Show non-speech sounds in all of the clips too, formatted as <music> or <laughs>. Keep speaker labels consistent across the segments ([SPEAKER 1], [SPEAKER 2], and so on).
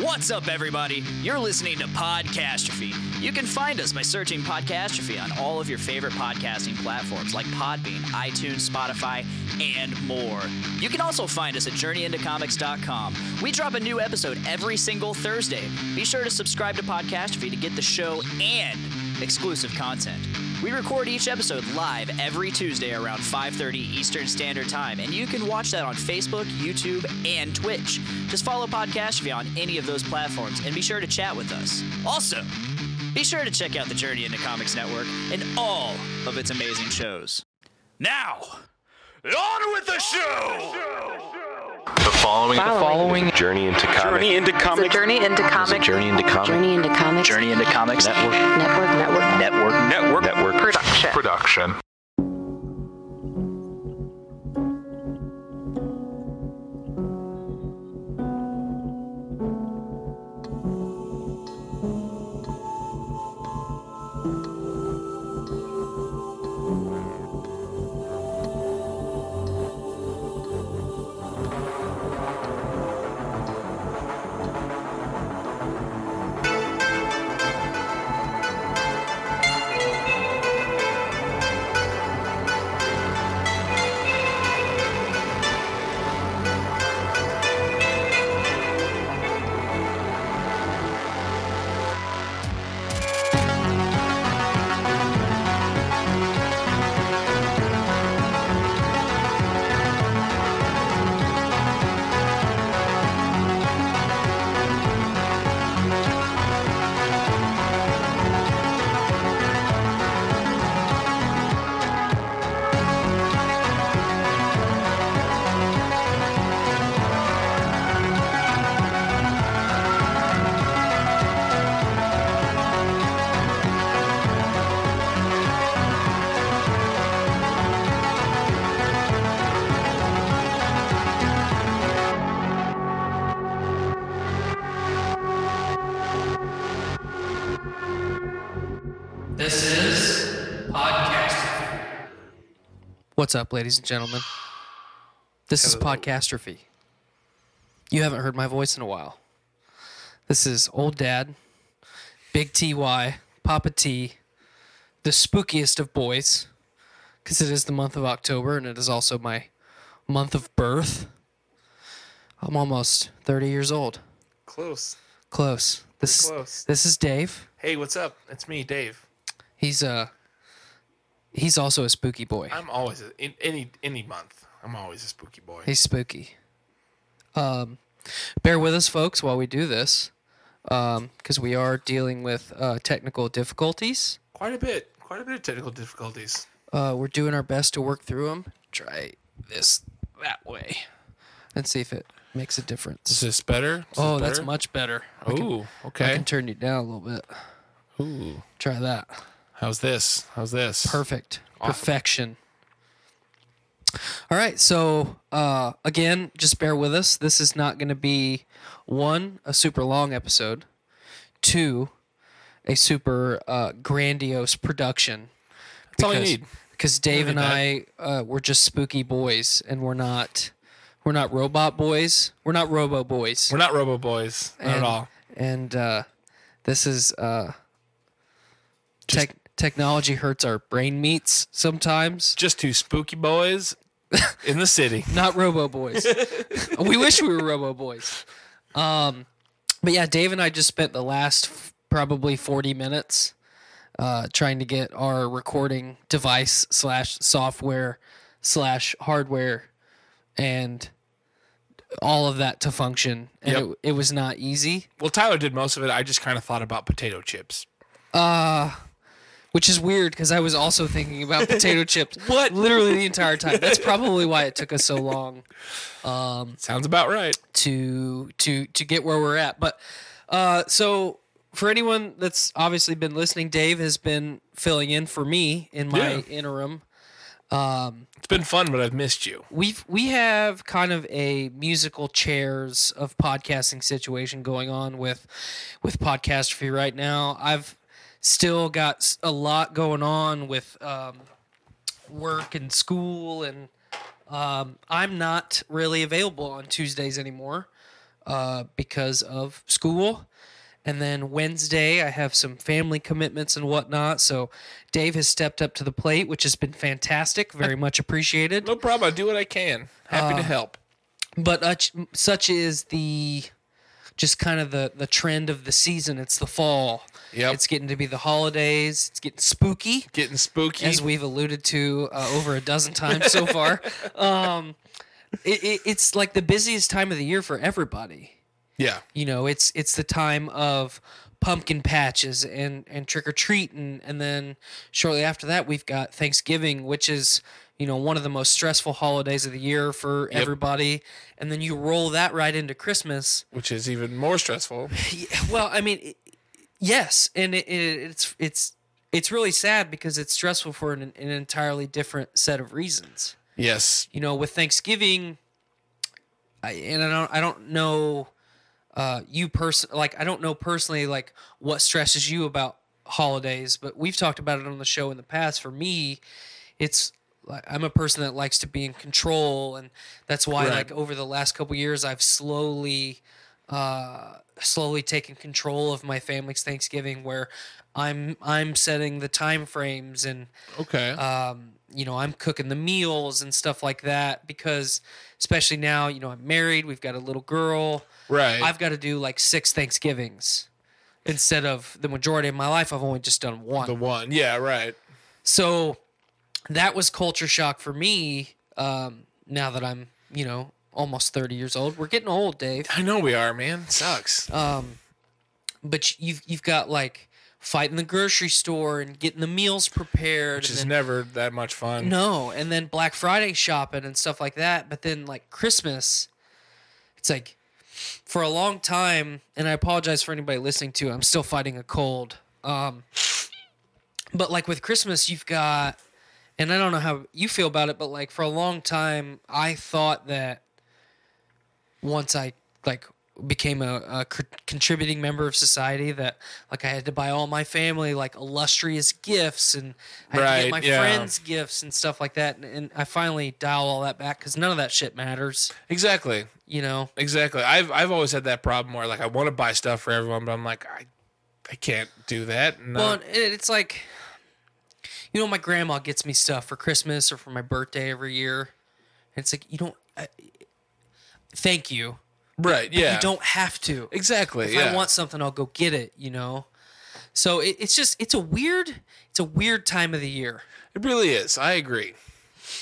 [SPEAKER 1] What's up, everybody? You're listening to Podcastrophe. You can find us by searching Podcastrophe on all of your favorite podcasting platforms like Podbean, iTunes, Spotify, and more. You can also find us at JourneyIntoComics.com. We drop a new episode every single Thursday. Be sure to subscribe to Podcastrophe to get the show and exclusive content. We record each episode live every Tuesday around 5:30 Eastern Standard Time, and you can watch that on Facebook, YouTube, and Twitch. Just follow Podcastrophe on any of those platforms and be sure to chat with us. Also, be sure to check out the Journey into Comics Network and all of its amazing shows. Now,
[SPEAKER 2] On with the show!
[SPEAKER 3] The following,
[SPEAKER 4] Following.
[SPEAKER 3] is a journey into comic.
[SPEAKER 2] Journey into
[SPEAKER 4] It's a
[SPEAKER 2] comic
[SPEAKER 4] journey into
[SPEAKER 3] is a
[SPEAKER 4] comic
[SPEAKER 3] journey into comic
[SPEAKER 5] Journey into Comics
[SPEAKER 1] Journey into Comics Network.
[SPEAKER 5] Network Network.
[SPEAKER 1] Network.
[SPEAKER 2] network.
[SPEAKER 3] network
[SPEAKER 4] production.
[SPEAKER 3] production.
[SPEAKER 6] This is podcast.
[SPEAKER 7] What's up, ladies and gentlemen? This is Podcastrophe. You haven't heard my voice in a while. This is Old Dad, Big TY, Papa T, the spookiest of boys, because it is the month of October and it is also my month of birth. I'm almost 30 years old.
[SPEAKER 8] Close.
[SPEAKER 7] Close. This,
[SPEAKER 8] You're close.
[SPEAKER 7] this is Dave.
[SPEAKER 8] Hey, what's up? It's me, Dave.
[SPEAKER 7] He's uh he's also a spooky boy.
[SPEAKER 8] I'm always a, in any any month. I'm always a spooky boy.
[SPEAKER 7] He's spooky. Um, bear with us, folks, while we do this, because we are dealing with uh, technical difficulties.
[SPEAKER 8] Quite a bit. Quite a bit of technical difficulties.
[SPEAKER 7] Uh, we're doing our best to work through them. Try this that way, and see if it makes a difference.
[SPEAKER 8] Is this better? Is
[SPEAKER 7] oh,
[SPEAKER 8] this
[SPEAKER 7] that's
[SPEAKER 8] better?
[SPEAKER 7] much better. I can,
[SPEAKER 8] Ooh,
[SPEAKER 7] I
[SPEAKER 8] okay.
[SPEAKER 7] can turn you down a little bit.
[SPEAKER 8] Ooh,
[SPEAKER 7] Try that.
[SPEAKER 8] how's this? How's this?
[SPEAKER 7] Perfect. Perfection. All right. So, uh, again, just bear with us. This is not going to be one, a super long episode, two, a super uh, grandiose production.
[SPEAKER 8] That's all you need.
[SPEAKER 7] Because Dave
[SPEAKER 8] need
[SPEAKER 7] and I, uh, we're just spooky boys, and we're not, we're not robot boys. We're not robo boys
[SPEAKER 8] We're not Robo Boys not at
[SPEAKER 7] and,
[SPEAKER 8] all.
[SPEAKER 7] And uh, this is uh, tech, technology hurts our brain meats sometimes.
[SPEAKER 8] Just two
[SPEAKER 7] <laughs>
[SPEAKER 8] spooky boys in the city.
[SPEAKER 7] Not Robo
[SPEAKER 8] <laughs>
[SPEAKER 7] Boys. we wish we were Robo Boys. Um, but yeah, Dave and I just spent the last f- probably forty minutes uh, trying to get our recording device slash software slash hardware and all of that to function and
[SPEAKER 8] Yep.
[SPEAKER 7] it, it was not easy
[SPEAKER 8] Well, Tyler did most of it. I just kind of thought about potato chips.
[SPEAKER 7] which is weird because I was also thinking about potato chips. What? Literally the entire time. That's probably why it took us so long
[SPEAKER 8] Sounds about right.
[SPEAKER 7] to to to get where we're at. But uh, so for anyone that's obviously been listening, Dave has been filling in for me in my
[SPEAKER 8] Yeah.
[SPEAKER 7] interim.
[SPEAKER 8] It's been fun, but I've missed you.
[SPEAKER 7] We've we have kind of a musical chairs of podcasting situation going on with with podcastrophy right now. I've still got s- a lot going on with um, work and school and um, I'm not really available on Tuesdays anymore. uh, because of school. And then Wednesday, I have some family commitments and whatnot. So Dave has stepped up to the plate, which has been fantastic. Very much appreciated.
[SPEAKER 8] No problem. I do what I can. Happy
[SPEAKER 7] Uh,
[SPEAKER 8] to help.
[SPEAKER 7] But uh, ch- such is the just kind of the the trend of the season. It's the fall.
[SPEAKER 8] Yep.
[SPEAKER 7] It's getting to be the holidays. It's getting spooky
[SPEAKER 8] Getting spooky.
[SPEAKER 7] as we've alluded to uh, over a dozen times so far. Um, it, it, it's like the busiest time of the year for everybody.
[SPEAKER 8] yeah.
[SPEAKER 7] You know, it's it's the time of pumpkin patches and and trick or treating, and then shortly after that we've got Thanksgiving, which is you know one of the most stressful holidays of the year for everybody, and then you roll that right into Christmas.
[SPEAKER 8] Which is even more stressful.
[SPEAKER 7] Well, I mean, it, yes, and it, it, it's it's it's really sad because it's stressful for an, an entirely different set of reasons.
[SPEAKER 8] Yes.
[SPEAKER 7] You know, with Thanksgiving, I, and I don't I don't know uh, you person like I don't know personally like what stresses you about holidays, but we've talked about it on the show in the past. For me, it's like, I'm a person that likes to be in control, and that's why
[SPEAKER 8] Right.
[SPEAKER 7] like over the last couple years I've slowly uh, slowly taking control of my family's Thanksgiving, where I'm I'm setting the time frames and
[SPEAKER 8] Okay.
[SPEAKER 7] um, you know I'm cooking the meals and stuff like that because especially now you know I'm married, we've got a little girl,
[SPEAKER 8] right.
[SPEAKER 7] I've got to do like six Thanksgivings instead of the majority of my life I've only just done one.
[SPEAKER 8] the one. Yeah. Right.
[SPEAKER 7] So that was culture shock for me. Um, now that I'm you know almost 30 years old, we're getting old, Dave.
[SPEAKER 8] I know we are, man. Sucks.
[SPEAKER 7] Oh, but you've you've got like fighting the grocery store and getting the meals prepared
[SPEAKER 8] Which
[SPEAKER 7] and
[SPEAKER 8] is
[SPEAKER 7] then-
[SPEAKER 8] never that much fun.
[SPEAKER 7] no and then black friday shopping and stuff like that but then like christmas it's like for a long time and i apologize for anybody listening to it, i'm still fighting a cold um but like with christmas you've got and i don't know how you feel about it but like for a long time i thought that once i like became a, a cr- contributing member of society that like i had to buy all my family like illustrious gifts and i had to
[SPEAKER 8] Right,
[SPEAKER 7] get my
[SPEAKER 8] yeah.
[SPEAKER 7] friends gifts and stuff like that and, and i finally dial all that back because none of that shit matters
[SPEAKER 8] Exactly.
[SPEAKER 7] you know
[SPEAKER 8] Exactly. I've I've always had that problem where like I want to buy stuff for everyone, but I'm like I I can't do that. And, uh,
[SPEAKER 7] Well, and it's like, you know, my grandma gets me stuff for Christmas or for my birthday every year. And it's like, you don't, I, thank you.
[SPEAKER 8] right. Yeah.
[SPEAKER 7] You don't have to.
[SPEAKER 8] Exactly.
[SPEAKER 7] If
[SPEAKER 8] yeah.
[SPEAKER 7] I want something, I'll go get it, you know? So it, it's just, it's a weird, it's a weird time of the year.
[SPEAKER 8] It really is. I agree.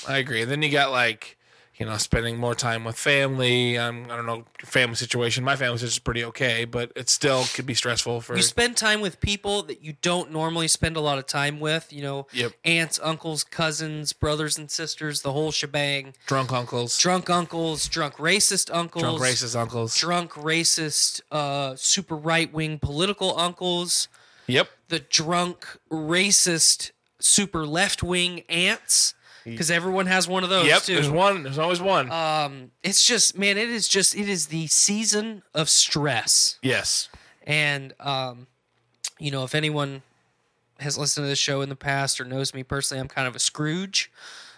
[SPEAKER 8] I agree. And then you got like, you know, spending more time with family. Um, I don't know your family situation. My family situation is pretty okay, but it still could be stressful for.
[SPEAKER 7] You spend time with people that you don't normally spend a lot of time with, you know,
[SPEAKER 8] Yep.
[SPEAKER 7] aunts, uncles, cousins, brothers and sisters, the whole shebang.
[SPEAKER 8] drunk uncles,
[SPEAKER 7] Drunk uncles, drunk racist uncles.
[SPEAKER 8] drunk racist uncles.
[SPEAKER 7] drunk racist uh, super right wing political uncles
[SPEAKER 8] yep.
[SPEAKER 7] the drunk racist super left wing aunts because everyone has one of those
[SPEAKER 8] Yep.
[SPEAKER 7] too Uh,
[SPEAKER 8] There's one. There's always one.
[SPEAKER 7] it's just man it is just it is the season of stress
[SPEAKER 8] yes.
[SPEAKER 7] and um, you know if anyone has listened to this show in the past or knows me personally i'm kind of a scrooge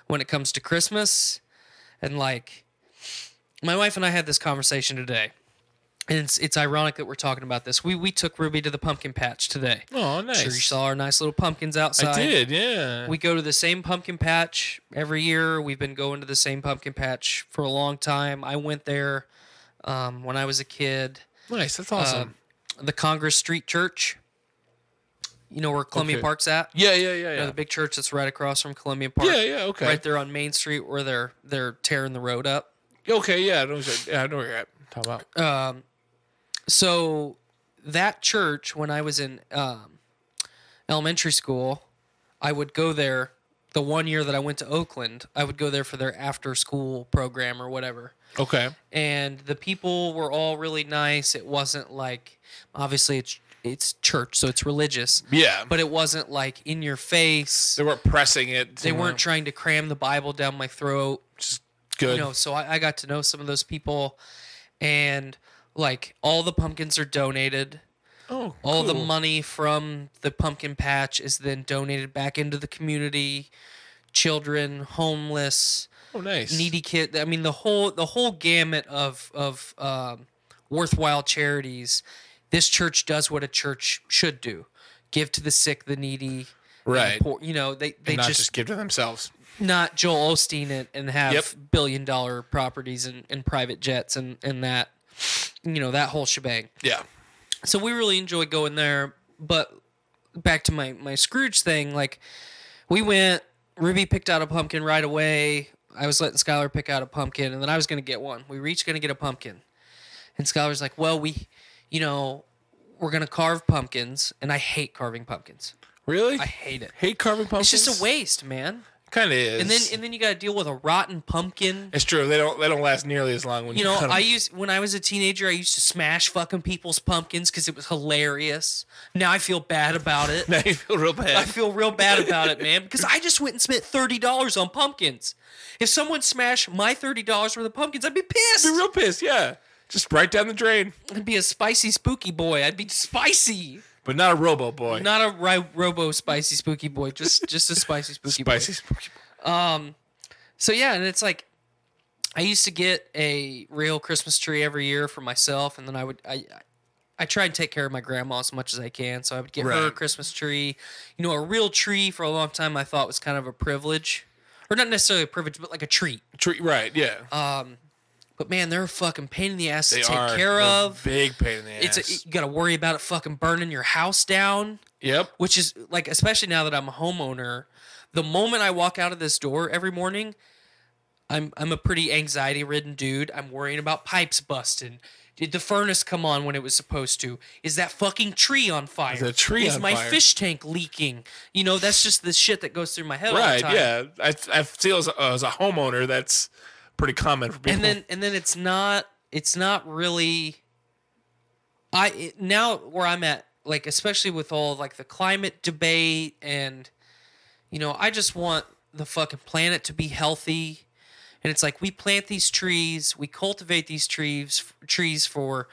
[SPEAKER 7] when it comes to christmas and like my wife and i had this conversation today and it's, it's ironic that we're talking about this we we took ruby to the pumpkin patch today
[SPEAKER 8] Oh,
[SPEAKER 7] I'm
[SPEAKER 8] nice.
[SPEAKER 7] sure you saw our nice little pumpkins outside
[SPEAKER 8] I did. Yeah.
[SPEAKER 7] we go to the same pumpkin patch every year. We've been going to the same pumpkin patch for a long time. I went there um, when I was a kid
[SPEAKER 8] nice. That's awesome.
[SPEAKER 7] the Congress Street Church. You know where Columbia
[SPEAKER 8] Okay.
[SPEAKER 7] Park's at?
[SPEAKER 8] yeah. Yeah. Yeah.
[SPEAKER 7] You know,
[SPEAKER 8] Yeah.
[SPEAKER 7] the big church that's right across from Columbia Park.
[SPEAKER 8] Yeah, yeah, okay.
[SPEAKER 7] Right there on Main Street where they're they're tearing the road up.
[SPEAKER 8] okay. Yeah. I know. Yeah. I know where you're at. Talk about.
[SPEAKER 7] Uh, So that church, when I was in um, elementary school, I would go there. The one year that I went to Oakland, I would go there for their after school program or whatever.
[SPEAKER 8] okay.
[SPEAKER 7] and the people were all really nice. It wasn't like obviously it's it's church, so it's religious.
[SPEAKER 8] Yeah.
[SPEAKER 7] But it wasn't like in your face.
[SPEAKER 8] They weren't pressing it.
[SPEAKER 7] They weren't trying to cram the Bible down my throat.
[SPEAKER 8] Just good.
[SPEAKER 7] You know, so I, I got to know some of those people and like all the pumpkins are donated.
[SPEAKER 8] oh.
[SPEAKER 7] All the
[SPEAKER 8] cool.
[SPEAKER 7] money from the pumpkin patch is then donated back into the community, children, homeless,
[SPEAKER 8] Oh, nice.
[SPEAKER 7] needy kid. I mean, the whole the whole gamut of of um, worthwhile charities. This church does what a church should do: give to the sick, the needy, and the
[SPEAKER 8] Right.
[SPEAKER 7] poor. You know, they they
[SPEAKER 8] and not
[SPEAKER 7] just,
[SPEAKER 8] just, give to themselves.
[SPEAKER 7] not Joel Osteen it and have
[SPEAKER 8] Yep.
[SPEAKER 7] billion dollar properties and, and private jets and and that you know that whole shebang.
[SPEAKER 8] Yeah.
[SPEAKER 7] So we really enjoyed going there. But back to my my Scrooge thing, like we went. Ruby picked out a pumpkin right away. I was letting Skylar pick out a pumpkin, and then I was gonna get one. We were each gonna get a pumpkin, and Skylar's like, "Well, we, you know, we're gonna carve pumpkins, and I hate carving pumpkins.
[SPEAKER 8] Really?
[SPEAKER 7] I hate it.
[SPEAKER 8] hate carving
[SPEAKER 7] It's
[SPEAKER 8] pumpkins.
[SPEAKER 7] just a waste, man.
[SPEAKER 8] Kind of is.
[SPEAKER 7] And then and then you gotta deal with a rotten pumpkin.
[SPEAKER 8] it's true. They don't. They don't last nearly as long when you,
[SPEAKER 7] You know,
[SPEAKER 8] cut 'em.
[SPEAKER 7] I
[SPEAKER 8] <laughs>
[SPEAKER 7] used when I was a teenager, I used to smash fucking people's pumpkins because it was hilarious. Now I feel bad about it.
[SPEAKER 8] <laughs> Now you feel real
[SPEAKER 7] I
[SPEAKER 8] bad.
[SPEAKER 7] feel real bad about it, man, because I just went and spent thirty dollars on pumpkins. If someone smashed my thirty dollars worth of pumpkins, I'd be pissed.
[SPEAKER 8] Be real pissed. Yeah. Just right down the drain.
[SPEAKER 7] I'd be a spicy spooky boy. I'd be spicy,
[SPEAKER 8] But not a Robo Boy.
[SPEAKER 7] not a ri- robo spicy spooky boy. Just just a spicy spooky boy.
[SPEAKER 8] spicy. <laughs> spooky boy.
[SPEAKER 7] So yeah, and it's like I used to get a real Christmas tree every year for myself, and then I would I I try and take care of my grandma as much as I can. So I would get her a
[SPEAKER 8] Right.
[SPEAKER 7] Christmas tree, you know, a real tree for a long time. I thought was kind of a privilege, or not necessarily a privilege, but like a treat.
[SPEAKER 8] Tree, right. Yeah.
[SPEAKER 7] But man, they're a fucking pain in the ass
[SPEAKER 8] they
[SPEAKER 7] to take
[SPEAKER 8] are
[SPEAKER 7] care
[SPEAKER 8] a
[SPEAKER 7] of.
[SPEAKER 8] Big pain in the ass.
[SPEAKER 7] It's a, e you got to worry about it fucking burning your house down
[SPEAKER 8] yep.
[SPEAKER 7] which is like especially now that I'm a homeowner, the moment I walk out of this door every morning, I'm I'm a pretty anxiety ridden dude. I'm worrying about pipes busting. Did the furnace come on when it was supposed to? Is that fucking tree on fire?
[SPEAKER 8] the tree
[SPEAKER 7] is
[SPEAKER 8] on
[SPEAKER 7] my
[SPEAKER 8] fire?
[SPEAKER 7] fish tank leaking? You know, that's just the shit that goes through my head. all the
[SPEAKER 8] Right.
[SPEAKER 7] time.
[SPEAKER 8] Yeah. I, I feel as, as a homeowner, that's pretty common for people.
[SPEAKER 7] and then and then it's not it's not really i it, now where i'm at like especially with all like the climate debate and you know i just want the fucking planet to be healthy and it's like we plant these trees we cultivate these trees trees for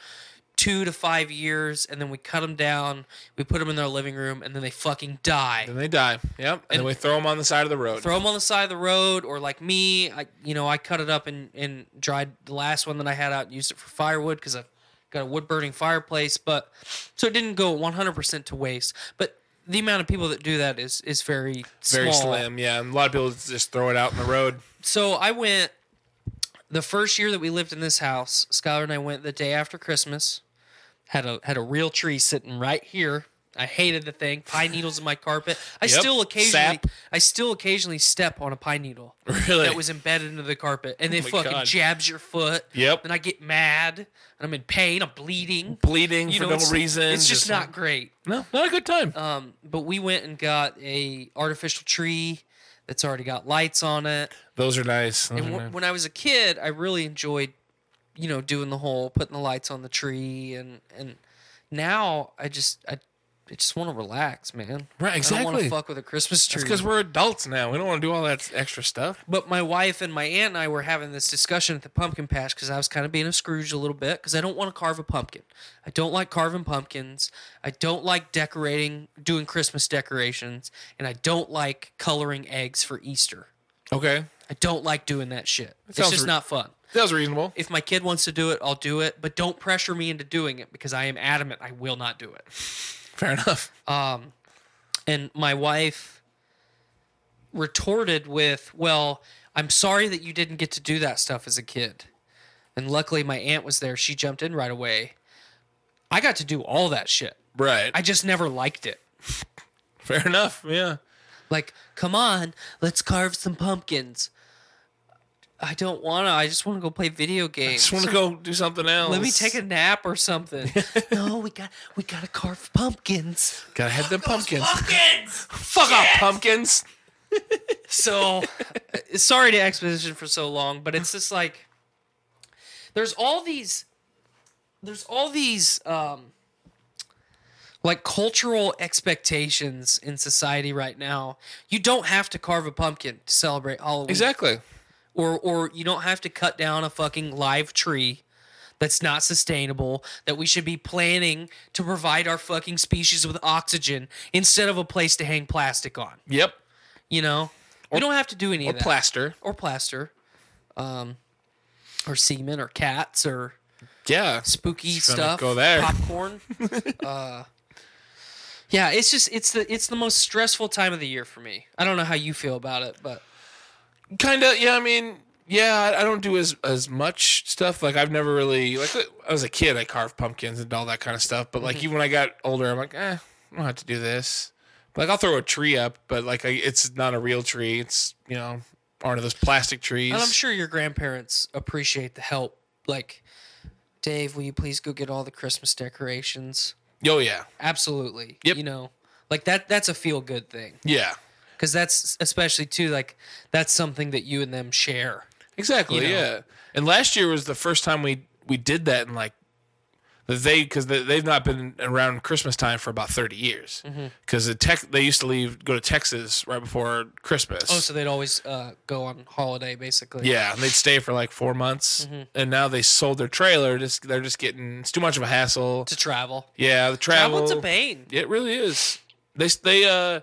[SPEAKER 7] two to five years and then we cut them down we put them in their living room and then they fucking die
[SPEAKER 8] Then they die. Yep. And, then we throw them on the side of the road.
[SPEAKER 7] throw them on the side of the road or like me i you know i cut it up and and dried the last one that i had out and used it for firewood because i've got a wood burning fireplace but so it didn't go 100% to waste but the amount of people that do that is is very
[SPEAKER 8] Very
[SPEAKER 7] small.
[SPEAKER 8] slim. Yeah. And a lot of people just throw it out in the road.
[SPEAKER 7] so i went the first year that we lived in this house skylar and i went the day after christmas had a had a real tree sitting right here I hated the thing. Pine needles in my carpet. I
[SPEAKER 8] Yep.
[SPEAKER 7] still occasionally,
[SPEAKER 8] Sap.
[SPEAKER 7] I still occasionally step on a pine needle
[SPEAKER 8] <laughs> Really? Oh
[SPEAKER 7] that was embedded into the carpet, and it
[SPEAKER 8] my
[SPEAKER 7] fucking
[SPEAKER 8] God.
[SPEAKER 7] jabs your foot.
[SPEAKER 8] Yep.
[SPEAKER 7] And I get mad, and I'm in pain. I'm bleeding.
[SPEAKER 8] bleeding
[SPEAKER 7] You
[SPEAKER 8] for
[SPEAKER 7] know,
[SPEAKER 8] no
[SPEAKER 7] it's,
[SPEAKER 8] reason.
[SPEAKER 7] It's just, not great.
[SPEAKER 8] No, not a good time.
[SPEAKER 7] Um, but we went and got a artificial tree that's already got lights on it.
[SPEAKER 8] Those are nice. Uh-huh.
[SPEAKER 7] And
[SPEAKER 8] Those are
[SPEAKER 7] w-
[SPEAKER 8] nice.
[SPEAKER 7] when I was a kid, I really enjoyed, you know, doing the whole putting the lights on the tree, and and now I just I. I just want to relax, man.
[SPEAKER 8] Right,
[SPEAKER 7] I don't want to
[SPEAKER 8] exactly.
[SPEAKER 7] fuck with a Christmas tree.
[SPEAKER 8] It's because we're adults now. We don't want to do all that extra stuff.
[SPEAKER 7] But my wife and my aunt and I were having this discussion at the pumpkin patch because I was kind of being a Scrooge a little bit because I don't want to carve a pumpkin. I don't like carving pumpkins. I don't like decorating, doing Christmas decorations, and I don't like coloring eggs for Easter.
[SPEAKER 8] Okay.
[SPEAKER 7] I don't like doing that shit. it's
[SPEAKER 8] sounds
[SPEAKER 7] just
[SPEAKER 8] re-
[SPEAKER 7] not fun.
[SPEAKER 8] That was reasonable.
[SPEAKER 7] If my kid wants to do it, I'll do it, but don't pressure me into doing it because I am adamant I will not do it. Um,
[SPEAKER 8] Fair enough.
[SPEAKER 7] And my wife retorted with, Well, I'm sorry that you didn't get to do that stuff as a kid. And luckily, my aunt was there. She jumped in right away. I got to do all that shit.
[SPEAKER 8] Right.
[SPEAKER 7] I just never liked it.
[SPEAKER 8] Fair enough. Yeah.
[SPEAKER 7] Like, come on, let's carve some pumpkins. I don't want to. I just want to go play video games.
[SPEAKER 8] Just want to go do something else.
[SPEAKER 7] Let me take a nap or something. <laughs> no, we got we got to carve pumpkins.
[SPEAKER 8] Gotta have the pumpkins. Fuck off, pumpkins.
[SPEAKER 7] So <laughs> uh, sorry to exposition for so long, but it's just like there's all these there's all these um like cultural expectations in society right now. You don't have to carve a pumpkin to celebrate Halloween.
[SPEAKER 8] Exactly.
[SPEAKER 7] Or or you don't have to cut down a fucking live tree that's not sustainable that we should be planning to provide our fucking species with oxygen instead of a place to hang plastic on.
[SPEAKER 8] Yep.
[SPEAKER 7] You know, we don't have to do any
[SPEAKER 8] Or
[SPEAKER 7] of that,
[SPEAKER 8] plaster.
[SPEAKER 7] or plaster, um, or semen, or cats, or
[SPEAKER 8] Yeah.
[SPEAKER 7] spooky
[SPEAKER 8] Just gonna
[SPEAKER 7] stuff.
[SPEAKER 8] go there. <laughs>
[SPEAKER 7] Popcorn. uh, yeah, it's just it's the it's the most stressful time of the year for me. I don't know how you feel about it, but
[SPEAKER 8] Kind of. Yeah. I mean, yeah. I, I don't do as as much stuff. Like I've never really like I was a kid. I carved pumpkins and all that kind of stuff. But like
[SPEAKER 7] Mm-hmm.
[SPEAKER 8] even when I got older, I'm like, eh, I don't have to do this. But, like I'll throw a tree up, but like I, it's not a real tree. It's you know one of those plastic trees.
[SPEAKER 7] and I'm sure your grandparents appreciate the help. Like, Dave, will you please go get all the Christmas decorations?
[SPEAKER 8] Oh yeah.
[SPEAKER 7] Absolutely.
[SPEAKER 8] Yep.
[SPEAKER 7] You know, like that. That's a feel good thing
[SPEAKER 8] Yeah.
[SPEAKER 7] because that's especially too like that's something that you and them share.
[SPEAKER 8] Exactly.
[SPEAKER 7] you know?
[SPEAKER 8] Yeah. And last year was the first time we we did that in like that they because they, they've not been around Christmas time for about thirty years
[SPEAKER 7] Mm-hmm.
[SPEAKER 8] because the tech they used to leave go to Texas right before Christmas.
[SPEAKER 7] Oh, so they'd always uh, go on holiday basically.
[SPEAKER 8] yeah, and they'd stay for like four months,
[SPEAKER 7] Mm-hmm.
[SPEAKER 8] and now they sold their trailer. Just they're just getting it's too much of a hassle.
[SPEAKER 7] To travel.
[SPEAKER 8] yeah, the travel.
[SPEAKER 7] Travel's a pain.
[SPEAKER 8] It really is. They they uh,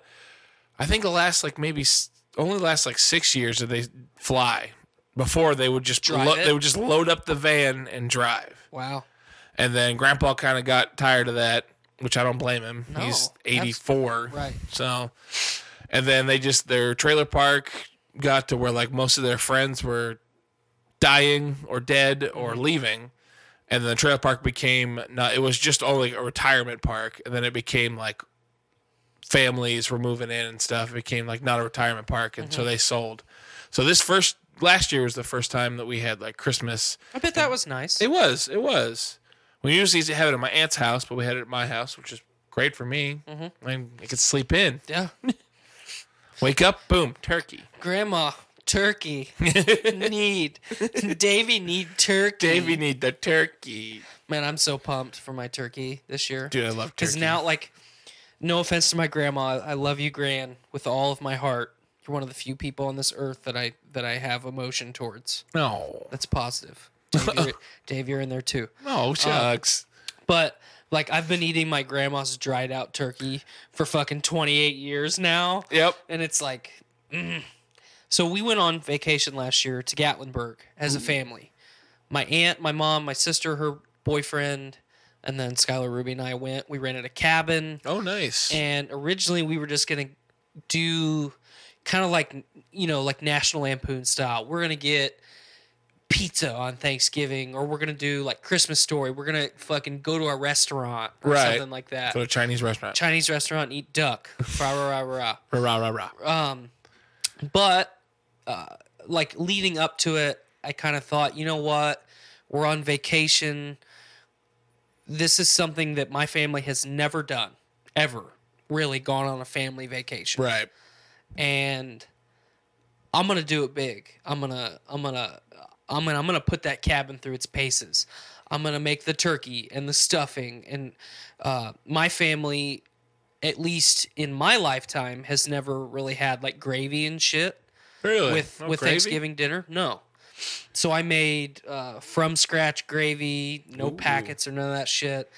[SPEAKER 8] I think the last like maybe s- only last like six years did they fly. Before they would just
[SPEAKER 7] Drive
[SPEAKER 8] lo-
[SPEAKER 7] it?
[SPEAKER 8] they would just load up the van and drive.
[SPEAKER 7] Wow.
[SPEAKER 8] And then Grandpa kind of got tired of that, which I don't blame him.
[SPEAKER 7] No,
[SPEAKER 8] He's
[SPEAKER 7] abs-
[SPEAKER 8] 84,
[SPEAKER 7] right.
[SPEAKER 8] So, and then they just their trailer park got to where like most of their friends were dying or dead or leaving, and then the trailer park became not. It was just only a retirement park, and then it became like families were moving in and stuff. It became like not a retirement park, and so they sold. So this first last year was the first time that we had like Christmas.
[SPEAKER 7] I bet that was nice.
[SPEAKER 8] It was. It was. We usually used to have it at my aunt's house, but we had it at my house, which is great for me. Mm-hmm. I, I could sleep in.
[SPEAKER 7] yeah.
[SPEAKER 8] Wake up, boom, turkey.
[SPEAKER 7] Grandma,
[SPEAKER 8] <laughs>
[SPEAKER 7] turkey. need. Davy need turkey.
[SPEAKER 8] Davey need the turkey.
[SPEAKER 7] Man, I'm so pumped for my turkey this year.
[SPEAKER 8] Dude, I love
[SPEAKER 7] Because
[SPEAKER 8] turkey.
[SPEAKER 7] now, like, no offense to my grandma, I love you, Gran, with all of my heart. You're one of the few people on this earth that I that I have emotion towards.
[SPEAKER 8] no,
[SPEAKER 7] That's positive. Dave,
[SPEAKER 8] <laughs>
[SPEAKER 7] you're, Dave, you're in there too.
[SPEAKER 8] no, shucks.
[SPEAKER 7] But like, I've been eating my grandma's dried out turkey for fucking 28 years now.
[SPEAKER 8] yep.
[SPEAKER 7] and it's like mm. so we went on vacation last year to gatlinburg as a family my aunt my mom my sister her boyfriend and then skylar ruby and i went we rented a cabin
[SPEAKER 8] Oh, nice.
[SPEAKER 7] and originally we were just gonna do kind of like you know like national lampoon style we're gonna get pizza on thanksgiving or we're gonna do like christmas story we're gonna fucking go to a restaurant or
[SPEAKER 8] Right.
[SPEAKER 7] something like that
[SPEAKER 8] Go to a Chinese restaurant.
[SPEAKER 7] chinese restaurant and eat duck rah rah rah rah
[SPEAKER 8] Rah, rah, rah, rah.
[SPEAKER 7] Uh, but uh, like leading up to it i kind of thought you know what we're on vacation this is something that my family has never done ever really gone on a family vacation
[SPEAKER 8] Right.
[SPEAKER 7] and i'm gonna do it big i'm gonna i'm gonna i'm gonna i'm gonna put that cabin through its paces i'm gonna make the turkey and the stuffing and uh, my family at least in my lifetime has never really had like gravy and shit
[SPEAKER 8] Really?
[SPEAKER 7] with
[SPEAKER 8] No
[SPEAKER 7] with
[SPEAKER 8] Oh, gravy?
[SPEAKER 7] Thanksgiving dinner. No, so I made uh, from scratch gravy, no packets or none of that shit.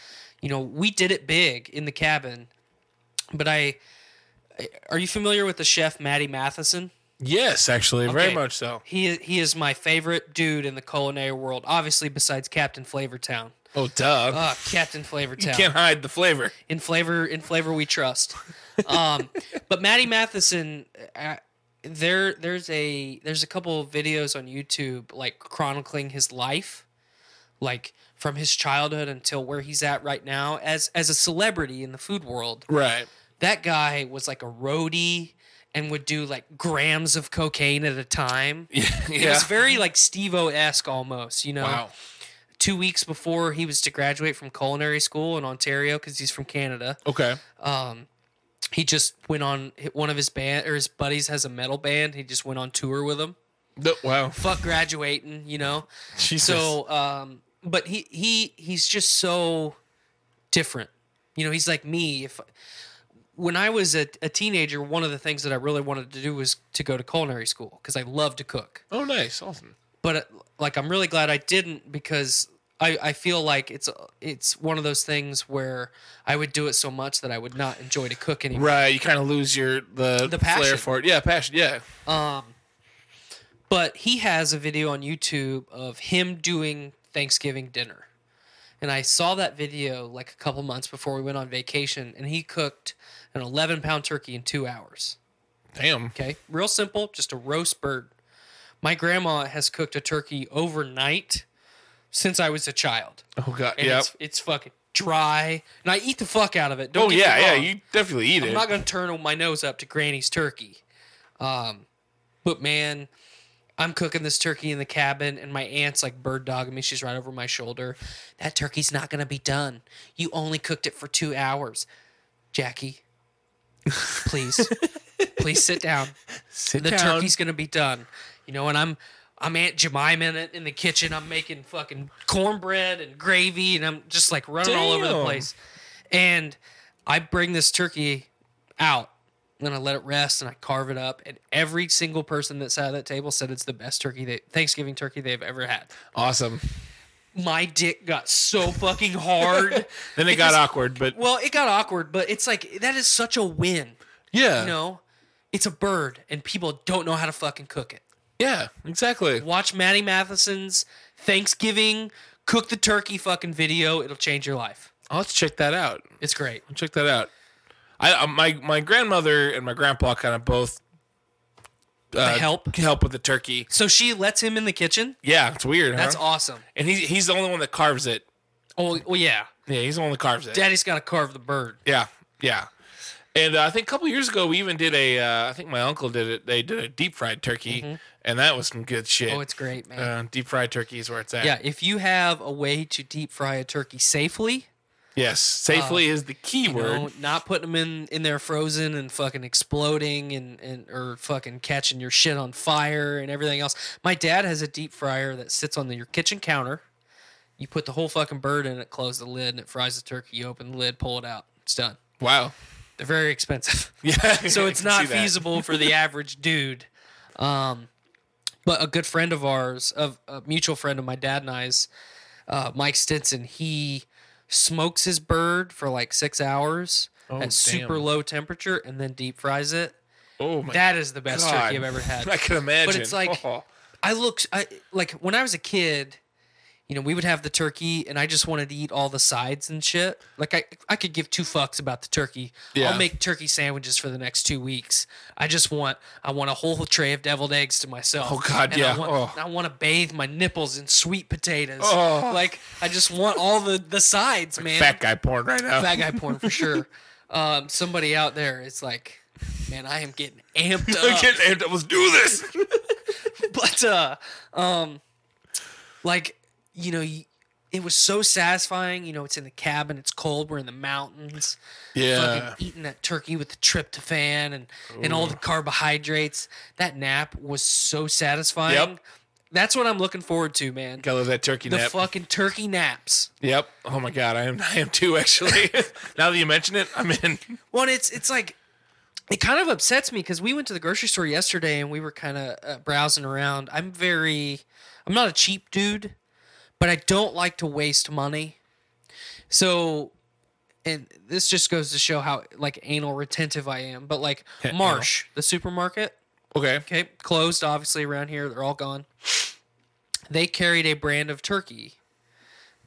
[SPEAKER 7] You know, we did it big in the cabin. But I, are you familiar with the chef Matty Matheson?
[SPEAKER 8] Yes, actually, very
[SPEAKER 7] Okay.
[SPEAKER 8] much so.
[SPEAKER 7] He he is my favorite dude in the culinary world. Obviously, besides Captain Flavortown.
[SPEAKER 8] Oh, duh.
[SPEAKER 7] Ah, Captain
[SPEAKER 8] <laughs>
[SPEAKER 7] Flavortown.
[SPEAKER 8] Can't hide the flavor.
[SPEAKER 7] in flavor in flavor we trust
[SPEAKER 8] <laughs>
[SPEAKER 7] um but maddie matheson uh, there there's a there's a couple of videos on youtube like chronicling his life like from his childhood until where he's at right now as as a celebrity in the food world
[SPEAKER 8] Right.
[SPEAKER 7] <laughs> that guy was like a roadie and would do like grams of cocaine at a time
[SPEAKER 8] Yeah.
[SPEAKER 7] it was very like steve-o-esque almost you know
[SPEAKER 8] wow.
[SPEAKER 7] two weeks before he was to graduate from culinary school in ontario because he's from canada
[SPEAKER 8] Okay.
[SPEAKER 7] he just went on one of his band or his buddies has a metal band. He just went on tour with them.
[SPEAKER 8] Th- wow. <laughs>
[SPEAKER 7] Fuck graduating, you know.
[SPEAKER 8] Jesus.
[SPEAKER 7] So, um, but he he he's just so different. You know, he's like me. If when I was a, a teenager, one of the things that I really wanted to do was to go to culinary school because I love to cook
[SPEAKER 8] oh, nice. Awesome.
[SPEAKER 7] but uh, like I'm really glad I didn't because I, I feel like it's it's one of those things where I would do it so much that I would not enjoy to cook anymore.
[SPEAKER 8] Right. You kind of lose your the,
[SPEAKER 7] The passion.
[SPEAKER 8] flair for it. Yeah, passion. Yeah.
[SPEAKER 7] But he has a video on YouTube of him doing Thanksgiving dinner. And I saw that video like a couple months before we went on vacation, and he cooked an 11 pound turkey in two hours.
[SPEAKER 8] Damn.
[SPEAKER 7] Okay. Real simple, just a roast bird. My grandma has cooked a turkey overnight since I was a child.
[SPEAKER 8] Oh god.
[SPEAKER 7] And
[SPEAKER 8] Yeah.
[SPEAKER 7] it's, it's fucking dry. And I eat the fuck out of it. Don't
[SPEAKER 8] Oh
[SPEAKER 7] get me
[SPEAKER 8] yeah, yeah.
[SPEAKER 7] wrong.
[SPEAKER 8] You definitely eat
[SPEAKER 7] I'm
[SPEAKER 8] it.
[SPEAKER 7] not going to turn my nose up to Granny's turkey. Um, but man, I'm cooking this turkey in the cabin, and my aunt's like bird dogging me. She's right over my shoulder. That turkey's not going to be done. You only cooked it for two hours. Jackie, please, please sit down.
[SPEAKER 8] Sit
[SPEAKER 7] The
[SPEAKER 8] down.
[SPEAKER 7] turkey's going to be done. You know, and I'm. I'm Aunt Jemima in, it- in the kitchen. I'm making fucking cornbread and gravy, and I'm just like running all over the
[SPEAKER 8] Damn.
[SPEAKER 7] place and I bring this turkey out and I let it rest and I carve it up. And every single person that sat at that table said it's the best turkey they Thanksgiving turkey they've ever had.
[SPEAKER 8] Awesome.
[SPEAKER 7] My dick got so fucking hard.
[SPEAKER 8] <laughs> Then it
[SPEAKER 7] Because-
[SPEAKER 8] got awkward, but
[SPEAKER 7] Well, it got awkward, but it's like that is such a win.
[SPEAKER 8] yeah,
[SPEAKER 7] You know, it's a bird and people don't know how to fucking cook it.
[SPEAKER 8] yeah, exactly.
[SPEAKER 7] Watch Maddie Matheson's Thanksgiving cook the turkey fucking video. It'll change your life.
[SPEAKER 8] I'll have to check that out.
[SPEAKER 7] It's great.
[SPEAKER 8] Check that out. I uh, my my grandmother and my grandpa kind of both uh,
[SPEAKER 7] help?
[SPEAKER 8] help with the turkey.
[SPEAKER 7] So she lets him in the kitchen.
[SPEAKER 8] Yeah, it's weird.
[SPEAKER 7] That's
[SPEAKER 8] huh?
[SPEAKER 7] awesome.
[SPEAKER 8] And he's he's the only one that carves it.
[SPEAKER 7] Oh, well, yeah.
[SPEAKER 8] Yeah, he's the one that carves it.
[SPEAKER 7] Daddy's got to carve the bird.
[SPEAKER 8] Yeah, yeah. And uh, I think a couple years ago, we even did a. Uh, I think my uncle did it. They did a deep fried turkey, and that was some good shit.
[SPEAKER 7] Mm-hmm. Oh, it's great, man.
[SPEAKER 8] uh, deep fried turkey is where it's at.
[SPEAKER 7] yeah, if you have a way to deep fry a turkey safely,
[SPEAKER 8] Yes, safely is the key
[SPEAKER 7] Uh, you
[SPEAKER 8] word.
[SPEAKER 7] know, not putting them in in there frozen and fucking exploding and and or fucking catching your shit on fire and everything else. My dad has a deep fryer that sits on the, your kitchen counter. You put the whole fucking bird in it, close the lid, and it fries the turkey. You open the lid, pull it out. It's done.
[SPEAKER 8] wow. <laughs>
[SPEAKER 7] They're very expensive. <laughs>
[SPEAKER 8] Yeah.
[SPEAKER 7] so
[SPEAKER 8] I
[SPEAKER 7] it's
[SPEAKER 8] can
[SPEAKER 7] not
[SPEAKER 8] see that.
[SPEAKER 7] feasible for the average dude. Um, but a good friend of ours, of a mutual friend of my dad and I's, uh, Mike Stinson, he smokes his bird for like six hours at super
[SPEAKER 8] Oh, damn.
[SPEAKER 7] low temperature and then deep fries it.
[SPEAKER 8] Oh my
[SPEAKER 7] That is the best
[SPEAKER 8] God.
[SPEAKER 7] turkey I've ever had.
[SPEAKER 8] <laughs> I can imagine.
[SPEAKER 7] But it's like
[SPEAKER 8] <laughs> Oh.
[SPEAKER 7] I look, I like when I was a kid. You know, we would have the turkey, and I just wanted to eat all the sides and shit. Like I, I could give two fucks about the turkey.
[SPEAKER 8] Yeah.
[SPEAKER 7] I'll make turkey sandwiches for the next two weeks. I just want, I want a whole tray of deviled eggs to myself.
[SPEAKER 8] Oh, God,
[SPEAKER 7] And
[SPEAKER 8] yeah.
[SPEAKER 7] I want,
[SPEAKER 8] Oh.
[SPEAKER 7] I want to bathe my nipples in sweet potatoes.
[SPEAKER 8] Oh.
[SPEAKER 7] Like I just want all the the sides, man.
[SPEAKER 8] fat <laughs> guy porn right now. <laughs>
[SPEAKER 7] Fat guy porn for sure. Um, somebody out there is like, man, I am getting amped
[SPEAKER 8] <laughs>
[SPEAKER 7] up
[SPEAKER 8] Look at it. Let's
[SPEAKER 7] <laughs>
[SPEAKER 8] do this.
[SPEAKER 7] but uh um like you know y- it was so satisfying you know it's in the cabin it's cold we're in the mountains
[SPEAKER 8] Yeah.
[SPEAKER 7] fucking eating that turkey with the tryptophan and and all the carbohydrates that nap was so satisfying
[SPEAKER 8] Yep.
[SPEAKER 7] that's what i'm looking forward to man
[SPEAKER 8] Gotta love that turkey
[SPEAKER 7] the
[SPEAKER 8] nap.
[SPEAKER 7] fucking turkey naps
[SPEAKER 8] Yep. Oh my god, I am. I am too.
[SPEAKER 7] <laughs>
[SPEAKER 8] Actually, <laughs> now that you mention it, I'm in.
[SPEAKER 7] Well, and it's it's like it kind of upsets me because we went to the grocery store yesterday and we were kind of uh, browsing around. I'm very, I'm not a cheap dude, but I don't like to waste money. So, and this just goes to show how like anal retentive I am. But like Marsh, the supermarket,
[SPEAKER 8] Okay.
[SPEAKER 7] okay, closed obviously around here. They're all gone. They carried a brand of turkey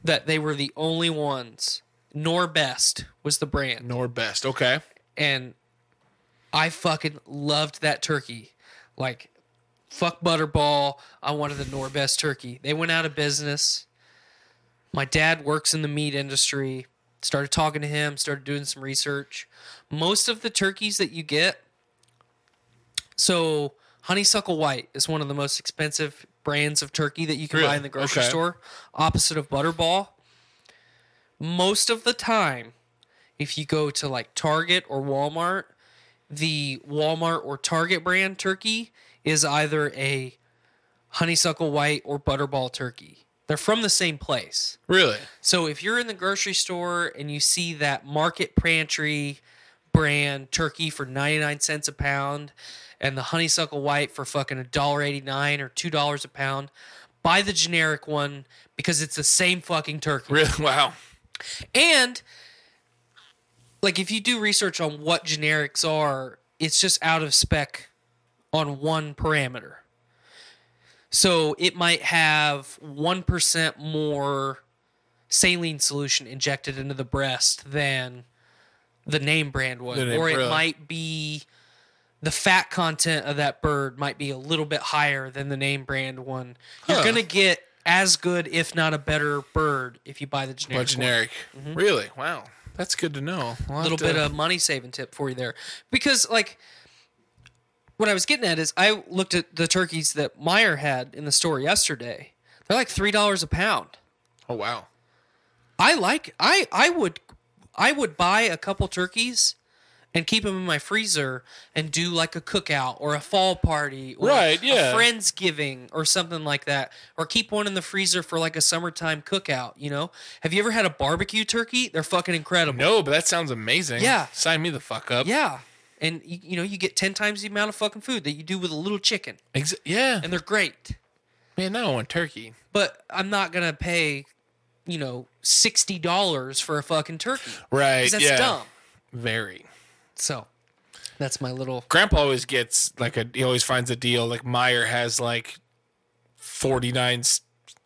[SPEAKER 7] that they were the only ones. Norbest was the brand
[SPEAKER 8] Nor best. Okay.
[SPEAKER 7] and I fucking loved that turkey. Like, fuck Butterball. I wanted the Norbest turkey. They went out of business. My dad works in the meat industry. Started talking to him, started doing some research. Most of the turkeys that you get, so honeysuckle white is one of the most expensive brands of turkey that you can buy
[SPEAKER 8] Really?
[SPEAKER 7] in the grocery
[SPEAKER 8] Okay.
[SPEAKER 7] store, opposite of Butterball. Most of the time, if you go to like Target or Walmart, the Walmart or Target brand turkey is either a honeysuckle white or butterball turkey. They're from the same place.
[SPEAKER 8] Really?
[SPEAKER 7] So if you're in the grocery store and you see that Market Pantry brand turkey for 99 cents a pound and the honeysuckle white for fucking $1.89 or $2 a pound, buy the generic one because it's the same fucking turkey.
[SPEAKER 8] Really? <laughs> Wow.
[SPEAKER 7] And like if you do research on what generics are, it's just out of spec on one parameter. So it might have 1% more saline solution injected into the breast than the name brand would.
[SPEAKER 8] The name
[SPEAKER 7] or it
[SPEAKER 8] brand.
[SPEAKER 7] might be the fat content of that bird might be a little bit higher than the name brand one. You're
[SPEAKER 8] Huh.
[SPEAKER 7] going to get as good, if not a better bird, if you buy the generic.
[SPEAKER 8] More
[SPEAKER 7] one.
[SPEAKER 8] generic. Really? Wow. That's good to know. A
[SPEAKER 7] Mm-hmm. little bit of money saving tip for you there because like what i was getting at is i looked at the turkeys that meyer had in the store yesterday they're like three dollars a pound
[SPEAKER 8] Oh wow.
[SPEAKER 7] i like i i would i would buy a couple turkeys and keep them in my freezer and do like a cookout or a fall party or
[SPEAKER 8] Right, yeah.
[SPEAKER 7] a friendsgiving or something like that or keep one in the freezer for like a summertime cookout you know have you ever had a barbecue turkey they're fucking incredible
[SPEAKER 8] No, but that sounds amazing.
[SPEAKER 7] Yeah.
[SPEAKER 8] Sign me the fuck up.
[SPEAKER 7] Yeah. And you, you know, you get 10 times the amount of fucking food that you do with a little chicken.
[SPEAKER 8] Ex- yeah.
[SPEAKER 7] And they're great.
[SPEAKER 8] Man, now I want turkey.
[SPEAKER 7] But I'm not going to pay, you know, $60 for a fucking turkey. 'cause
[SPEAKER 8] Right.
[SPEAKER 7] That's
[SPEAKER 8] yeah.
[SPEAKER 7] dumb.
[SPEAKER 8] Very.
[SPEAKER 7] So that's my little.
[SPEAKER 8] Grandpa always gets like a. He always finds a deal. Like Meyer has like forty nine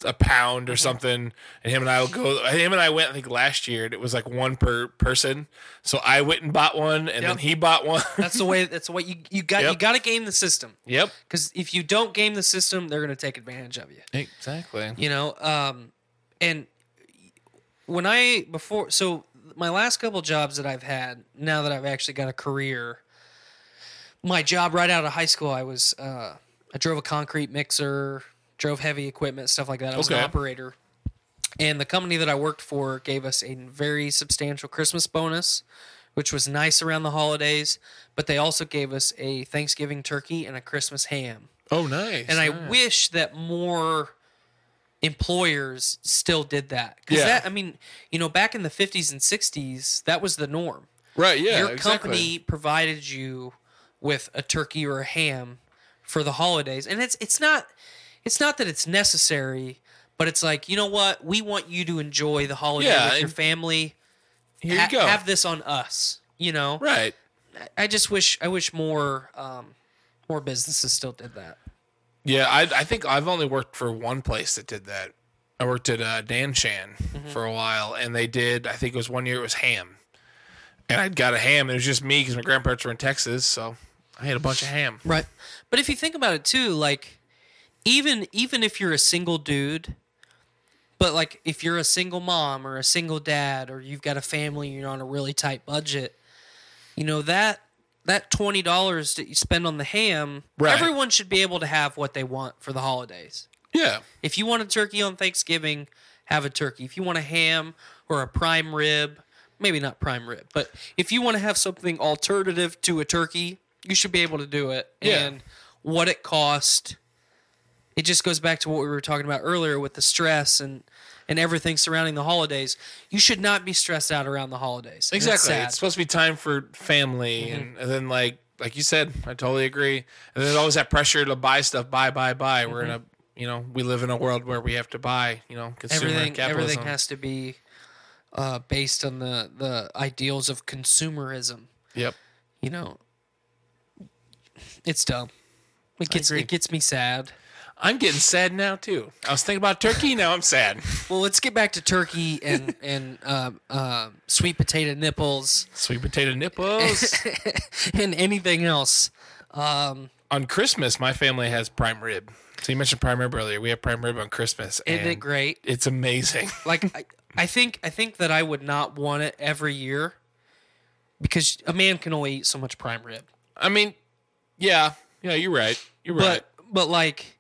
[SPEAKER 8] a pound
[SPEAKER 7] Mm-hmm.
[SPEAKER 8] or something, and him and I will go. Him and I went I think last year, and it was like one per person. So I went and bought one, and then
[SPEAKER 7] Yep.
[SPEAKER 8] he
[SPEAKER 7] <laughs>
[SPEAKER 8] bought one.
[SPEAKER 7] That's the way. That's the way you, you got. You
[SPEAKER 8] Yep.
[SPEAKER 7] got to game the system.
[SPEAKER 8] yep.
[SPEAKER 7] Because if you don't game the system, they're going to take advantage of you.
[SPEAKER 8] Exactly.
[SPEAKER 7] you know um and when i before so my last couple jobs that i've had now that i've actually got a career my job right out of high school i was uh i drove a concrete mixer drove heavy equipment stuff like that i was
[SPEAKER 8] Okay.
[SPEAKER 7] an operator and the company that i worked for gave us a very substantial christmas bonus which was nice around the holidays but they also gave us a thanksgiving turkey and a christmas ham
[SPEAKER 8] Oh, nice.
[SPEAKER 7] and I wish that more employers still did that. Because
[SPEAKER 8] Yeah.
[SPEAKER 7] that, I mean, you know, back in the 50s and 60s, that was the norm.
[SPEAKER 8] right. Yeah.
[SPEAKER 7] Your
[SPEAKER 8] exactly.
[SPEAKER 7] company provided you with a turkey or a ham for the holidays. And it's it's not it's not that it's necessary, but it's like, you know what? We want you to enjoy the holiday
[SPEAKER 8] Yeah,
[SPEAKER 7] with your
[SPEAKER 8] and-
[SPEAKER 7] family.
[SPEAKER 8] Here
[SPEAKER 7] Ha-
[SPEAKER 8] you go.
[SPEAKER 7] Have this on us, you know?
[SPEAKER 8] right.
[SPEAKER 7] I just wish I wish more um, more businesses still did that.
[SPEAKER 8] Yeah, I, I think I've only worked for one place that did that. I worked at uh, Dan Shan for a while, and they did. I think it was one year. It was ham, and I'd got a ham. And it was just me because my grandparents were in Texas, so I had a bunch of ham.
[SPEAKER 7] Right. But if you think about it too, like even even if you're a single dude, but like if you're a single mom or a single dad or you've got a family, you're on a really tight budget, you know that that twenty dollars that you spend on the ham,
[SPEAKER 8] Right.
[SPEAKER 7] everyone should be able to have what they want for the holidays.
[SPEAKER 8] Yeah,
[SPEAKER 7] If you want a turkey on Thanksgiving, have a turkey. If you want a ham or a prime rib, maybe not prime rib, but if you want to have something alternative to a turkey, you should be able to do it.
[SPEAKER 8] Yeah.
[SPEAKER 7] And what it cost, it just goes back to what we were talking about earlier with the stress and and everything surrounding the holidays. You should not be stressed out around the holidays. And it's
[SPEAKER 8] exactly.
[SPEAKER 7] sad.
[SPEAKER 8] It's supposed to be time for family, and, and then like like you said, I totally agree. And there's always that pressure to buy stuff, buy, buy, buy. We're in a you know we live in a world where we have to buy. You know, consumer
[SPEAKER 7] everything
[SPEAKER 8] capitalism.
[SPEAKER 7] everything has to be uh, based on the the ideals of consumerism.
[SPEAKER 8] Yep.
[SPEAKER 7] you know, it's dumb. It gets
[SPEAKER 8] agree.
[SPEAKER 7] it gets me sad.
[SPEAKER 8] I'm getting sad now too. I was thinking about turkey. Now I'm sad.
[SPEAKER 7] Well, let's get back to turkey
[SPEAKER 8] <laughs>
[SPEAKER 7] and and um, um, sweet potato nipples
[SPEAKER 8] Sweet potato nipples.
[SPEAKER 7] <laughs> and anything else.
[SPEAKER 8] on Christmas, my family has prime rib. So you mentioned prime rib earlier. We have prime rib on Christmas.
[SPEAKER 7] Isn't it
[SPEAKER 8] and
[SPEAKER 7] great?
[SPEAKER 8] It's amazing.
[SPEAKER 7] Like I, I think I think that I would not want it every year because a man can only eat so much prime rib.
[SPEAKER 8] I mean, yeah, yeah, you're right. You're right.
[SPEAKER 7] But but like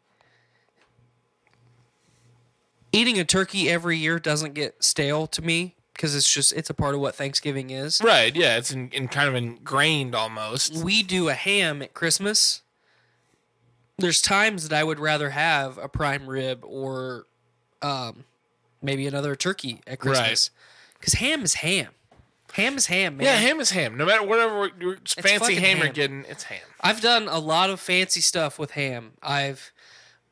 [SPEAKER 7] eating a turkey every year doesn't get stale to me because it's just it's a part of what Thanksgiving is.
[SPEAKER 8] Right, yeah, it's in, in kind of ingrained almost.
[SPEAKER 7] we do a ham at Christmas, there's times that I would rather have a prime rib or um, maybe another turkey at Christmas. Because ham is ham. Ham is ham, man.
[SPEAKER 8] Yeah, ham is ham. No matter whatever we're- we're- fancy
[SPEAKER 7] fucking
[SPEAKER 8] ham you're
[SPEAKER 7] ham.
[SPEAKER 8] getting, it's ham.
[SPEAKER 7] I've done a lot of fancy stuff with ham. I've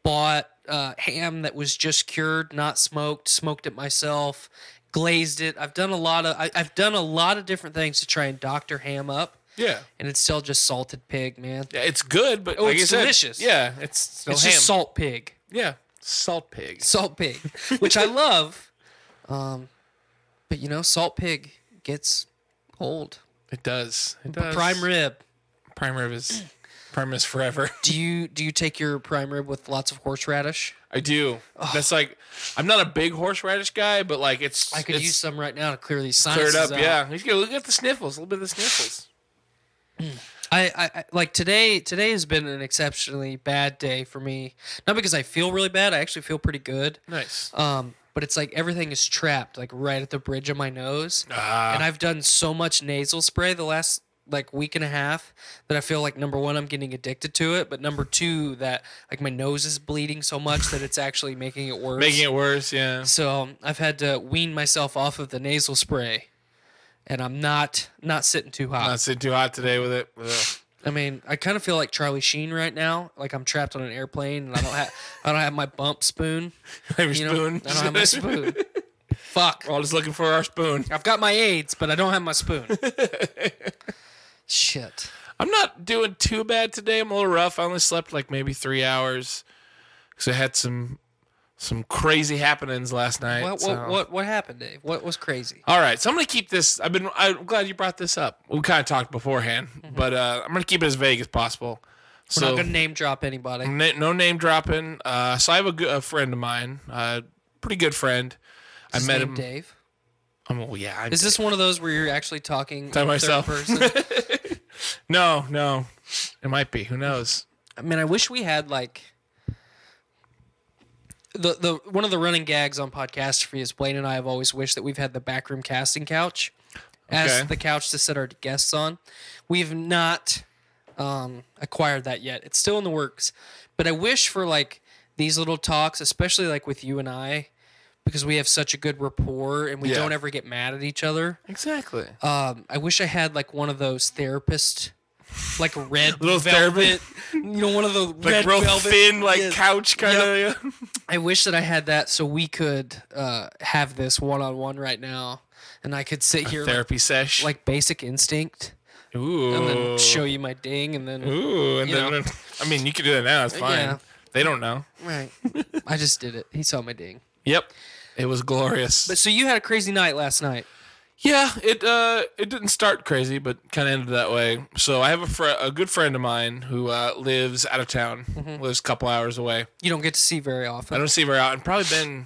[SPEAKER 7] bought uh, ham that was just cured, not smoked, smoked it myself, glazed it. I've done a lot of I, I've done a lot of different things to try and doctor ham up,
[SPEAKER 8] Yeah.
[SPEAKER 7] and it's still just salted pig, man.
[SPEAKER 8] Yeah, it's good, but
[SPEAKER 7] Oh,
[SPEAKER 8] like
[SPEAKER 7] it's
[SPEAKER 8] I said,
[SPEAKER 7] delicious.
[SPEAKER 8] Yeah, it's still
[SPEAKER 7] it's
[SPEAKER 8] ham.
[SPEAKER 7] just salt pig.
[SPEAKER 8] Yeah, salt pig.
[SPEAKER 7] Salt
[SPEAKER 8] <laughs>
[SPEAKER 7] Pig, which I love. Um, but you know, Salt Pig gets old.
[SPEAKER 8] It does. It does.
[SPEAKER 7] Prime rib.
[SPEAKER 8] Prime rib is prime is forever.
[SPEAKER 7] Do you do you take your prime rib with lots of horseradish?
[SPEAKER 8] I do. That's like I'm not a big horseradish guy, but like it's
[SPEAKER 7] I could
[SPEAKER 8] it's
[SPEAKER 7] use some right now to clear these
[SPEAKER 8] cleared
[SPEAKER 7] sinuses
[SPEAKER 8] up.
[SPEAKER 7] out.
[SPEAKER 8] Yeah, you go look at the sniffles. A little bit of the sniffles.
[SPEAKER 7] I, I, I like today. Today has been an exceptionally bad day for me. Not because I feel really bad. I actually feel pretty good.
[SPEAKER 8] Nice.
[SPEAKER 7] Um, but it's like everything is trapped, like right at the bridge of my nose.
[SPEAKER 8] Ah.
[SPEAKER 7] And I've done so much nasal spray the last like week and a half that I feel like number one, I'm getting addicted to it, but number two, that like my nose is bleeding so much that it's actually making it worse.
[SPEAKER 8] Making it worse. Yeah.
[SPEAKER 7] So um, I've had to wean myself off of the nasal spray, and I'm not not sitting too hot.
[SPEAKER 8] Not sit too hot today with it. Ugh. <laughs>
[SPEAKER 7] I mean, I kind of feel like Charlie Sheen right now. Like I'm trapped on an airplane and I don't have I don't have my bump spoon.
[SPEAKER 8] Maybe
[SPEAKER 7] You know,
[SPEAKER 8] spoon.
[SPEAKER 7] I don't have my spoon. Fuck.
[SPEAKER 8] We're all just looking for our spoon.
[SPEAKER 7] I've got my AIDS, but I don't have my
[SPEAKER 8] <laughs>
[SPEAKER 7] spoon. Shit.
[SPEAKER 8] I'm not doing too bad today. I'm a little rough. I only slept like maybe three hours because I had some some crazy happenings last night.
[SPEAKER 7] What
[SPEAKER 8] so-
[SPEAKER 7] what, what what happened, Dave? What was crazy?
[SPEAKER 8] All right, so I'm gonna keep this. I've been. I'm glad you brought this up. We kind of talked beforehand, but uh, I'm gonna keep it as vague as possible.
[SPEAKER 7] Mm-hmm. We're
[SPEAKER 8] so
[SPEAKER 7] not gonna name drop anybody.
[SPEAKER 8] na- no name dropping. Uh, so I have a, good, a friend of mine, uh, pretty good friend. I
[SPEAKER 7] His
[SPEAKER 8] met
[SPEAKER 7] name
[SPEAKER 8] him.
[SPEAKER 7] Dave.
[SPEAKER 8] I'm, well, yeah. I'm,
[SPEAKER 7] Is this one of those where you're actually talking
[SPEAKER 8] Talking
[SPEAKER 7] in
[SPEAKER 8] to
[SPEAKER 7] third
[SPEAKER 8] myself. <laughs>
[SPEAKER 7] person?
[SPEAKER 8] no, no. It might be. Who knows?
[SPEAKER 7] I mean, I wish we had like the the one of the running gags on Podcastrophy is Blaine and I have always wished that we've had the backroom casting couch as
[SPEAKER 8] Okay.
[SPEAKER 7] the couch to sit our guests on. We've not um, acquired that yet. It's still in the works, but I wish for like these little talks, especially like with you and I, because we have such a good rapport and we
[SPEAKER 8] Yeah.
[SPEAKER 7] don't ever get mad at each other.
[SPEAKER 8] Exactly.
[SPEAKER 7] Um, I wish I had like one of those therapist, like red
[SPEAKER 8] Little
[SPEAKER 7] velvet,
[SPEAKER 8] therapist.
[SPEAKER 7] <laughs> you know, one of the
[SPEAKER 8] Like
[SPEAKER 7] red
[SPEAKER 8] real
[SPEAKER 7] velvet.
[SPEAKER 8] thin, like
[SPEAKER 7] Yes.
[SPEAKER 8] couch kind of.
[SPEAKER 7] <laughs> I wish that I had that so we could uh, have this one on one right now, and I could sit here like,
[SPEAKER 8] Therapy sesh.
[SPEAKER 7] like Basic Instinct
[SPEAKER 8] ooh,
[SPEAKER 7] and then show you my ding, and then
[SPEAKER 8] ooh, and
[SPEAKER 7] you
[SPEAKER 8] then <laughs> I mean, you could do that now. It's fine.
[SPEAKER 7] Yeah.
[SPEAKER 8] They don't know.
[SPEAKER 7] right, I just did it. He saw my ding.
[SPEAKER 8] Yep. It was glorious.
[SPEAKER 7] But so you had a crazy night last night.
[SPEAKER 8] Yeah, it uh, it didn't start crazy, but kind of ended that way. So I have a fr- a good friend of mine who uh, lives out of town, lives a couple hours away.
[SPEAKER 7] You don't get to see very
[SPEAKER 8] I
[SPEAKER 7] often,
[SPEAKER 8] don't see her out, and probably been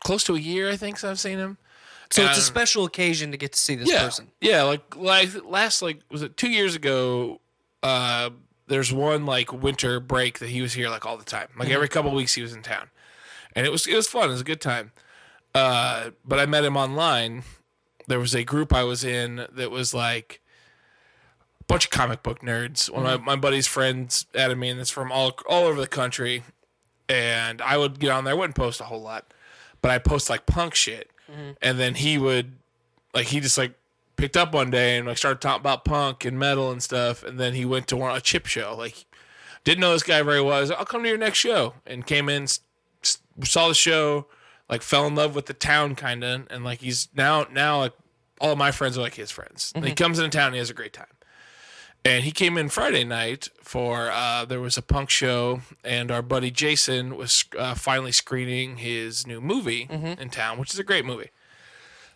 [SPEAKER 8] close to a year, I think, since I've seen him.
[SPEAKER 7] so it's a
[SPEAKER 8] um,
[SPEAKER 7] special occasion to get to see this
[SPEAKER 8] yeah,
[SPEAKER 7] person.
[SPEAKER 8] yeah, like like last like was it two years ago? Uh, there's one like winter break that he was here like all the time, like
[SPEAKER 7] Mm-hmm.
[SPEAKER 8] every couple weeks he was in town, and it was it was fun, it was a good time. Uh, but I met him online. There was a group I was in that was like bunch of comic book nerds. One
[SPEAKER 7] Mm-hmm.
[SPEAKER 8] of my, my buddy's friends added me, and it's from all all over the country. And I would get on there. I wouldn't post a whole lot, but I post like punk shit.
[SPEAKER 7] Mm-hmm.
[SPEAKER 8] And then he would, like, he just like picked up one day and like started talking about punk and metal and stuff. And then he went to one, a chip show. Like, didn't know this guy very well. He's like, I'll come to your next show, and came in, s- s- saw the show, like fell in love with the town kind of, and like he's now now like all my friends are like his friends. And he comes into town, and he has a great time and he came in Friday night for uh, there was a punk show, and our buddy Jason was uh, finally screening his new movie in town, which is a great movie.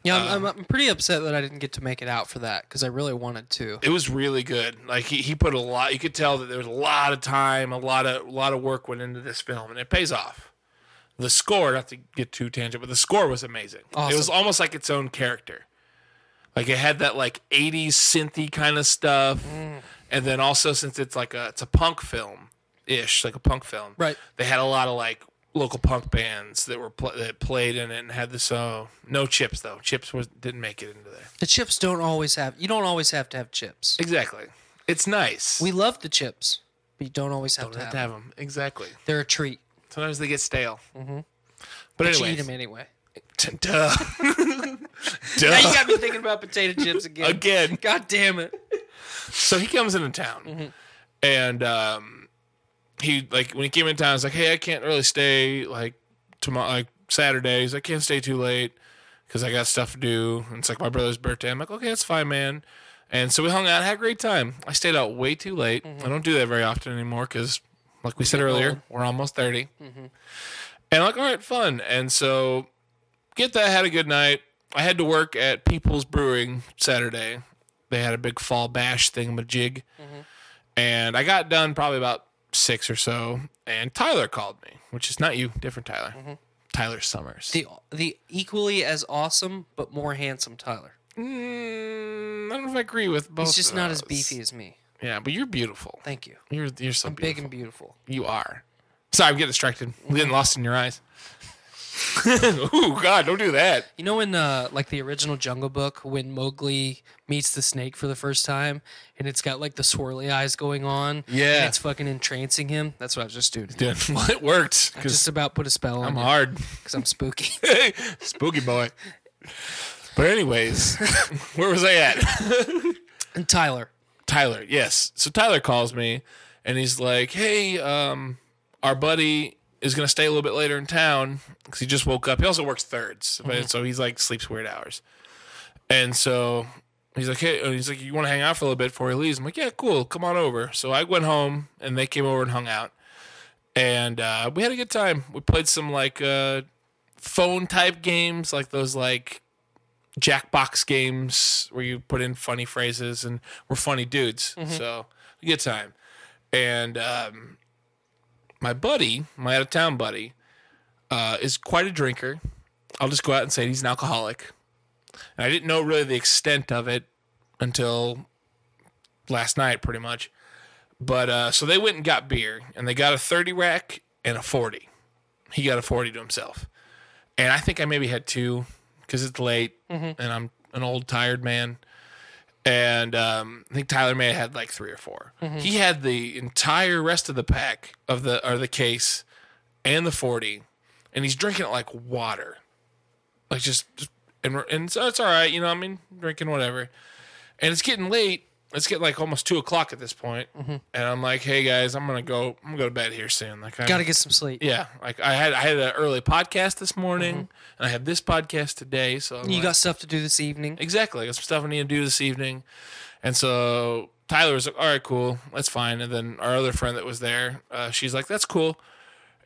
[SPEAKER 7] Yeah,
[SPEAKER 8] Uh,
[SPEAKER 7] I'm, I'm, I'm pretty upset that I didn't get to make it out for that because I really wanted to.
[SPEAKER 8] It was really good. Like he, he put a lot. You could tell that there was a lot of time, a lot of a lot of work went into this film, and it pays off. The score, not to get too tangent, but the score was amazing. It was
[SPEAKER 7] Awesome.
[SPEAKER 8] almost like its own character. Like it had that like '80s synthy kind of stuff,
[SPEAKER 7] Mm.
[SPEAKER 8] and then also since it's like a it's a punk film ish, like a punk film,
[SPEAKER 7] Right.
[SPEAKER 8] They had a lot of like local punk bands that were pl- that played in it and had this. Uh, no chips though. Chips was didn't make it into there.
[SPEAKER 7] The chips don't always have. You don't always have to have chips.
[SPEAKER 8] Exactly. It's nice.
[SPEAKER 7] We love the chips, but you don't always have,
[SPEAKER 8] Don't
[SPEAKER 7] to,
[SPEAKER 8] have
[SPEAKER 7] have
[SPEAKER 8] to
[SPEAKER 7] them.
[SPEAKER 8] have them. Exactly.
[SPEAKER 7] They're a treat.
[SPEAKER 8] Sometimes they get stale. Mm-hmm. But,
[SPEAKER 7] You eat
[SPEAKER 8] anyway,
[SPEAKER 7] them anyway. <laughs>
[SPEAKER 8] <laughs> duh,
[SPEAKER 7] Now you
[SPEAKER 8] duh.
[SPEAKER 7] got me thinking about potato chips again.
[SPEAKER 8] Again,
[SPEAKER 7] God damn it! Mm-hmm.
[SPEAKER 8] so he comes into town, and um, he like when he came in town, he's like, "Hey, I can't really stay like tomorrow, like Saturday. He's like, I can't stay too late because I got stuff to do." And it's like my brother's birthday. I'm like, "Okay, that's fine, man."
[SPEAKER 7] Mm-hmm.
[SPEAKER 8] And so we hung out, had a great time. I stayed out way too late. I don't do that very often anymore because Like we said earlier, we're almost 30.
[SPEAKER 7] Mm-hmm.
[SPEAKER 8] And like, all right, fun. And so get that, had a good night. I had to work at People's Brewing Saturday. They had a big fall bash thingamajig.
[SPEAKER 7] Mm-hmm.
[SPEAKER 8] And I got done probably about six or so. And Tyler called me, which is not you, different Tyler.
[SPEAKER 7] Mm-hmm.
[SPEAKER 8] Tyler Summers.
[SPEAKER 7] The the equally as awesome but more handsome Tyler.
[SPEAKER 8] Mm, I don't know if I agree with both.
[SPEAKER 7] He's just
[SPEAKER 8] of
[SPEAKER 7] not as
[SPEAKER 8] those.
[SPEAKER 7] beefy as me.
[SPEAKER 8] Yeah, but you're beautiful.
[SPEAKER 7] Thank you.
[SPEAKER 8] You're you're so
[SPEAKER 7] I'm big
[SPEAKER 8] beautiful.
[SPEAKER 7] and beautiful.
[SPEAKER 8] You are. Sorry, I'm getting distracted. I'm getting lost in your eyes. <laughs> Ooh, God, don't do that.
[SPEAKER 7] You know in uh, like the original Jungle Book when Mowgli meets the snake for the first time and it's got like the swirly eyes going on. and
[SPEAKER 8] Yeah.
[SPEAKER 7] it's fucking entrancing him. That's what I was just doing.
[SPEAKER 8] Dude, <laughs> well, it worked
[SPEAKER 7] Just
[SPEAKER 8] because
[SPEAKER 7] about put a spell on
[SPEAKER 8] I'm
[SPEAKER 7] him
[SPEAKER 8] hard.
[SPEAKER 7] because I'm spooky.
[SPEAKER 8] <laughs>
[SPEAKER 7] <laughs>
[SPEAKER 8] Spooky boy. But anyways, <laughs> where was I at?
[SPEAKER 7] and Tyler.
[SPEAKER 8] Tyler, yes. So Tyler calls me and he's like, hey, um, our buddy is going to stay a little bit later in town because he just woke up. He also works thirds. but- So he's like, sleeps weird hours. And so he's like, hey, and he's like, you want to hang out for a little bit before he leaves? I'm like, yeah, cool. Come on over. So I went home and they came over and hung out. And uh, we had a good time. We played some like uh, phone type games, like those like Jackbox games where you put in funny phrases and we're funny dudes. So good time. And um, my buddy, my out of town buddy, uh, is quite a drinker. I'll just go out and say he's an alcoholic. And I didn't know really the extent of it until last night, pretty much. But uh, so they went and got beer, and they got a 30 rack and a 40. He got a 40 to himself. And I think I maybe had two because it's late and I'm an old, tired man. And um, I think Tyler may have had like three or 4 He had the entire rest of the pack of the or the case and the 40, and he's drinking it like water. Like just, just and, we're- and so it's all right. You know, I mean, drinking whatever. And it's getting late. It's getting like almost two o'clock at this point. And I'm like, hey guys, I'm gonna go. I'm gonna go to bed here soon. Like, I
[SPEAKER 7] Got to get some sleep.
[SPEAKER 8] yeah, like I had I had an early podcast this morning, and I had this podcast today. So I'm
[SPEAKER 7] Mm-hmm. You
[SPEAKER 8] like-
[SPEAKER 7] got stuff to do this evening.
[SPEAKER 8] exactly I got some stuff I need to do this evening, and so Tyler was like, "All right, cool, that's fine." And then our other friend that was there, uh, she's like, "That's cool,"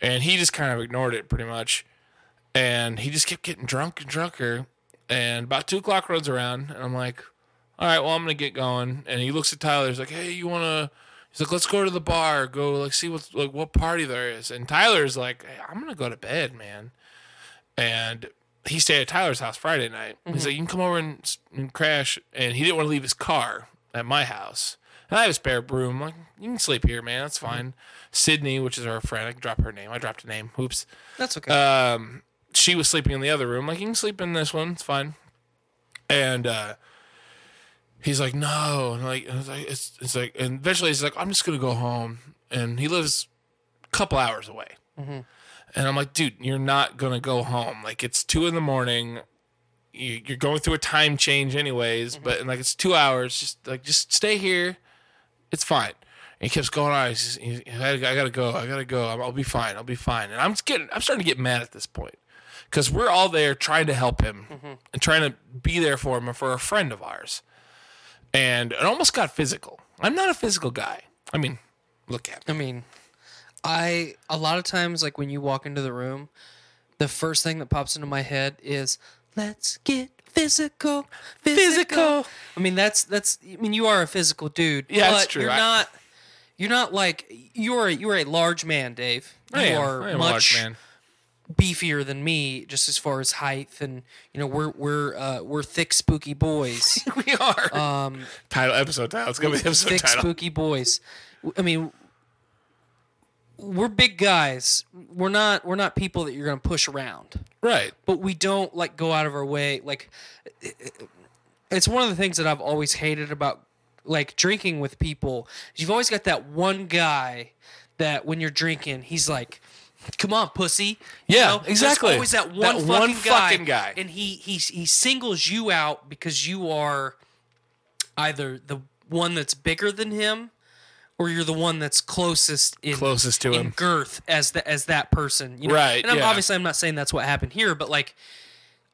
[SPEAKER 8] and he just kind of ignored it pretty much, and he just kept getting drunk and drunker, and about two o'clock rolls around, and I'm like, "All right, well I'm gonna get going," and he looks at Tyler, he's like, "Hey, you wanna?" He's like, let's go to the bar, go like see what's like what party there is. And Tyler's like, hey, I'm gonna go to bed, man. And he stayed at Tyler's house Friday night. He's like, you can come over and, s- and crash. And he didn't want to leave his car at my house. And I have a spare room. I'm like, you can sleep here, man. That's fine. Sydney, which is our friend, I can drop her name. I dropped a name. Oops
[SPEAKER 7] That's okay.
[SPEAKER 8] um, she was sleeping in the other room. Like, you can sleep in this one. It's fine. And uh, he's like, no. And like, and it's like, it's, it's like, and eventually he's like, I'm just gonna go home. And he lives a couple hours away. And I'm like, dude, you're not gonna go home. Like, it's two in the morning. You, you're going through a time change, anyways. But and like, it's two hours. Just like, just stay here. It's fine. And he keeps going on. He's just, he's, I, gotta, I gotta go. I gotta go. I'm, I'll be fine. I'll be fine. And I'm just getting. I'm starting to get mad at this point because we're all there trying to help him and trying to be there for him and for a friend of ours. And it almost got physical. I'm not a physical guy. I mean, look at me.
[SPEAKER 7] I mean, I a lot of times like when you walk into the room, the first thing that pops into my head is let's get physical, physical.
[SPEAKER 8] Physical.
[SPEAKER 7] I mean, that's that's. I mean, you are a physical dude.
[SPEAKER 8] Yeah,
[SPEAKER 7] but
[SPEAKER 8] that's true.
[SPEAKER 7] You're
[SPEAKER 8] I-
[SPEAKER 7] not. You're not like you're. A, you're a large man, Dave. You
[SPEAKER 8] I am,
[SPEAKER 7] are
[SPEAKER 8] I am a
[SPEAKER 7] much
[SPEAKER 8] large man.
[SPEAKER 7] beefier than me, just as far as height, and you know we're we're uh, we're thick, spooky boys.
[SPEAKER 8] <laughs>
[SPEAKER 7] <laughs>
[SPEAKER 8] we are. Um, title episode title. It's gonna be the episode
[SPEAKER 7] thick, <laughs>
[SPEAKER 8] title.
[SPEAKER 7] spooky boys. W- I mean, we're big guys. We're not we're not people that you're gonna push around,
[SPEAKER 8] Right.
[SPEAKER 7] but we don't like go out of our way. Like, it's one of the things that I've always hated about like drinking with people. is You've always got that one guy that when you're drinking, he's like. Come on, pussy. You
[SPEAKER 8] Yeah,
[SPEAKER 7] know, there's
[SPEAKER 8] exactly.
[SPEAKER 7] always that one,
[SPEAKER 8] That
[SPEAKER 7] fucking,
[SPEAKER 8] one
[SPEAKER 7] guy,
[SPEAKER 8] fucking guy.
[SPEAKER 7] and he he he singles you out because you are either the one that's bigger than him or you're the one that's closest in
[SPEAKER 8] Closest to
[SPEAKER 7] in
[SPEAKER 8] him.
[SPEAKER 7] girth as the as that person you know?
[SPEAKER 8] Right,
[SPEAKER 7] and I'm,
[SPEAKER 8] yeah.
[SPEAKER 7] obviously i'm not saying that's what happened here but like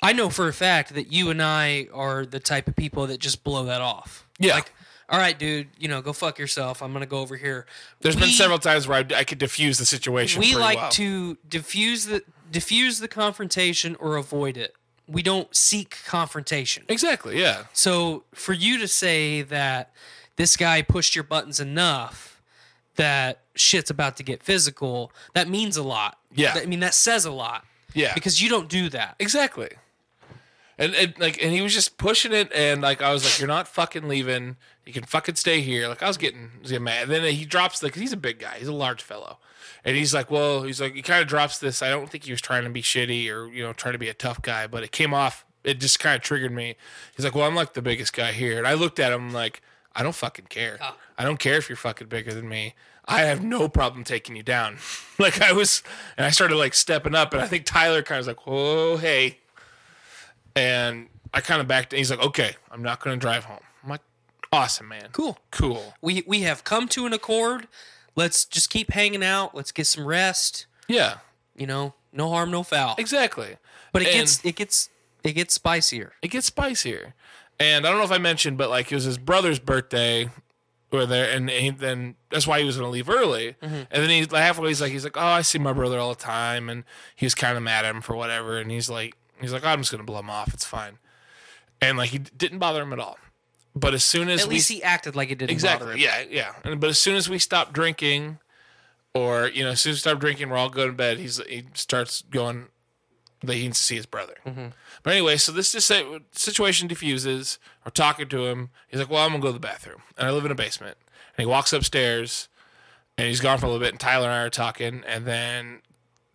[SPEAKER 7] i know for a fact that you and i are the type of people that just blow that off
[SPEAKER 8] Yeah.
[SPEAKER 7] like all right, dude, you know, go fuck yourself. I'm gonna go over here.
[SPEAKER 8] There's been
[SPEAKER 7] We-
[SPEAKER 8] several times where I, I could diffuse the situation.
[SPEAKER 7] We
[SPEAKER 8] pretty
[SPEAKER 7] like
[SPEAKER 8] well.
[SPEAKER 7] to diffuse the diffuse the confrontation or avoid it. We don't seek confrontation.
[SPEAKER 8] exactly, yeah.
[SPEAKER 7] So for you to say that this guy pushed your buttons enough that shit's about to get physical, that means a lot.
[SPEAKER 8] Yeah.
[SPEAKER 7] I mean that says a lot.
[SPEAKER 8] Yeah.
[SPEAKER 7] Because you don't do that.
[SPEAKER 8] Exactly. And, and like and he was just pushing it and like I was like, You're not fucking leaving. You can fucking stay here. Like I was getting, I was getting mad. And then he drops like he's a big guy, he's a large fellow. And he's like, Well, he's like he kind of drops this. I don't think he was trying to be shitty or, you know, trying to be a tough guy, but it came off it just kind of triggered me. He's like, Well, I'm like the biggest guy here. And I looked at him like, I don't fucking care. I don't care if you're fucking bigger than me. I have no problem taking you down. <laughs> like I was, and I started like stepping up, and I think Tyler kind of was like, "Oh, hey," and I kind of backed. He's like, "Okay, I'm not gonna drive home." I'm like, "Awesome, man.
[SPEAKER 7] Cool.
[SPEAKER 8] cool.
[SPEAKER 7] We we have come to an accord. Let's just keep hanging out. Let's get some rest.
[SPEAKER 8] Yeah,
[SPEAKER 7] You know, no harm, no foul.
[SPEAKER 8] exactly."
[SPEAKER 7] But it
[SPEAKER 8] And-
[SPEAKER 7] gets it gets it gets spicier.
[SPEAKER 8] it gets spicier. And I don't know if I mentioned, but like it was his brother's birthday. Were there, and he, then that's why he was gonna leave early.
[SPEAKER 7] Mm-hmm.
[SPEAKER 8] And then he halfway he's like, he's like, oh, I see my brother all the time, and he was kind of mad at him for whatever. And he's like, he's like, "Oh, I'm just gonna blow him off. It's fine. And like he d- didn't bother him at all. But as soon as
[SPEAKER 7] At
[SPEAKER 8] we
[SPEAKER 7] least he acted like it didn't
[SPEAKER 8] exactly
[SPEAKER 7] bother him.
[SPEAKER 8] yeah yeah and, but as soon as we stop drinking or you know as soon as we stop drinking we're all going to bed he's he starts going that he needs to see his brother
[SPEAKER 7] Mm-hmm.
[SPEAKER 8] but anyway so this just say- situation diffuses or talking to him he's like well i'm going to go to the bathroom and i live in a basement and he walks upstairs and he's gone for a little bit and tyler and i are talking and then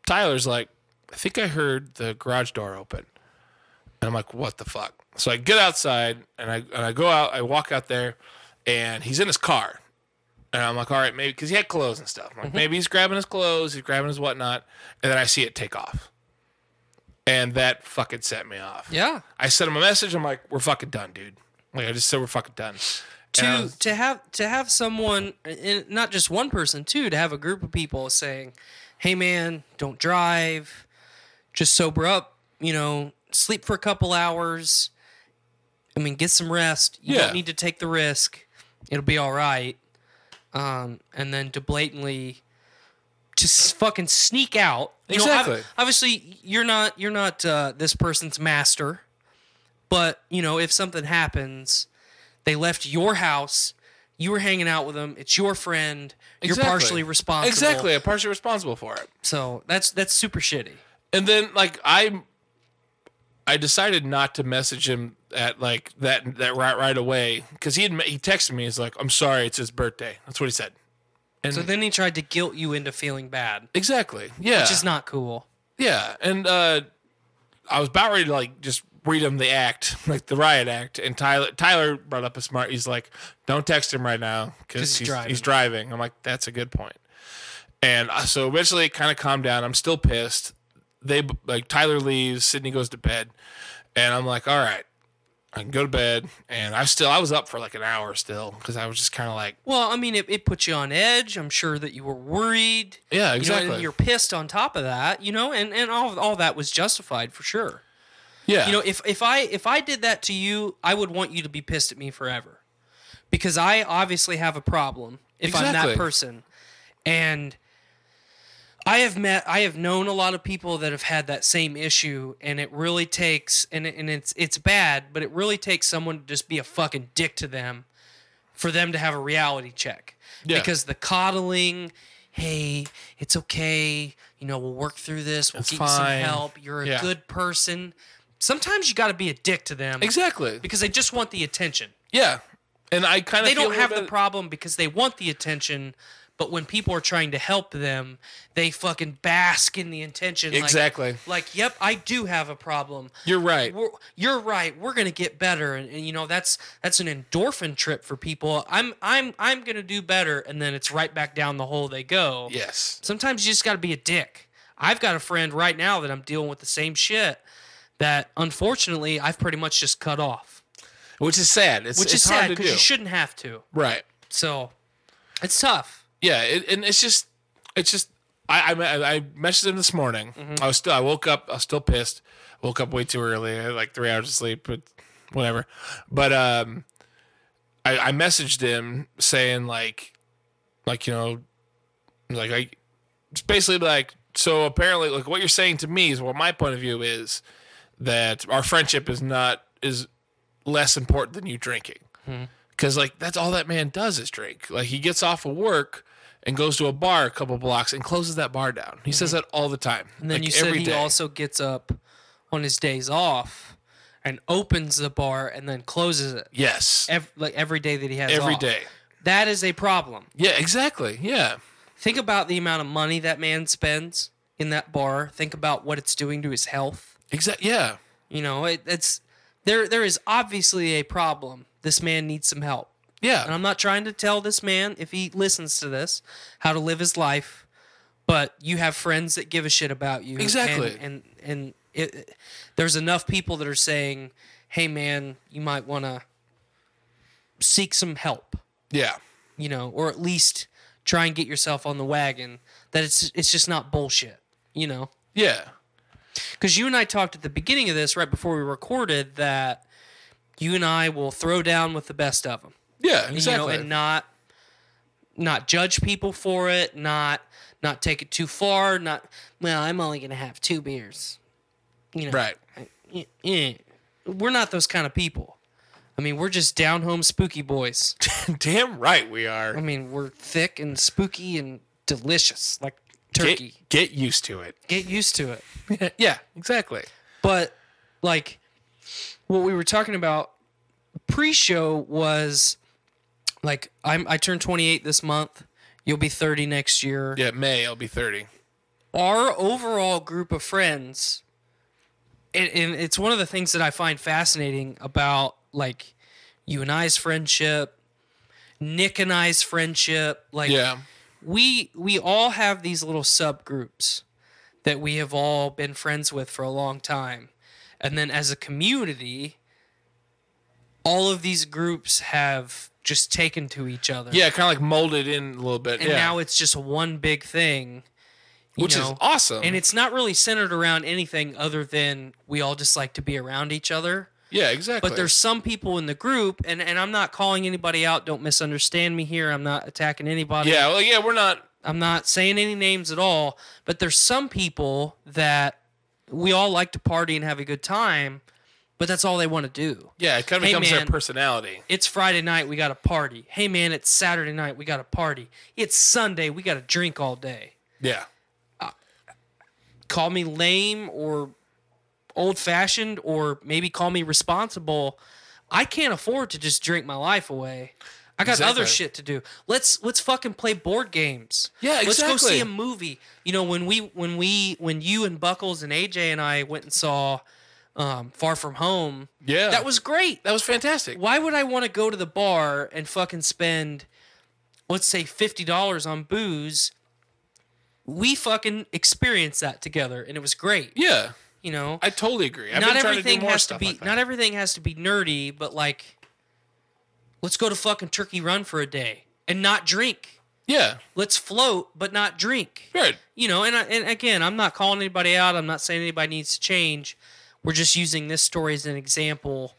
[SPEAKER 8] tyler's like i think i heard the garage door open and I'm like, what the fuck? So I get outside and I and I go out, I walk out there, and he's in his car. And I'm like, all right, maybe because he had clothes and stuff. I'm
[SPEAKER 7] Mm-hmm.
[SPEAKER 8] like, maybe he's grabbing his clothes, he's grabbing his whatnot, and then I see it take off. And that fucking set me off.
[SPEAKER 7] Yeah.
[SPEAKER 8] I sent him a message, I'm like, we're fucking done, dude. Like I just said we're fucking done. And I
[SPEAKER 7] to
[SPEAKER 8] was-
[SPEAKER 7] to have to have someone and not just one person too to have a group of people saying hey man don't drive just sober up you know sleep for a couple hours i mean get some rest you
[SPEAKER 8] Yeah.
[SPEAKER 7] don't need to take the risk it'll be all right um, and then to blatantly just fucking sneak out You know, ob-
[SPEAKER 8] Exactly.
[SPEAKER 7] obviously you're not you're not uh, this person's master but you know if something happens they left your house. You were hanging out with them. It's your friend. You're
[SPEAKER 8] Exactly.
[SPEAKER 7] partially responsible.
[SPEAKER 8] Exactly, I'm partially responsible for it.
[SPEAKER 7] So that's that's super shitty.
[SPEAKER 8] and then like I I decided not to message him at like that that right right away because he had me- he texted me he's like I'm sorry it's his birthday that's what he said
[SPEAKER 7] So then he tried to guilt you into feeling bad,
[SPEAKER 8] exactly yeah
[SPEAKER 7] which is not cool.
[SPEAKER 8] yeah and uh I was about ready to like just read him the act <laughs> like the riot act and Tyler Tyler brought up a smart he's like don't text him right now because
[SPEAKER 7] he's
[SPEAKER 8] he's,
[SPEAKER 7] driving.
[SPEAKER 8] he's driving I'm like that's a good point and I, so eventually it kind of calmed down I'm still pissed they like Tyler leaves Sydney goes to bed and I'm like, all right, I can go to bed. And I still, I was up for like an hour still because I was just kind of like,
[SPEAKER 7] Well, I mean, it, it put you on edge. I'm sure that you were worried.
[SPEAKER 8] yeah,
[SPEAKER 7] You know,
[SPEAKER 8] exactly,
[SPEAKER 7] and you're pissed on top of that, you know, and, and all, all that was justified for sure.
[SPEAKER 8] yeah,
[SPEAKER 7] You know, if, if I if I did that to you, I would want you to be pissed at me forever. Because I obviously have a problem if I'm
[SPEAKER 8] Exactly.
[SPEAKER 7] that person. And I have met I have known a lot of people that have had that same issue and it really takes and it, and it's it's bad, but it really takes someone to just be a fucking dick to them for them to have a reality check.
[SPEAKER 8] Yeah.
[SPEAKER 7] Because the coddling, hey, it's okay, you know, we'll work through this, we'll
[SPEAKER 8] It's
[SPEAKER 7] get you some
[SPEAKER 8] fine.
[SPEAKER 7] help, you're a
[SPEAKER 8] Yeah.
[SPEAKER 7] good person. Sometimes you got to be a dick to them
[SPEAKER 8] exactly,
[SPEAKER 7] because they just want the attention.
[SPEAKER 8] yeah. And I kind of
[SPEAKER 7] They don't have the problem because they want the attention, but when people are trying to help them, they fucking bask in the attention. like-
[SPEAKER 8] Exactly.
[SPEAKER 7] Like, yep, I do have a problem.
[SPEAKER 8] You're right.
[SPEAKER 7] We're, you're right. We're gonna get better, and, and you know that's that's an endorphin trip for people. I'm I'm I'm gonna do better, and then it's right back down the hole they go.
[SPEAKER 8] Yes,
[SPEAKER 7] Sometimes you just got to be a dick. I've got a friend right now that I'm dealing with the same shit that unfortunately I've pretty much just cut off,
[SPEAKER 8] which is sad. It's,
[SPEAKER 7] which
[SPEAKER 8] it's
[SPEAKER 7] is
[SPEAKER 8] hard
[SPEAKER 7] sad
[SPEAKER 8] to do.
[SPEAKER 7] because you shouldn't have to.
[SPEAKER 8] right.
[SPEAKER 7] So it's tough.
[SPEAKER 8] Yeah, it, and it's just, it's just. I I, I messaged him this morning.
[SPEAKER 7] Mm-hmm.
[SPEAKER 8] I was still, I woke up, I was still pissed. Woke up way too early, I had like three hours of sleep, but whatever. But um, I, I messaged him saying like, like you know, like I, it's basically like so apparently like what you're saying to me is what my point of view is that our friendship is not is less important than you drinking
[SPEAKER 7] Hmm.
[SPEAKER 8] because like that's all that man does is drink. Like he gets off of work and goes to a bar a couple blocks and closes that bar down. He says that all the time.
[SPEAKER 7] Hmm. And then
[SPEAKER 8] like,
[SPEAKER 7] you said
[SPEAKER 8] every
[SPEAKER 7] he
[SPEAKER 8] day.
[SPEAKER 7] also gets up on his days off and opens the bar and then closes it
[SPEAKER 8] yes
[SPEAKER 7] every, like every day that he has
[SPEAKER 8] every
[SPEAKER 7] off.
[SPEAKER 8] day.
[SPEAKER 7] That is a problem.
[SPEAKER 8] Yeah, exactly. Yeah.
[SPEAKER 7] Think about the amount of money that man spends in that bar. Think about what it's doing to his health.
[SPEAKER 8] Exactly. Yeah.
[SPEAKER 7] You know, it, it's there. There is obviously a problem. This man needs some help.
[SPEAKER 8] Yeah.
[SPEAKER 7] And I'm not trying to tell this man, if he listens to this, how to live his life, but you have friends that give a shit about you.
[SPEAKER 8] Exactly.
[SPEAKER 7] And and, and it, it- there's enough people that are saying, "Hey man, you might want to seek some help."
[SPEAKER 8] yeah.
[SPEAKER 7] You know, or at least try and get yourself on the wagon that it's it's just not bullshit, you know?
[SPEAKER 8] Yeah.
[SPEAKER 7] because you and I talked at the beginning of this, right before we recorded, that you and I will throw down with the best of them,
[SPEAKER 8] Yeah.
[SPEAKER 7] you know,
[SPEAKER 8] Exactly.
[SPEAKER 7] and not not judge people for it, not not take it too far, not well, I'm only gonna have two beers, you know,
[SPEAKER 8] right. <laughs>
[SPEAKER 7] Eh, eh. We're not those kind of people. I mean, we're just down home spooky boys.
[SPEAKER 8] Damn right we
[SPEAKER 7] I
[SPEAKER 8] are.
[SPEAKER 7] mean, we're thick and spooky and delicious, like turkey.
[SPEAKER 8] Get, get used to it.
[SPEAKER 7] Get used to it.
[SPEAKER 8] yeah. Exactly.
[SPEAKER 7] But like what we were talking about pre-show was like I'm I turned 28 this month. You'll be 30 next year.
[SPEAKER 8] Yeah. May I'll be thirty.
[SPEAKER 7] Our overall group of friends and, and it's one of the things that I find fascinating about like you and I's friendship, Nick and I's friendship, like
[SPEAKER 8] Yeah.
[SPEAKER 7] we we all have these little subgroups that we have all been friends with for a long time and then as a community all of these groups have just taken to each other
[SPEAKER 8] Yeah. Kind of like molded in a little bit.
[SPEAKER 7] and
[SPEAKER 8] yeah.
[SPEAKER 7] now it's just one big thing you
[SPEAKER 8] which
[SPEAKER 7] know?
[SPEAKER 8] is awesome.
[SPEAKER 7] and it's not really centered around anything other than we all just like to be around each other
[SPEAKER 8] yeah. Exactly.
[SPEAKER 7] but there's some people in the group and, and i'm not calling anybody out don't misunderstand me here i'm not attacking anybody
[SPEAKER 8] Yeah. Well. Yeah. We're not.
[SPEAKER 7] I'm not saying any names at all, but there's some people that we all like to party and have a good time, but that's all they want to do.
[SPEAKER 8] Yeah. It kind of
[SPEAKER 7] Hey,
[SPEAKER 8] becomes their
[SPEAKER 7] man.
[SPEAKER 8] personality.
[SPEAKER 7] It's Friday night, we got to party. Hey man, it's Saturday night, we got to party. It's Sunday, we got to drink all day.
[SPEAKER 8] Yeah.
[SPEAKER 7] Call me lame or old fashioned or maybe call me responsible. I can't afford to just drink my life away. I got
[SPEAKER 8] Exactly.
[SPEAKER 7] other shit to do. Let's let's fucking play board games.
[SPEAKER 8] Yeah,
[SPEAKER 7] Let's go
[SPEAKER 8] exactly.
[SPEAKER 7] see a movie. You know, when we when we when you and Buckles and AJ and I went and saw um, Far From Home,
[SPEAKER 8] Yeah.
[SPEAKER 7] that was great.
[SPEAKER 8] that was fantastic.
[SPEAKER 7] Why would I want to go to the bar and fucking spend let's say fifty dollars on booze? We fucking experienced that together and it was great.
[SPEAKER 8] Yeah.
[SPEAKER 7] You know?
[SPEAKER 8] I totally agree. I've
[SPEAKER 7] not
[SPEAKER 8] been trying
[SPEAKER 7] everything
[SPEAKER 8] to do more
[SPEAKER 7] has to
[SPEAKER 8] stuff
[SPEAKER 7] be
[SPEAKER 8] like that.
[SPEAKER 7] not everything has to be nerdy, but like let's go to fucking Turkey Run for a day and not drink.
[SPEAKER 8] yeah.
[SPEAKER 7] Let's float but not drink.
[SPEAKER 8] Right.
[SPEAKER 7] You know, and I, and again, I'm not calling anybody out. I'm not saying anybody needs to change. We're just using this story as an example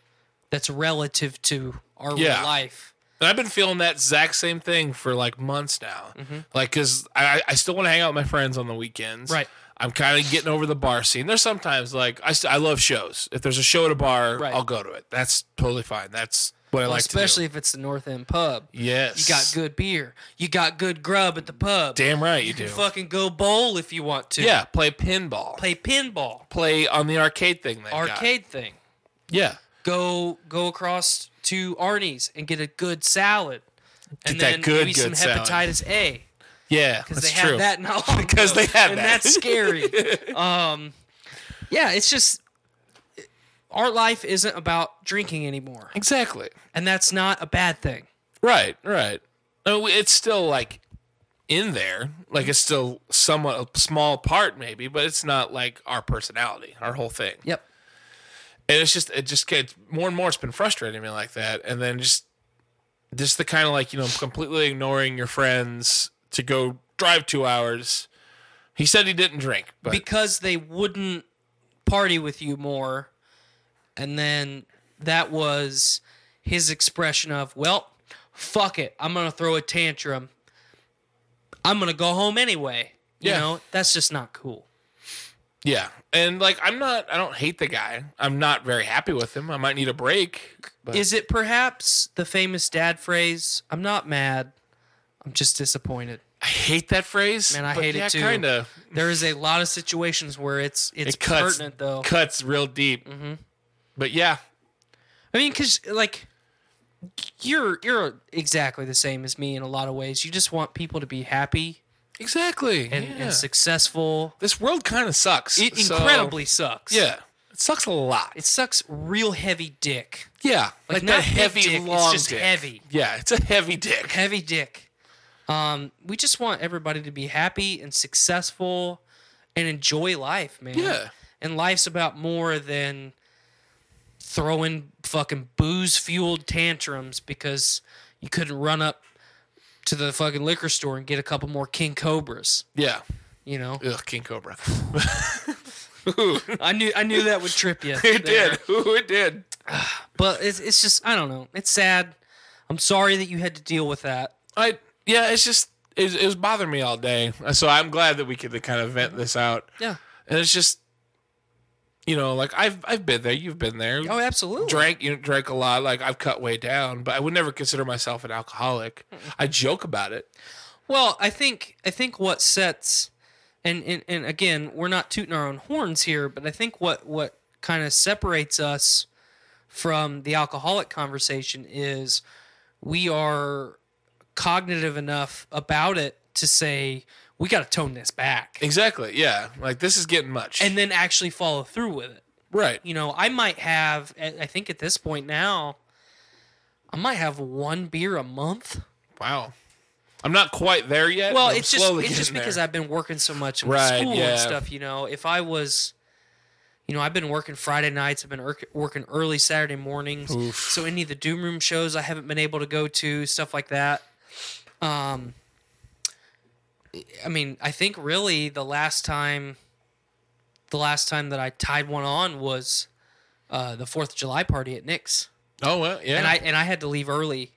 [SPEAKER 7] that's relative to our
[SPEAKER 8] Yeah.
[SPEAKER 7] real life.
[SPEAKER 8] And I've been feeling that exact same thing for like months now.
[SPEAKER 7] Mm-hmm.
[SPEAKER 8] Like, cause I, I still want to hang out with my friends on the weekends.
[SPEAKER 7] Right.
[SPEAKER 8] I'm kind of getting over the bar scene. There's sometimes like I, st- I love shows. If there's a show at a bar,
[SPEAKER 7] Right.
[SPEAKER 8] I'll go to it. That's totally fine. That's what I
[SPEAKER 7] Well,
[SPEAKER 8] like
[SPEAKER 7] especially
[SPEAKER 8] to
[SPEAKER 7] if it's the North End pub.
[SPEAKER 8] do. Yes.
[SPEAKER 7] You got good beer. You got good grub at the pub.
[SPEAKER 8] Damn right you do.
[SPEAKER 7] You can fucking go bowl if you want to.
[SPEAKER 8] yeah. Play pinball. Play,
[SPEAKER 7] Play pinball,
[SPEAKER 8] on the arcade thing. They
[SPEAKER 7] arcade thing.
[SPEAKER 8] Got. Yeah.
[SPEAKER 7] Go go across to Arnie's and get a good salad. And
[SPEAKER 8] that
[SPEAKER 7] then
[SPEAKER 8] good,
[SPEAKER 7] maybe
[SPEAKER 8] good
[SPEAKER 7] some
[SPEAKER 8] salad.
[SPEAKER 7] hepatitis A.
[SPEAKER 8] Yeah.
[SPEAKER 7] because
[SPEAKER 8] That's
[SPEAKER 7] they
[SPEAKER 8] true.
[SPEAKER 7] had that not long
[SPEAKER 8] <laughs> Because
[SPEAKER 7] ago,
[SPEAKER 8] they had
[SPEAKER 7] and
[SPEAKER 8] that.
[SPEAKER 7] that's
[SPEAKER 8] <laughs>
[SPEAKER 7] scary. um, yeah, it's just our life isn't about drinking anymore,
[SPEAKER 8] Exactly.
[SPEAKER 7] and that's not a bad thing.
[SPEAKER 8] Right, right. I mean, it's still like in there, like it's still somewhat a small part, maybe, but it's not like our personality, our whole thing.
[SPEAKER 7] Yep.
[SPEAKER 8] And it's just, it just gets more and more. It's been frustrating me like that, and then just, just the kind of like you know, completely ignoring your friends to go drive two hours. He said he didn't drink, but
[SPEAKER 7] because they wouldn't party with you more, and then that was his expression of, well, fuck it, I'm gonna throw a tantrum. I'm gonna go home anyway. You
[SPEAKER 8] Yeah.
[SPEAKER 7] know, that's just not cool.
[SPEAKER 8] Yeah. And like I'm not I don't hate the guy. I'm not very happy with him. I might need a break. But
[SPEAKER 7] Is it perhaps the famous dad phrase? I'm not mad. I'm just disappointed.
[SPEAKER 8] I hate that phrase.
[SPEAKER 7] Man, I
[SPEAKER 8] but
[SPEAKER 7] hate it
[SPEAKER 8] yeah,
[SPEAKER 7] too.
[SPEAKER 8] Kinda.
[SPEAKER 7] There is a lot of situations where it's it's
[SPEAKER 8] It cuts
[SPEAKER 7] pertinent though.
[SPEAKER 8] cuts real deep. Mm-hmm. But yeah,
[SPEAKER 7] I mean, because like you're you're exactly the same as me in a lot of ways. You just want people to be happy
[SPEAKER 8] exactly.
[SPEAKER 7] and,
[SPEAKER 8] yeah.
[SPEAKER 7] and successful.
[SPEAKER 8] this world kind of sucks.
[SPEAKER 7] It
[SPEAKER 8] so-
[SPEAKER 7] incredibly sucks.
[SPEAKER 8] Yeah. It sucks a lot.
[SPEAKER 7] it sucks real heavy dick.
[SPEAKER 8] yeah.
[SPEAKER 7] like,
[SPEAKER 8] Like,
[SPEAKER 7] not
[SPEAKER 8] that
[SPEAKER 7] big
[SPEAKER 8] heavy
[SPEAKER 7] dick, it's
[SPEAKER 8] long
[SPEAKER 7] just
[SPEAKER 8] dick.
[SPEAKER 7] heavy.
[SPEAKER 8] Yeah, it's a heavy dick.
[SPEAKER 7] Heavy dick. Um, we just want everybody to be happy and successful and enjoy life, man.
[SPEAKER 8] Yeah.
[SPEAKER 7] And life's about more than throwing fucking booze fueled tantrums because you couldn't run up to the fucking liquor store and get a couple more King Cobras,
[SPEAKER 8] Yeah.
[SPEAKER 7] you know?
[SPEAKER 8] Ugh, King Cobra. <laughs>
[SPEAKER 7] <laughs> I knew I knew that would trip you.
[SPEAKER 8] <laughs> It did. Ooh, it did.
[SPEAKER 7] But it's, it's just I don't know. It's sad. I'm sorry that you had to deal with that.
[SPEAKER 8] I yeah, it's just it, it was bothering me all day. So I'm glad that we could kind of vent this out.
[SPEAKER 7] Yeah.
[SPEAKER 8] And it's just you know, like I've I've been there, you've been there.
[SPEAKER 7] Oh, absolutely.
[SPEAKER 8] Drank you know, drank a lot, like I've cut way down, but I would never consider myself an alcoholic. I joke about it.
[SPEAKER 7] Well, I think I think what sets and, and and again, we're not tooting our own horns here, but I think what what kind of separates us from the alcoholic conversation is we are cognitive enough about it to say we got to tone this back
[SPEAKER 8] Exactly. Yeah. Like this is getting much.
[SPEAKER 7] and then actually follow through with it.
[SPEAKER 8] right.
[SPEAKER 7] You know, I might have I I think at this point now I might have one beer a month.
[SPEAKER 8] Wow. I'm not quite there <laughs> yet.
[SPEAKER 7] Well,
[SPEAKER 8] but I'm
[SPEAKER 7] it's just
[SPEAKER 8] slowly
[SPEAKER 7] it's just
[SPEAKER 8] getting there.
[SPEAKER 7] because I've been working so much with
[SPEAKER 8] Right,
[SPEAKER 7] school
[SPEAKER 8] yeah.
[SPEAKER 7] and stuff. You know, if I was, you know, I've been working Friday nights. I've been er- working early Saturday mornings. So any of the Doom Room shows I haven't been able to go to, stuff like that. Um, I mean, I think really the last time, the last time that I tied one on was uh, the Fourth of July party at Nick's
[SPEAKER 8] Oh well, yeah.
[SPEAKER 7] and I and I had to leave early,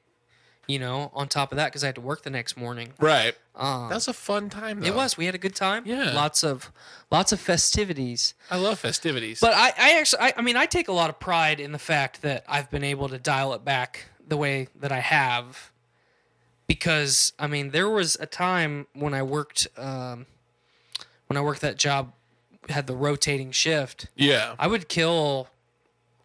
[SPEAKER 7] you know, on top of that because I had to work the next morning.
[SPEAKER 8] right. that was a fun time though.
[SPEAKER 7] um, It was. We had a good time.
[SPEAKER 8] Yeah.
[SPEAKER 7] Lots of lots of festivities.
[SPEAKER 8] I love festivities.
[SPEAKER 7] But I, I actually I, I mean I take a lot of pride in the fact that I've been able to dial it back the way that I have. Because I mean there was a time when I worked um, when I worked that job had the rotating shift.
[SPEAKER 8] yeah.
[SPEAKER 7] I would kill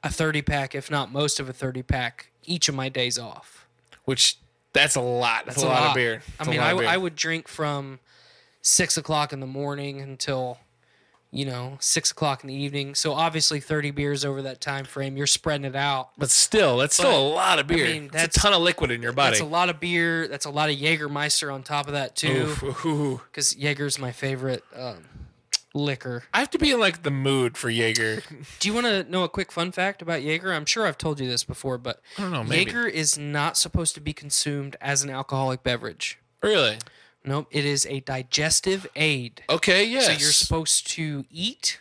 [SPEAKER 7] a thirty pack, if not most of a thirty pack, each of my days off.
[SPEAKER 8] Which that's a lot. That's, a, lot, of beer.
[SPEAKER 7] I
[SPEAKER 8] It's a
[SPEAKER 7] mean,
[SPEAKER 8] lot
[SPEAKER 7] I,
[SPEAKER 8] of
[SPEAKER 7] w-
[SPEAKER 8] beer.
[SPEAKER 7] I would drink from six o'clock in the morning until you know six o'clock in the evening. So obviously, thirty beers over that time frame. You're spreading it out.
[SPEAKER 8] But still, that's still a lot of beer.
[SPEAKER 7] mean,
[SPEAKER 8] It's
[SPEAKER 7] that's-
[SPEAKER 8] a ton of liquid in your body.
[SPEAKER 7] That's a lot of beer. That's a lot of Jägermeister on top of that too,
[SPEAKER 8] Oof, ooh, ooh, ooh.
[SPEAKER 7] because Jaeger's my favorite um, liquor.
[SPEAKER 8] I have to be in like the mood for
[SPEAKER 7] <laughs>
[SPEAKER 8] Jaeger.
[SPEAKER 7] Do you want to know a quick fun fact about Jaeger? I'm sure I've told you this before, but
[SPEAKER 8] I don't know, maybe.
[SPEAKER 7] Jaeger is not supposed to be consumed as an alcoholic beverage.
[SPEAKER 8] Really?
[SPEAKER 7] Nope, it is a digestive aid.
[SPEAKER 8] Okay, yes.
[SPEAKER 7] So you're supposed to eat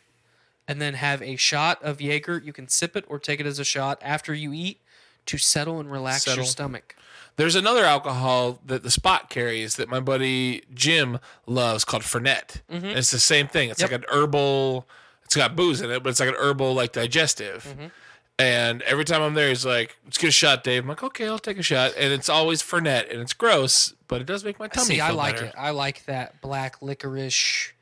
[SPEAKER 7] and then have a shot of Jaeger. You can sip it or take it as a shot after you eat to settle and relax your
[SPEAKER 8] Settle.
[SPEAKER 7] stomach.
[SPEAKER 8] There's another alcohol that the spot carries that my buddy Jim loves called Fernet.
[SPEAKER 7] Mm-hmm.
[SPEAKER 8] And It's the same thing. It's like an herbal. It's got booze in it, but it's like an herbal like digestive.
[SPEAKER 7] Mm-hmm.
[SPEAKER 8] And every time I'm there, he's like, "Let's get a shot, Dave." I'm like, "Okay, I'll take a shot." And it's always Fernet, and it's gross, but it does make my tummy.
[SPEAKER 7] See, I
[SPEAKER 8] feel
[SPEAKER 7] like
[SPEAKER 8] better.
[SPEAKER 7] it. I like that black licorice,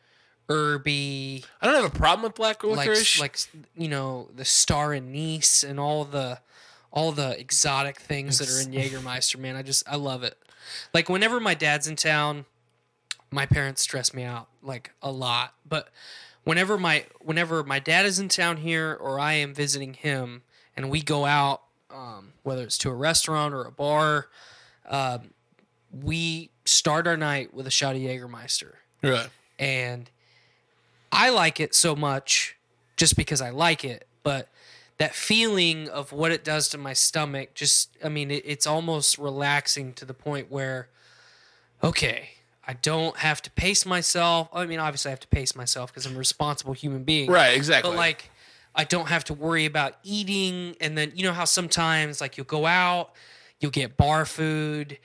[SPEAKER 7] herby,
[SPEAKER 8] I don't have a problem with black
[SPEAKER 7] like
[SPEAKER 8] licorice.
[SPEAKER 7] like you know the star anise and all the all the exotic things that are in Jägermeister. Man, I just I love it. Like whenever my dad's in town, my parents stress me out like a lot. But whenever my whenever my dad is in town here or I am visiting him and we go out, um, whether it's to a restaurant or a bar, um, we start our night with a shot of Jägermeister
[SPEAKER 8] Right.
[SPEAKER 7] and I like it so much just because I like it, but that feeling of what it does to my stomach just I mean it, it's almost relaxing to the point where okay, I don't have to pace myself. I mean obviously I have to pace myself because I'm a responsible human being.
[SPEAKER 8] Right, exactly.
[SPEAKER 7] But like, I don't have to worry about eating. And then you know how sometimes like you'll go out, you You'll get bar food.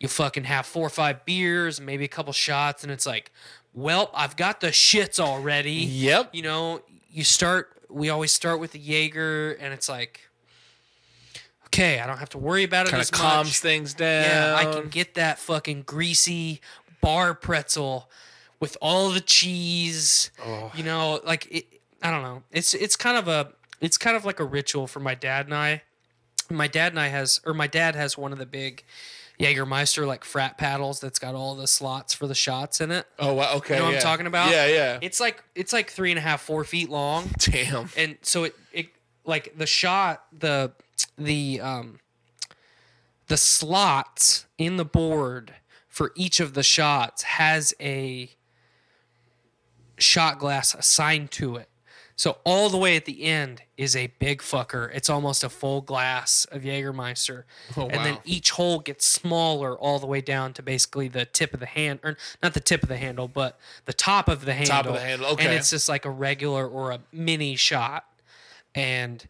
[SPEAKER 7] You'll fucking have four or five beers, maybe a couple shots, and it's like, well, I've got the shits already.
[SPEAKER 8] Yep.
[SPEAKER 7] You know, you start. We always start with the Jaeger, and it's like, okay, I don't have to worry about it
[SPEAKER 8] Kind
[SPEAKER 7] as
[SPEAKER 8] of calms
[SPEAKER 7] much.
[SPEAKER 8] things down.
[SPEAKER 7] Yeah, I can get that fucking greasy bar pretzel with all the cheese.
[SPEAKER 8] Oh.
[SPEAKER 7] You know, like it, I don't know. It's it's kind of a it's kind of like a ritual for my dad and I. My dad and I has or my dad has one of the big Jaegermeister like frat paddles that's got all the slots for the shots in it.
[SPEAKER 8] Oh, wow, okay.
[SPEAKER 7] You know what
[SPEAKER 8] yeah.
[SPEAKER 7] I'm talking about?
[SPEAKER 8] Yeah, yeah.
[SPEAKER 7] It's like it's like three and a half, four feet long
[SPEAKER 8] Damn.
[SPEAKER 7] and so it it like the shot the the um the slots in the board for each of the shots has a shot glass assigned to it so all the way at the end is a big fucker it's almost a full glass of jägermeister and then
[SPEAKER 8] wow.
[SPEAKER 7] each hole gets smaller all the way down to basically the tip of the hand or not the tip of the handle but the top of the handle
[SPEAKER 8] Top of the handle,
[SPEAKER 7] and
[SPEAKER 8] okay.
[SPEAKER 7] it's just like a regular or a mini shot and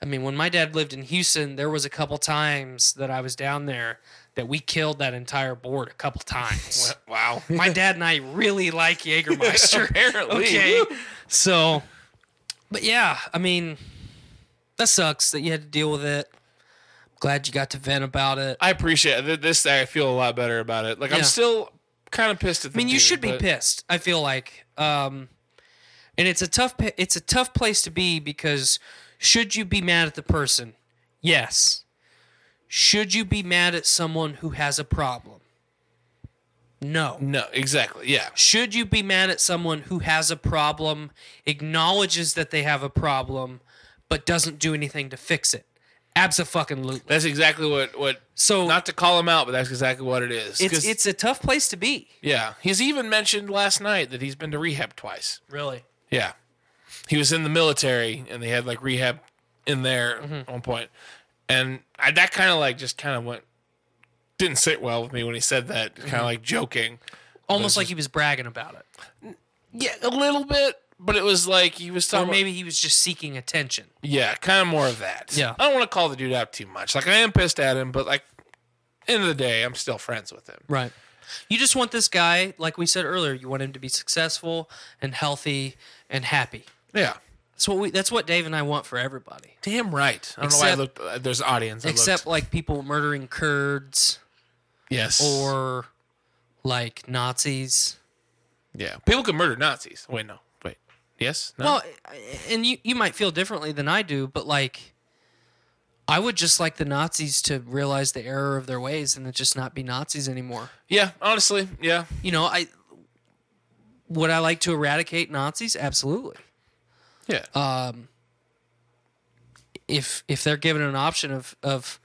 [SPEAKER 7] I mean, when my dad lived in Houston, there was a couple times that I was down there that we killed that entire board a couple times.
[SPEAKER 8] <laughs> Wow.
[SPEAKER 7] <laughs> my dad and I really like Jägermeister.
[SPEAKER 8] <laughs> Apparently.
[SPEAKER 7] Okay. So, but yeah, I mean, that sucks that you had to deal with it. Glad you got to vent about it. I
[SPEAKER 8] I appreciate it. This, I feel a lot better about it. Like,
[SPEAKER 7] Yeah.
[SPEAKER 8] I'm still kind of pissed at the
[SPEAKER 7] mean, you
[SPEAKER 8] dude,
[SPEAKER 7] should be
[SPEAKER 8] but-
[SPEAKER 7] pissed. I feel like, um, and it's a tough, pa- it's a tough place to be because should you be mad at the person? Yes. Should you be mad at someone who has a problem? No.
[SPEAKER 8] No, exactly. Yeah.
[SPEAKER 7] Should you be mad at someone who has a problem, acknowledges that they have a problem, but doesn't do anything to fix it? Absolutely.
[SPEAKER 8] That's exactly what, what,
[SPEAKER 7] So
[SPEAKER 8] not to call him out, but that's exactly what it is.
[SPEAKER 7] it's
[SPEAKER 8] 'Cause-
[SPEAKER 7] it's a tough place to be.
[SPEAKER 8] yeah. He's even mentioned last night that he's been to rehab twice.
[SPEAKER 7] Really.
[SPEAKER 8] Yeah. He was in the military and they had like rehab in there at one point. And I, that kind of like just kind of went, didn't sit well with me when he said that, kind of like joking.
[SPEAKER 7] Almost like he was bragging about it,
[SPEAKER 8] Yeah, a little bit, but it was like he was
[SPEAKER 7] or
[SPEAKER 8] talking.
[SPEAKER 7] maybe he was just seeking attention.
[SPEAKER 8] yeah, kind of more of that.
[SPEAKER 7] Yeah.
[SPEAKER 8] I don't want to call the dude out too much. Like I am pissed at him, but like end of the day, I'm still friends with him.
[SPEAKER 7] Right. You just want this guy, like we said earlier, you want him to be successful and healthy and happy.
[SPEAKER 8] Yeah,
[SPEAKER 7] That's what we. That's what Dave and I want for everybody.
[SPEAKER 8] damn right. I don't know why I
[SPEAKER 7] Except-
[SPEAKER 8] looked. uh, There's an audience. I
[SPEAKER 7] Except
[SPEAKER 8] looked.
[SPEAKER 7] like people murdering Kurds
[SPEAKER 8] yes,
[SPEAKER 7] or like Nazis.
[SPEAKER 8] yeah, people can murder Nazis. Wait, no, wait, yes, no.
[SPEAKER 7] Well, and you you might feel differently than I do, but like, I would just like the Nazis to realize the error of their ways and to just not be Nazis anymore.
[SPEAKER 8] yeah, honestly, yeah,
[SPEAKER 7] You know, I would I like to eradicate Nazis? Absolutely.
[SPEAKER 8] yeah.
[SPEAKER 7] if if they're given an option of of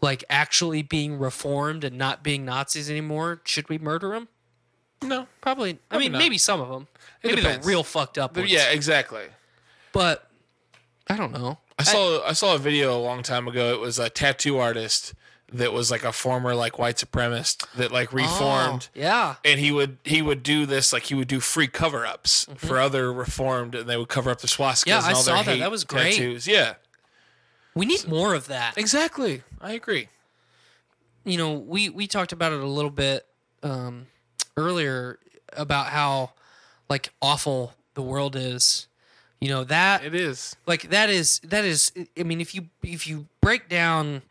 [SPEAKER 7] like actually being reformed and not being Nazis anymore, should we murder them?
[SPEAKER 8] no,
[SPEAKER 7] Probably. I mean,
[SPEAKER 8] not.
[SPEAKER 7] maybe some of them.
[SPEAKER 8] It
[SPEAKER 7] maybe
[SPEAKER 8] depends.
[SPEAKER 7] the real fucked up
[SPEAKER 8] But
[SPEAKER 7] ones.
[SPEAKER 8] yeah, exactly.
[SPEAKER 7] but I don't know.
[SPEAKER 8] I saw I saw a video a long time ago. It was a tattoo artist that was like a former like white supremacist that like reformed.
[SPEAKER 7] Oh, yeah.
[SPEAKER 8] and he would he would do this like he would do free cover ups for other reformed and they would cover up the swastikas
[SPEAKER 7] Mm-hmm. Yeah,
[SPEAKER 8] and
[SPEAKER 7] I
[SPEAKER 8] all
[SPEAKER 7] saw
[SPEAKER 8] their
[SPEAKER 7] that.
[SPEAKER 8] hate
[SPEAKER 7] That was great.
[SPEAKER 8] tattoos. Yeah.
[SPEAKER 7] We need more of that.
[SPEAKER 8] Exactly. I agree.
[SPEAKER 7] you know, we we talked about it a little bit um, earlier about how like awful the world is. You know that
[SPEAKER 8] It is.
[SPEAKER 7] like that is that is i mean if you if you break down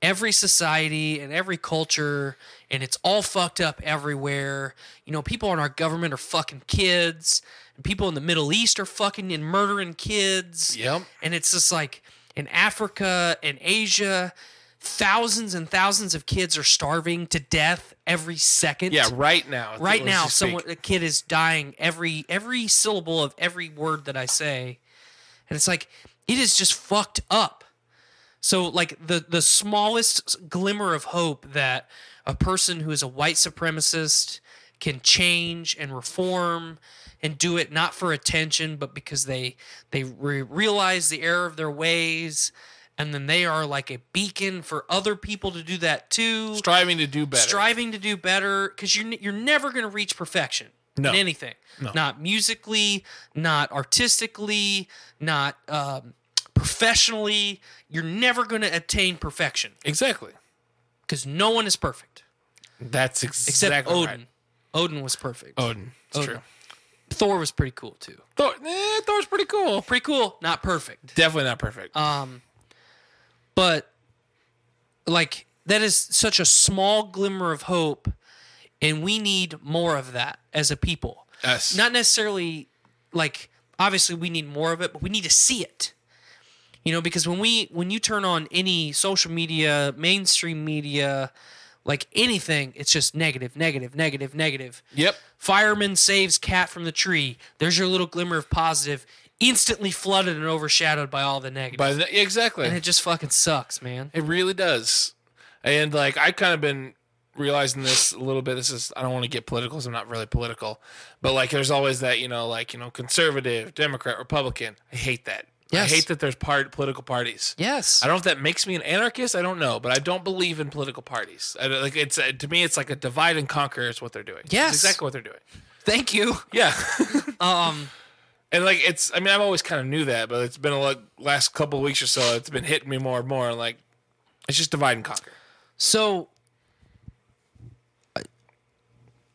[SPEAKER 7] every society and every culture and it's all fucked up everywhere you know people in our government are fucking kids and people in the middle east are fucking and murdering kids
[SPEAKER 8] Yep.
[SPEAKER 7] and it's just like in africa and asia thousands and thousands of kids are starving to death every second
[SPEAKER 8] Yeah, right now.
[SPEAKER 7] right
[SPEAKER 8] It was
[SPEAKER 7] now
[SPEAKER 8] this week.
[SPEAKER 7] someone a kid is dying every every syllable of every word that i say and it's like it is just fucked up so like the the smallest glimmer of hope that a person who is a white supremacist can change and reform and do it not for attention but because they they re- realize the error of their ways and then they are like a beacon for other people to do that too
[SPEAKER 8] striving to do better.
[SPEAKER 7] striving to do better because you're n- you're never going to reach perfection
[SPEAKER 8] No.
[SPEAKER 7] in anything. Not musically, not artistically, not um, professionally. You're never going to attain perfection.
[SPEAKER 8] exactly.
[SPEAKER 7] because no one is perfect
[SPEAKER 8] That's ex-
[SPEAKER 7] except
[SPEAKER 8] exactly
[SPEAKER 7] Odin.
[SPEAKER 8] right. Oh.
[SPEAKER 7] Odin was perfect.
[SPEAKER 8] Odin. It's
[SPEAKER 7] Odin.
[SPEAKER 8] true.
[SPEAKER 7] Thor was pretty cool too.
[SPEAKER 8] Thor, eh, Thor's pretty cool.
[SPEAKER 7] Pretty cool, not perfect.
[SPEAKER 8] Definitely not perfect.
[SPEAKER 7] Um, but like that is such a small glimmer of hope, and we need more of that as a people.
[SPEAKER 8] yes.
[SPEAKER 7] Not necessarily like obviously we need more of it, but we need to see it. You know, because when we when you turn on any social media, mainstream media, like anything, it's just negative, negative, negative, negative.
[SPEAKER 8] yep.
[SPEAKER 7] Fireman saves cat from the tree. There's your little glimmer of positive, instantly flooded and overshadowed by all the negative.
[SPEAKER 8] But yeah, exactly.
[SPEAKER 7] and it just fucking sucks, man.
[SPEAKER 8] It really does. And like I kind of been realizing this a little bit. This is I don't want to get political. 'cause I'm not really political, but like there's always that you know like you know conservative, Democrat, Republican. I hate that.
[SPEAKER 7] Yes.
[SPEAKER 8] I hate that there's part political parties.
[SPEAKER 7] Yes.
[SPEAKER 8] I don't know if that makes me an anarchist. I don't know, but I don't believe in political parties. I don't, like it's uh, to me, it's like a divide and conquer is what they're doing. It's
[SPEAKER 7] Yes.
[SPEAKER 8] exactly what they're doing.
[SPEAKER 7] Thank you.
[SPEAKER 8] Yeah,
[SPEAKER 7] <laughs> Um,
[SPEAKER 8] and like it's. I mean, I've always kind of knew that, but it's been a lot, last couple of weeks or so. It's been hitting me more and more. Like it's just divide and conquer.
[SPEAKER 7] so I-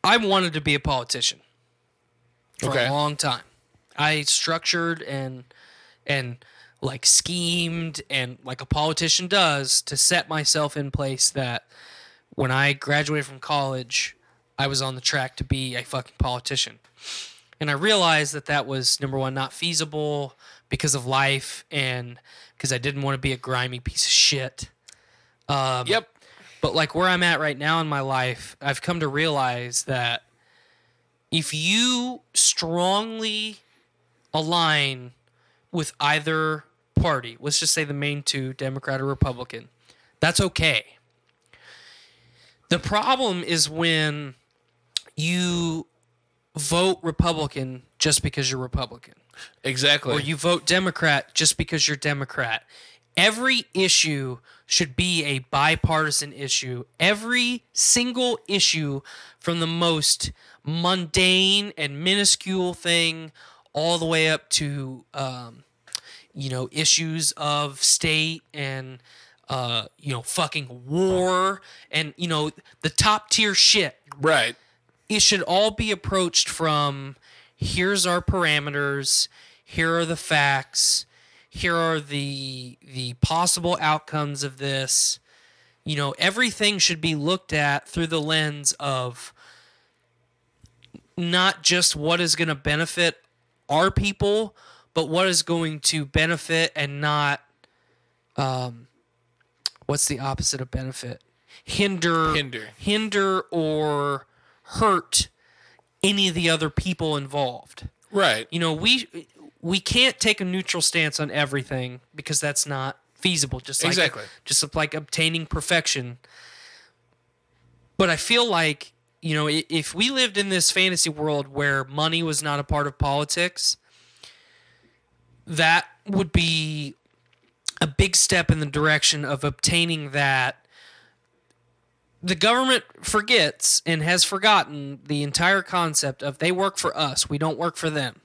[SPEAKER 7] I wanted to be a politician for
[SPEAKER 8] Okay.
[SPEAKER 7] a long time. I structured and and like schemed and like a politician does to set myself in place that when I graduated from college, I was on the track to be a fucking politician. And I realized that that was number one, not feasible because of life and because I didn't want to be a grimy piece of shit. Um,
[SPEAKER 8] Yep.
[SPEAKER 7] But like where I'm at right now in my life, I've come to realize that if you strongly align with either party, let's just say the main two, Democrat or Republican, that's okay. The problem is when you vote Republican just because you're Republican
[SPEAKER 8] Exactly.
[SPEAKER 7] or you vote Democrat just because you're Democrat. Every issue should be a bipartisan issue. Every single issue, from the most mundane and minuscule thing, all the way up to um, you know issues of state and uh, you know fucking war and you know the top tier shit
[SPEAKER 8] right.
[SPEAKER 7] it should all be approached from here's our parameters here are the facts here are the the possible outcomes of this you know everything should be looked at through the lens of not just what is going to benefit our people but what is going to benefit and not um what's the opposite of benefit hinder
[SPEAKER 8] Hinder.
[SPEAKER 7] hinder or hurt any of the other people involved
[SPEAKER 8] Right.
[SPEAKER 7] you know we we can't take a neutral stance on everything because that's not feasible just like
[SPEAKER 8] Exactly.
[SPEAKER 7] just like obtaining perfection but i feel like you know i- if we lived in this fantasy world where money was not a part of politics that would be a big step in the direction of obtaining that the government forgets and has forgotten the entire concept of they work for us, we don't work for them.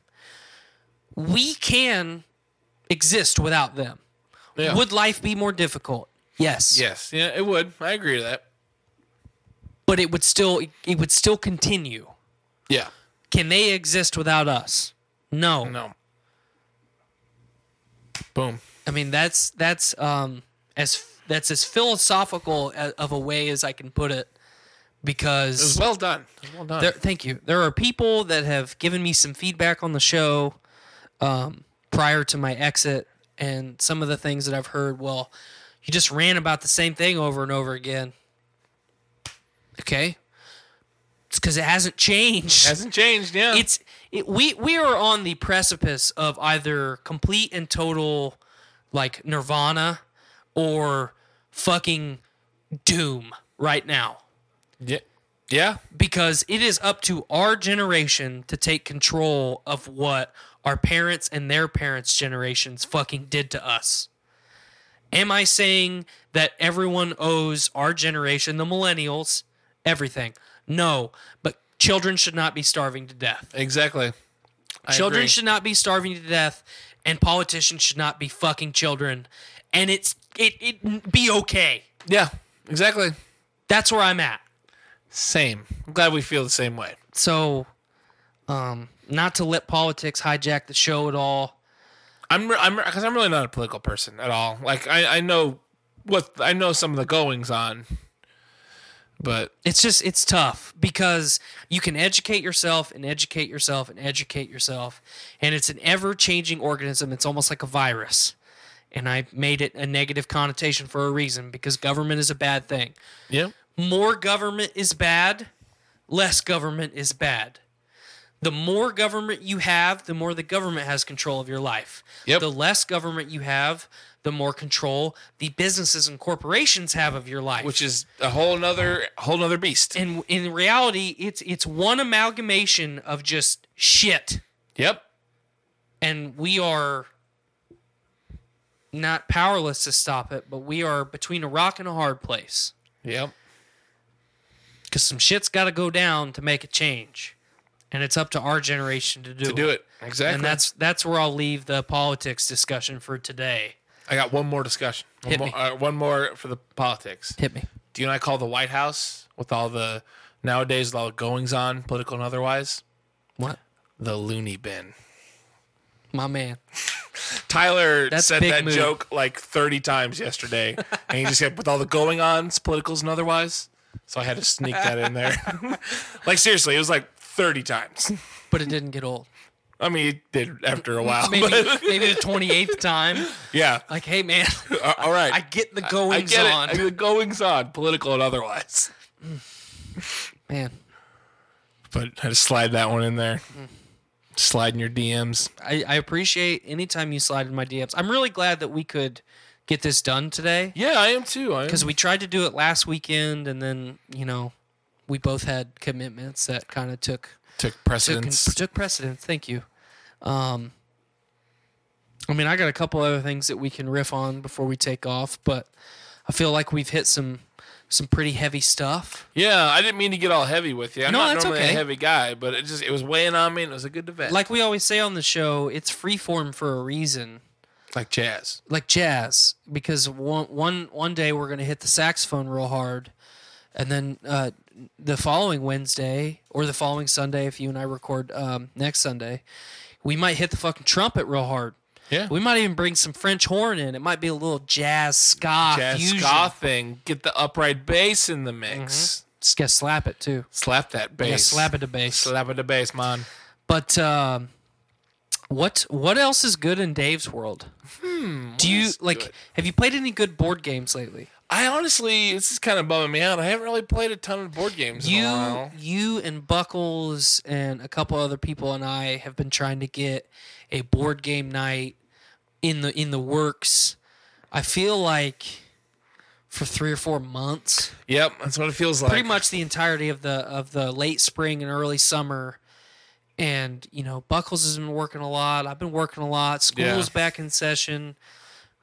[SPEAKER 7] We can exist without them.
[SPEAKER 8] Yeah.
[SPEAKER 7] Would life be more difficult? Yes.
[SPEAKER 8] yes. Yeah, it would. I agree to that.
[SPEAKER 7] But it would still it would still continue.
[SPEAKER 8] Yeah.
[SPEAKER 7] Can they exist without us? No.
[SPEAKER 8] No. Boom.
[SPEAKER 7] I mean that's that's um as that's as philosophical a- of a way as I can put it because
[SPEAKER 8] It was well done. It was well done.
[SPEAKER 7] There, thank you. There are people that have given me some feedback on the show um, prior to my exit, and some of the things that I've heard. Well, you just ran about the same thing over and over again. Okay, it's because it hasn't changed.
[SPEAKER 8] Hasn't changed.
[SPEAKER 7] <laughs>
[SPEAKER 8] Yeah.
[SPEAKER 7] it's it, we we are on the precipice of either complete and total like nirvana or fucking doom right now
[SPEAKER 8] yeah. Yeah.
[SPEAKER 7] because it is up to our generation to take control of what our parents and their parents' generations fucking did to us. Am I saying that everyone owes our generation, the millennials, everything? No, but children should not be starving to death.
[SPEAKER 8] Exactly. I
[SPEAKER 7] children
[SPEAKER 8] agree.
[SPEAKER 7] should not be starving to death, and politicians should not be fucking children. And it's it it be okay.
[SPEAKER 8] Yeah. Exactly.
[SPEAKER 7] That's where I'm at.
[SPEAKER 8] Same. I'm glad we feel the same way.
[SPEAKER 7] So, um, not to let politics hijack the show at all.
[SPEAKER 8] I'm re- I'm because I'm really not a political person at all. Like I I know what I know some of the goings on, but
[SPEAKER 7] It's just it's tough because you can educate yourself and educate yourself and educate yourself, and it's an ever changing organism. It's almost like a virus, and I made it a negative connotation for a reason because government is a bad thing.
[SPEAKER 8] yeah,
[SPEAKER 7] more government is bad, less government is bad. The more government you have, the more the government has control of your life.
[SPEAKER 8] Yep.
[SPEAKER 7] The less government you have, the more control the businesses and corporations have of your life.
[SPEAKER 8] which is a whole another whole another beast.
[SPEAKER 7] and in reality, it's it's one amalgamation of just shit.
[SPEAKER 8] Yep.
[SPEAKER 7] And we are not powerless to stop it, but we are between a rock and a hard place.
[SPEAKER 8] Yep.
[SPEAKER 7] because some shit's got to go down to make a change, and it's up to our generation to do
[SPEAKER 8] To do it exactly.
[SPEAKER 7] And that's that's where I'll leave the politics discussion for today.
[SPEAKER 8] I got one more discussion. One
[SPEAKER 7] Hit
[SPEAKER 8] more,
[SPEAKER 7] me.
[SPEAKER 8] Uh, one more for the politics.
[SPEAKER 7] Hit me.
[SPEAKER 8] Do you and I call the White House with all the nowadays with all the goings on, political and otherwise?
[SPEAKER 7] What,
[SPEAKER 8] The loony bin.
[SPEAKER 7] my man?
[SPEAKER 8] Tyler
[SPEAKER 7] That's
[SPEAKER 8] said
[SPEAKER 7] big
[SPEAKER 8] that
[SPEAKER 7] move.
[SPEAKER 8] joke like 30 times yesterday, and he just kept with all the going ons, politicals and otherwise. So I had to sneak that in there. <laughs> like seriously, it was like 30 times.
[SPEAKER 7] But it didn't get
[SPEAKER 8] <laughs>
[SPEAKER 7] old.
[SPEAKER 8] I mean, it did after a while,
[SPEAKER 7] Maybe
[SPEAKER 8] but
[SPEAKER 7] maybe the twenty eighth time.
[SPEAKER 8] yeah.
[SPEAKER 7] Like, hey man, <laughs>
[SPEAKER 8] Uh, all right,
[SPEAKER 7] I get the
[SPEAKER 8] I
[SPEAKER 7] goings
[SPEAKER 8] get
[SPEAKER 7] on,
[SPEAKER 8] it. The goings on, political and otherwise.
[SPEAKER 7] man.
[SPEAKER 8] But I just slide that one in there. Slide in your DMs.
[SPEAKER 7] I, I appreciate anytime you slide in my DMs. I'm really glad that we could get this done today
[SPEAKER 8] Yeah, I am too. I am.
[SPEAKER 7] because we tried to do it last weekend, and then you know we both had commitments that kind of took
[SPEAKER 8] took
[SPEAKER 7] took,
[SPEAKER 8] precedence.
[SPEAKER 7] took precedence. Thank you. Um, I mean, I got a couple other things that we can riff on before we take off, but I feel like we've hit some some pretty heavy stuff.
[SPEAKER 8] Yeah, I didn't mean to get all heavy with you. I'm
[SPEAKER 7] No,
[SPEAKER 8] not
[SPEAKER 7] that's
[SPEAKER 8] normally
[SPEAKER 7] okay.
[SPEAKER 8] a heavy guy, but it just it was weighing on me, and it was a good debate.
[SPEAKER 7] Like we always say on the show, it's freeform for a reason.
[SPEAKER 8] like jazz.
[SPEAKER 7] Like jazz, because one one one day we're gonna hit the saxophone real hard, and then uh, the following Wednesday or the following Sunday, if you and I record um, next Sunday, we might hit the fucking trumpet real hard.
[SPEAKER 8] Yeah,
[SPEAKER 7] We might even bring some French horn in. It might be a little jazz ska
[SPEAKER 8] jazz
[SPEAKER 7] fusion.
[SPEAKER 8] ska thing. Get the upright bass in the mix.
[SPEAKER 7] Just gotta slap it too.
[SPEAKER 8] Slap that bass.
[SPEAKER 7] Yeah, slap it to bass.
[SPEAKER 8] Slap it the bass, man.
[SPEAKER 7] But um, what what else is good in Dave's world? Hmm, Do you
[SPEAKER 8] is
[SPEAKER 7] like?
[SPEAKER 8] good?
[SPEAKER 7] Have you played any good board games lately?
[SPEAKER 8] I honestly, this is kind of bumming me out. I haven't really played a ton of board games. in a
[SPEAKER 7] You
[SPEAKER 8] while.
[SPEAKER 7] you and Buckles and a couple other people and I have been trying to get a board game night in the in the works. I feel like for three or four months.
[SPEAKER 8] Yep, that's what it feels like.
[SPEAKER 7] pretty much the entirety of the of the late spring and early summer. And you know, Buckles has been working a lot. I've been working a lot. School's
[SPEAKER 8] Yeah.
[SPEAKER 7] back in session.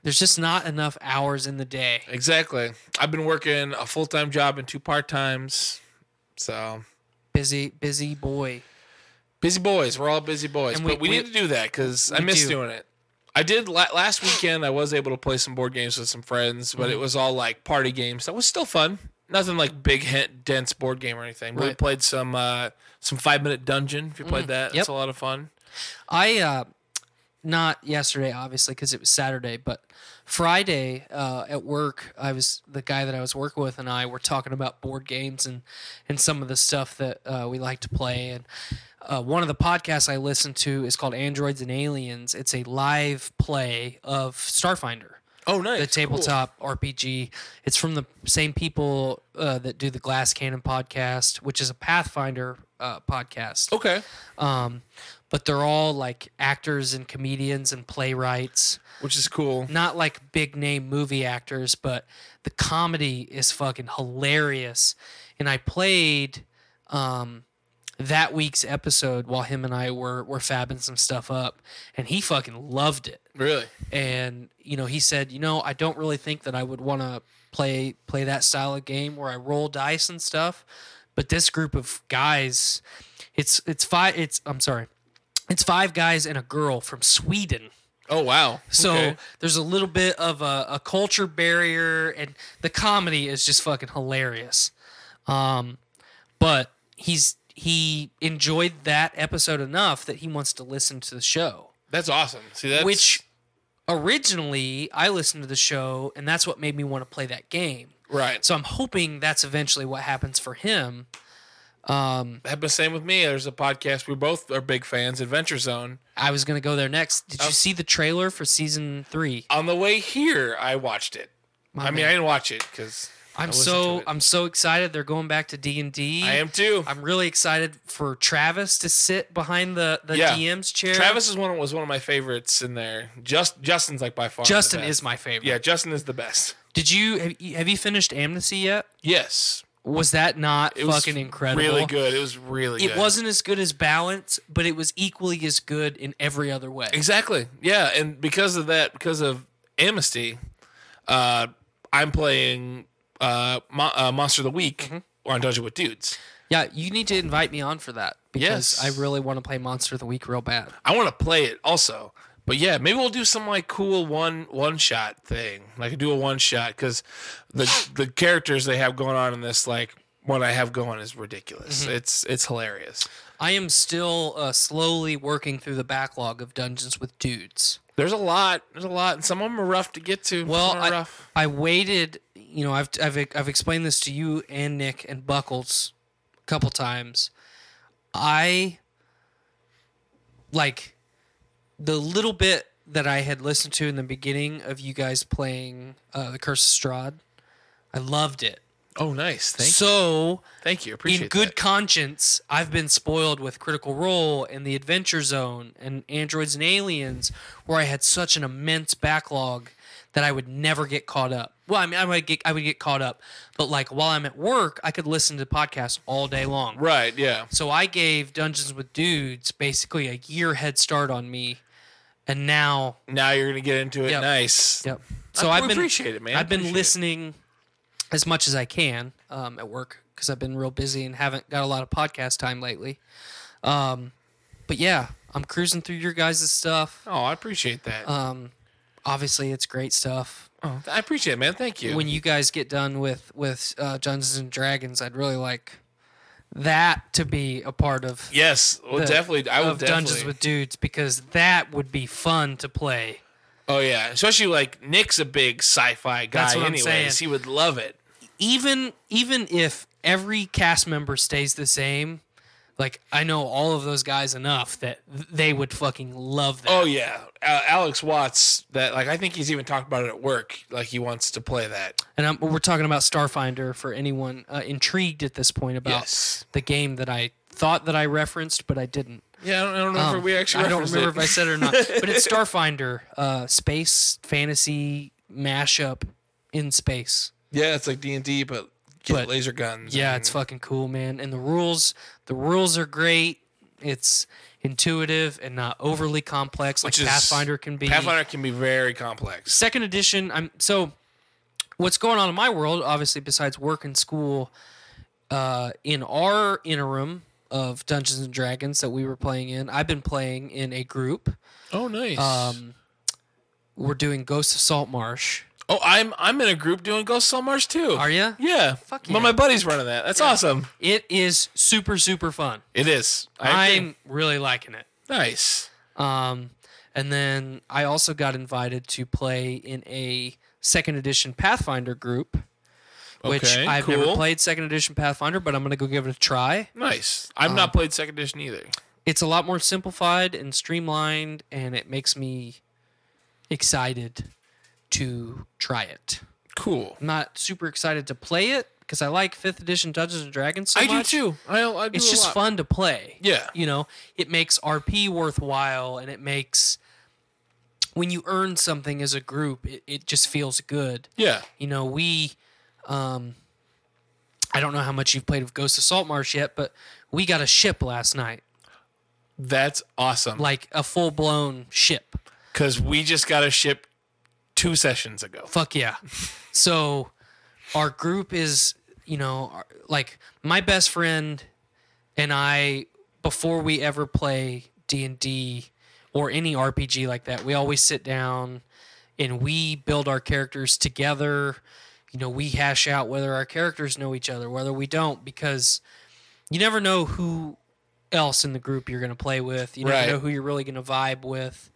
[SPEAKER 7] There's just not enough hours in the day.
[SPEAKER 8] Exactly. I've been working a full time job and two part times, so
[SPEAKER 7] Busy, busy boy.
[SPEAKER 8] Busy boys. We're all busy boys.
[SPEAKER 7] And we-
[SPEAKER 8] but we,
[SPEAKER 7] we-
[SPEAKER 8] need to do that because I miss
[SPEAKER 7] do.
[SPEAKER 8] doing it. I did la- last weekend. I was able to play some board games with some friends,
[SPEAKER 7] Mm-hmm.
[SPEAKER 8] but it was all like party games. That was still fun. Nothing like big, hint, dense board game or anything. But We
[SPEAKER 7] Right. Mm-hmm.
[SPEAKER 8] played some uh, some five minute dungeon. If you played that,
[SPEAKER 7] Yep.
[SPEAKER 8] that's a lot of fun.
[SPEAKER 7] I uh not yesterday obviously cuz it was Saturday, but Friday uh, at work, I was the guy that I was working with and I were talking about board games and and some of the stuff that uh, we like to play and uh, one of the podcasts I listen to is called Androids and Aliens. It's a live play of Starfinder
[SPEAKER 8] Oh, nice.
[SPEAKER 7] the tabletop RPG. It's from the same people uh, that do the Glass Cannon podcast, which is a Pathfinder uh, podcast.
[SPEAKER 8] Okay.
[SPEAKER 7] Um, but they're all like actors and comedians and playwrights,
[SPEAKER 8] Which is cool.
[SPEAKER 7] not like big name movie actors, but the comedy is fucking hilarious. And I played um, that week's episode while him and I were were fabbing some stuff up, and he fucking loved it
[SPEAKER 8] Really.
[SPEAKER 7] and you know he said you know i don't really think that i would want to play play that style of game where i roll dice and stuff but this group of guys it's it's five it's i'm sorry it's five guys and a girl from sweden
[SPEAKER 8] Oh wow.
[SPEAKER 7] So
[SPEAKER 8] Okay.
[SPEAKER 7] there's a little bit of a, a culture barrier, and the comedy is just fucking hilarious. Um, but he's he enjoyed that episode enough that he wants to listen to the show,
[SPEAKER 8] that's awesome. See that's
[SPEAKER 7] which originally I listened to the show, and that's what made me want to play that game.
[SPEAKER 8] right.
[SPEAKER 7] So I'm hoping that's eventually what happens for him.
[SPEAKER 8] That was same with me. There's a podcast we both are big fans, Adventure Zone.
[SPEAKER 7] I was gonna go there next. Did
[SPEAKER 8] Oh.
[SPEAKER 7] you see the trailer for season three?
[SPEAKER 8] On the way here, I watched it. I mean, I didn't watch it because
[SPEAKER 7] I'm so I'm so excited. They're going back to D and D.
[SPEAKER 8] I am too.
[SPEAKER 7] I'm really excited for Travis to sit behind the, the
[SPEAKER 8] Yeah.
[SPEAKER 7] DM's chair.
[SPEAKER 8] Travis is one was one of my favorites in there. Just Justin's like by far. the
[SPEAKER 7] Justin
[SPEAKER 8] best.
[SPEAKER 7] is my favorite.
[SPEAKER 8] Yeah, Justin is the best.
[SPEAKER 7] Did you have, you have you finished Amnesty yet?
[SPEAKER 8] Yes,
[SPEAKER 7] Was that not
[SPEAKER 8] it was
[SPEAKER 7] fucking incredible?
[SPEAKER 8] Really good. It was really.
[SPEAKER 7] It
[SPEAKER 8] good.
[SPEAKER 7] wasn't as good as Balance, but it was equally as good in every other way.
[SPEAKER 8] Exactly. Yeah, and because of that, because of Amnesty, uh, I'm playing uh, Mo- uh, Monster of the Week
[SPEAKER 7] Mm-hmm.
[SPEAKER 8] on Dungeon with Dudes.
[SPEAKER 7] Yeah, you need to invite me on for that because
[SPEAKER 8] Yes.
[SPEAKER 7] I really want to play Monster of the Week real bad.
[SPEAKER 8] I want to play it also, but yeah, maybe we'll do some like cool one one shot thing, like do a one shot because the the characters they have going on in this like what I have going is ridiculous.
[SPEAKER 7] Mm-hmm.
[SPEAKER 8] It's it's hilarious.
[SPEAKER 7] I am still uh, slowly working through the backlog of Dungeons with Dudes.
[SPEAKER 8] There's a lot. There's a lot, and some of them are rough to get to.
[SPEAKER 7] Well,
[SPEAKER 8] some are
[SPEAKER 7] I,
[SPEAKER 8] rough.
[SPEAKER 7] I waited. You know, I've, I've I've explained this to you and Nick and Buckles a couple times. I like the little bit that I had listened to in the beginning of you guys playing uh, the Curse of Strahd. I loved it.
[SPEAKER 8] oh, nice. Thank you.
[SPEAKER 7] so,
[SPEAKER 8] Thank you. Appreciate
[SPEAKER 7] in good
[SPEAKER 8] that.
[SPEAKER 7] conscience, I've been spoiled with Critical Role and The Adventure Zone and Androids and Aliens, where I had such an immense backlog that I would never get caught up. Well, I mean, I might get I would get caught up, but like while I'm at work, I could listen to podcasts all day long.
[SPEAKER 8] Right. Yeah.
[SPEAKER 7] So I gave Dungeons with Dudes basically a year head start on me, and now
[SPEAKER 8] Now you're gonna get into it.
[SPEAKER 7] Yep.
[SPEAKER 8] Nice.
[SPEAKER 7] Yep. So
[SPEAKER 8] I
[SPEAKER 7] I've been
[SPEAKER 8] appreciate it, man.
[SPEAKER 7] I've been
[SPEAKER 8] Appreciate it.
[SPEAKER 7] listening as much as I can um, at work because I've been real busy and haven't got a lot of podcast time lately. Um, but yeah, I'm cruising through your guys' stuff.
[SPEAKER 8] Oh, I appreciate that.
[SPEAKER 7] Uh, Obviously, it's great stuff.
[SPEAKER 8] oh, I appreciate it, man. Thank you.
[SPEAKER 7] When you guys get done with with uh, Dungeons and Dragons, I'd really like that to be a part of.
[SPEAKER 8] yes, well,
[SPEAKER 7] the-
[SPEAKER 8] definitely. I will
[SPEAKER 7] of Dungeons
[SPEAKER 8] Oh, definitely-
[SPEAKER 7] with Dudes because that would be fun to play.
[SPEAKER 8] Oh yeah, especially like Nick's a big sci-fi guy.
[SPEAKER 7] That's what I'm
[SPEAKER 8] anyways,
[SPEAKER 7] saying.
[SPEAKER 8] he would love it.
[SPEAKER 7] even even if every cast member stays the same, like I know all of those guys enough that th- they would fucking love that.
[SPEAKER 8] Oh yeah, uh, Alex Watts. That like I think he's even talked about it at work. Like he wants to play that.
[SPEAKER 7] And I'm, we're talking about Starfinder for anyone uh, intrigued at this point about
[SPEAKER 8] Yes.
[SPEAKER 7] the game that I thought that I referenced, but I didn't.
[SPEAKER 8] Yeah, I don't, I don't remember.
[SPEAKER 7] Um,
[SPEAKER 8] if we actually.
[SPEAKER 7] I don't
[SPEAKER 8] referenced
[SPEAKER 7] remember if I
[SPEAKER 8] it.
[SPEAKER 7] said it or
[SPEAKER 8] <laughs>
[SPEAKER 7] not, but it's Starfinder, uh, space fantasy mashup in space.
[SPEAKER 8] yeah, it's like D and D, but get
[SPEAKER 7] But-
[SPEAKER 8] laser guns.
[SPEAKER 7] Yeah,
[SPEAKER 8] and-
[SPEAKER 7] it's fucking cool, man. And the rules, the rules are great. It's intuitive and not overly complex, like
[SPEAKER 8] which is-
[SPEAKER 7] Pathfinder can be.
[SPEAKER 8] Pathfinder can be very complex.
[SPEAKER 7] Second edition. I'm so. What's going on in my world, obviously, besides work and school, uh, in our interim of Dungeons and Dragons that we were playing in, I've been playing in a group.
[SPEAKER 8] Oh nice.
[SPEAKER 7] Um, we're doing Ghosts of Salt Marsh.
[SPEAKER 8] oh, I'm I'm in a group doing Ghost Marsh too.
[SPEAKER 7] Are ya?
[SPEAKER 8] Yeah.
[SPEAKER 7] Fuck
[SPEAKER 8] Well,
[SPEAKER 7] yeah.
[SPEAKER 8] my buddy's running that. That's awesome.
[SPEAKER 7] It is super, super fun.
[SPEAKER 8] It is. I agree.
[SPEAKER 7] I'm really liking it.
[SPEAKER 8] nice.
[SPEAKER 7] Um, and then I also got invited to play in a second edition Pathfinder group, which
[SPEAKER 8] Okay,
[SPEAKER 7] I've never
[SPEAKER 8] cool.
[SPEAKER 7] played second edition Pathfinder, but I'm going to go give it a try.
[SPEAKER 8] Nice. I've
[SPEAKER 7] Um,
[SPEAKER 8] not played second edition either.
[SPEAKER 7] It's a lot more simplified and streamlined, and it makes me excited to try it.
[SPEAKER 8] Cool.
[SPEAKER 7] I'm not super excited to play it because I like fifth edition Dungeons and Dragons so
[SPEAKER 8] I
[SPEAKER 7] much.
[SPEAKER 8] do too. I, I do
[SPEAKER 7] it's
[SPEAKER 8] a
[SPEAKER 7] just
[SPEAKER 8] lot.
[SPEAKER 7] fun to play.
[SPEAKER 8] Yeah.
[SPEAKER 7] You know, it makes RP worthwhile and it makes when you earn something as a group, it, it just feels good.
[SPEAKER 8] Yeah.
[SPEAKER 7] You know, we um I don't know how much you've played with Ghost of Saltmarsh yet, but we got a ship last night.
[SPEAKER 8] That's awesome.
[SPEAKER 7] Like a full blown ship.
[SPEAKER 8] Because we just got a ship two sessions ago.
[SPEAKER 7] Fuck yeah. So our group is, you know, our- like my best friend and I before we ever play D&D, or any RPG like that, we always sit down and we build our characters together. You know, we hash out whether our characters know each other, whether we don't, because you never know who else in the group you're going to play with. You never
[SPEAKER 8] Right.
[SPEAKER 7] know who you're really going to vibe with.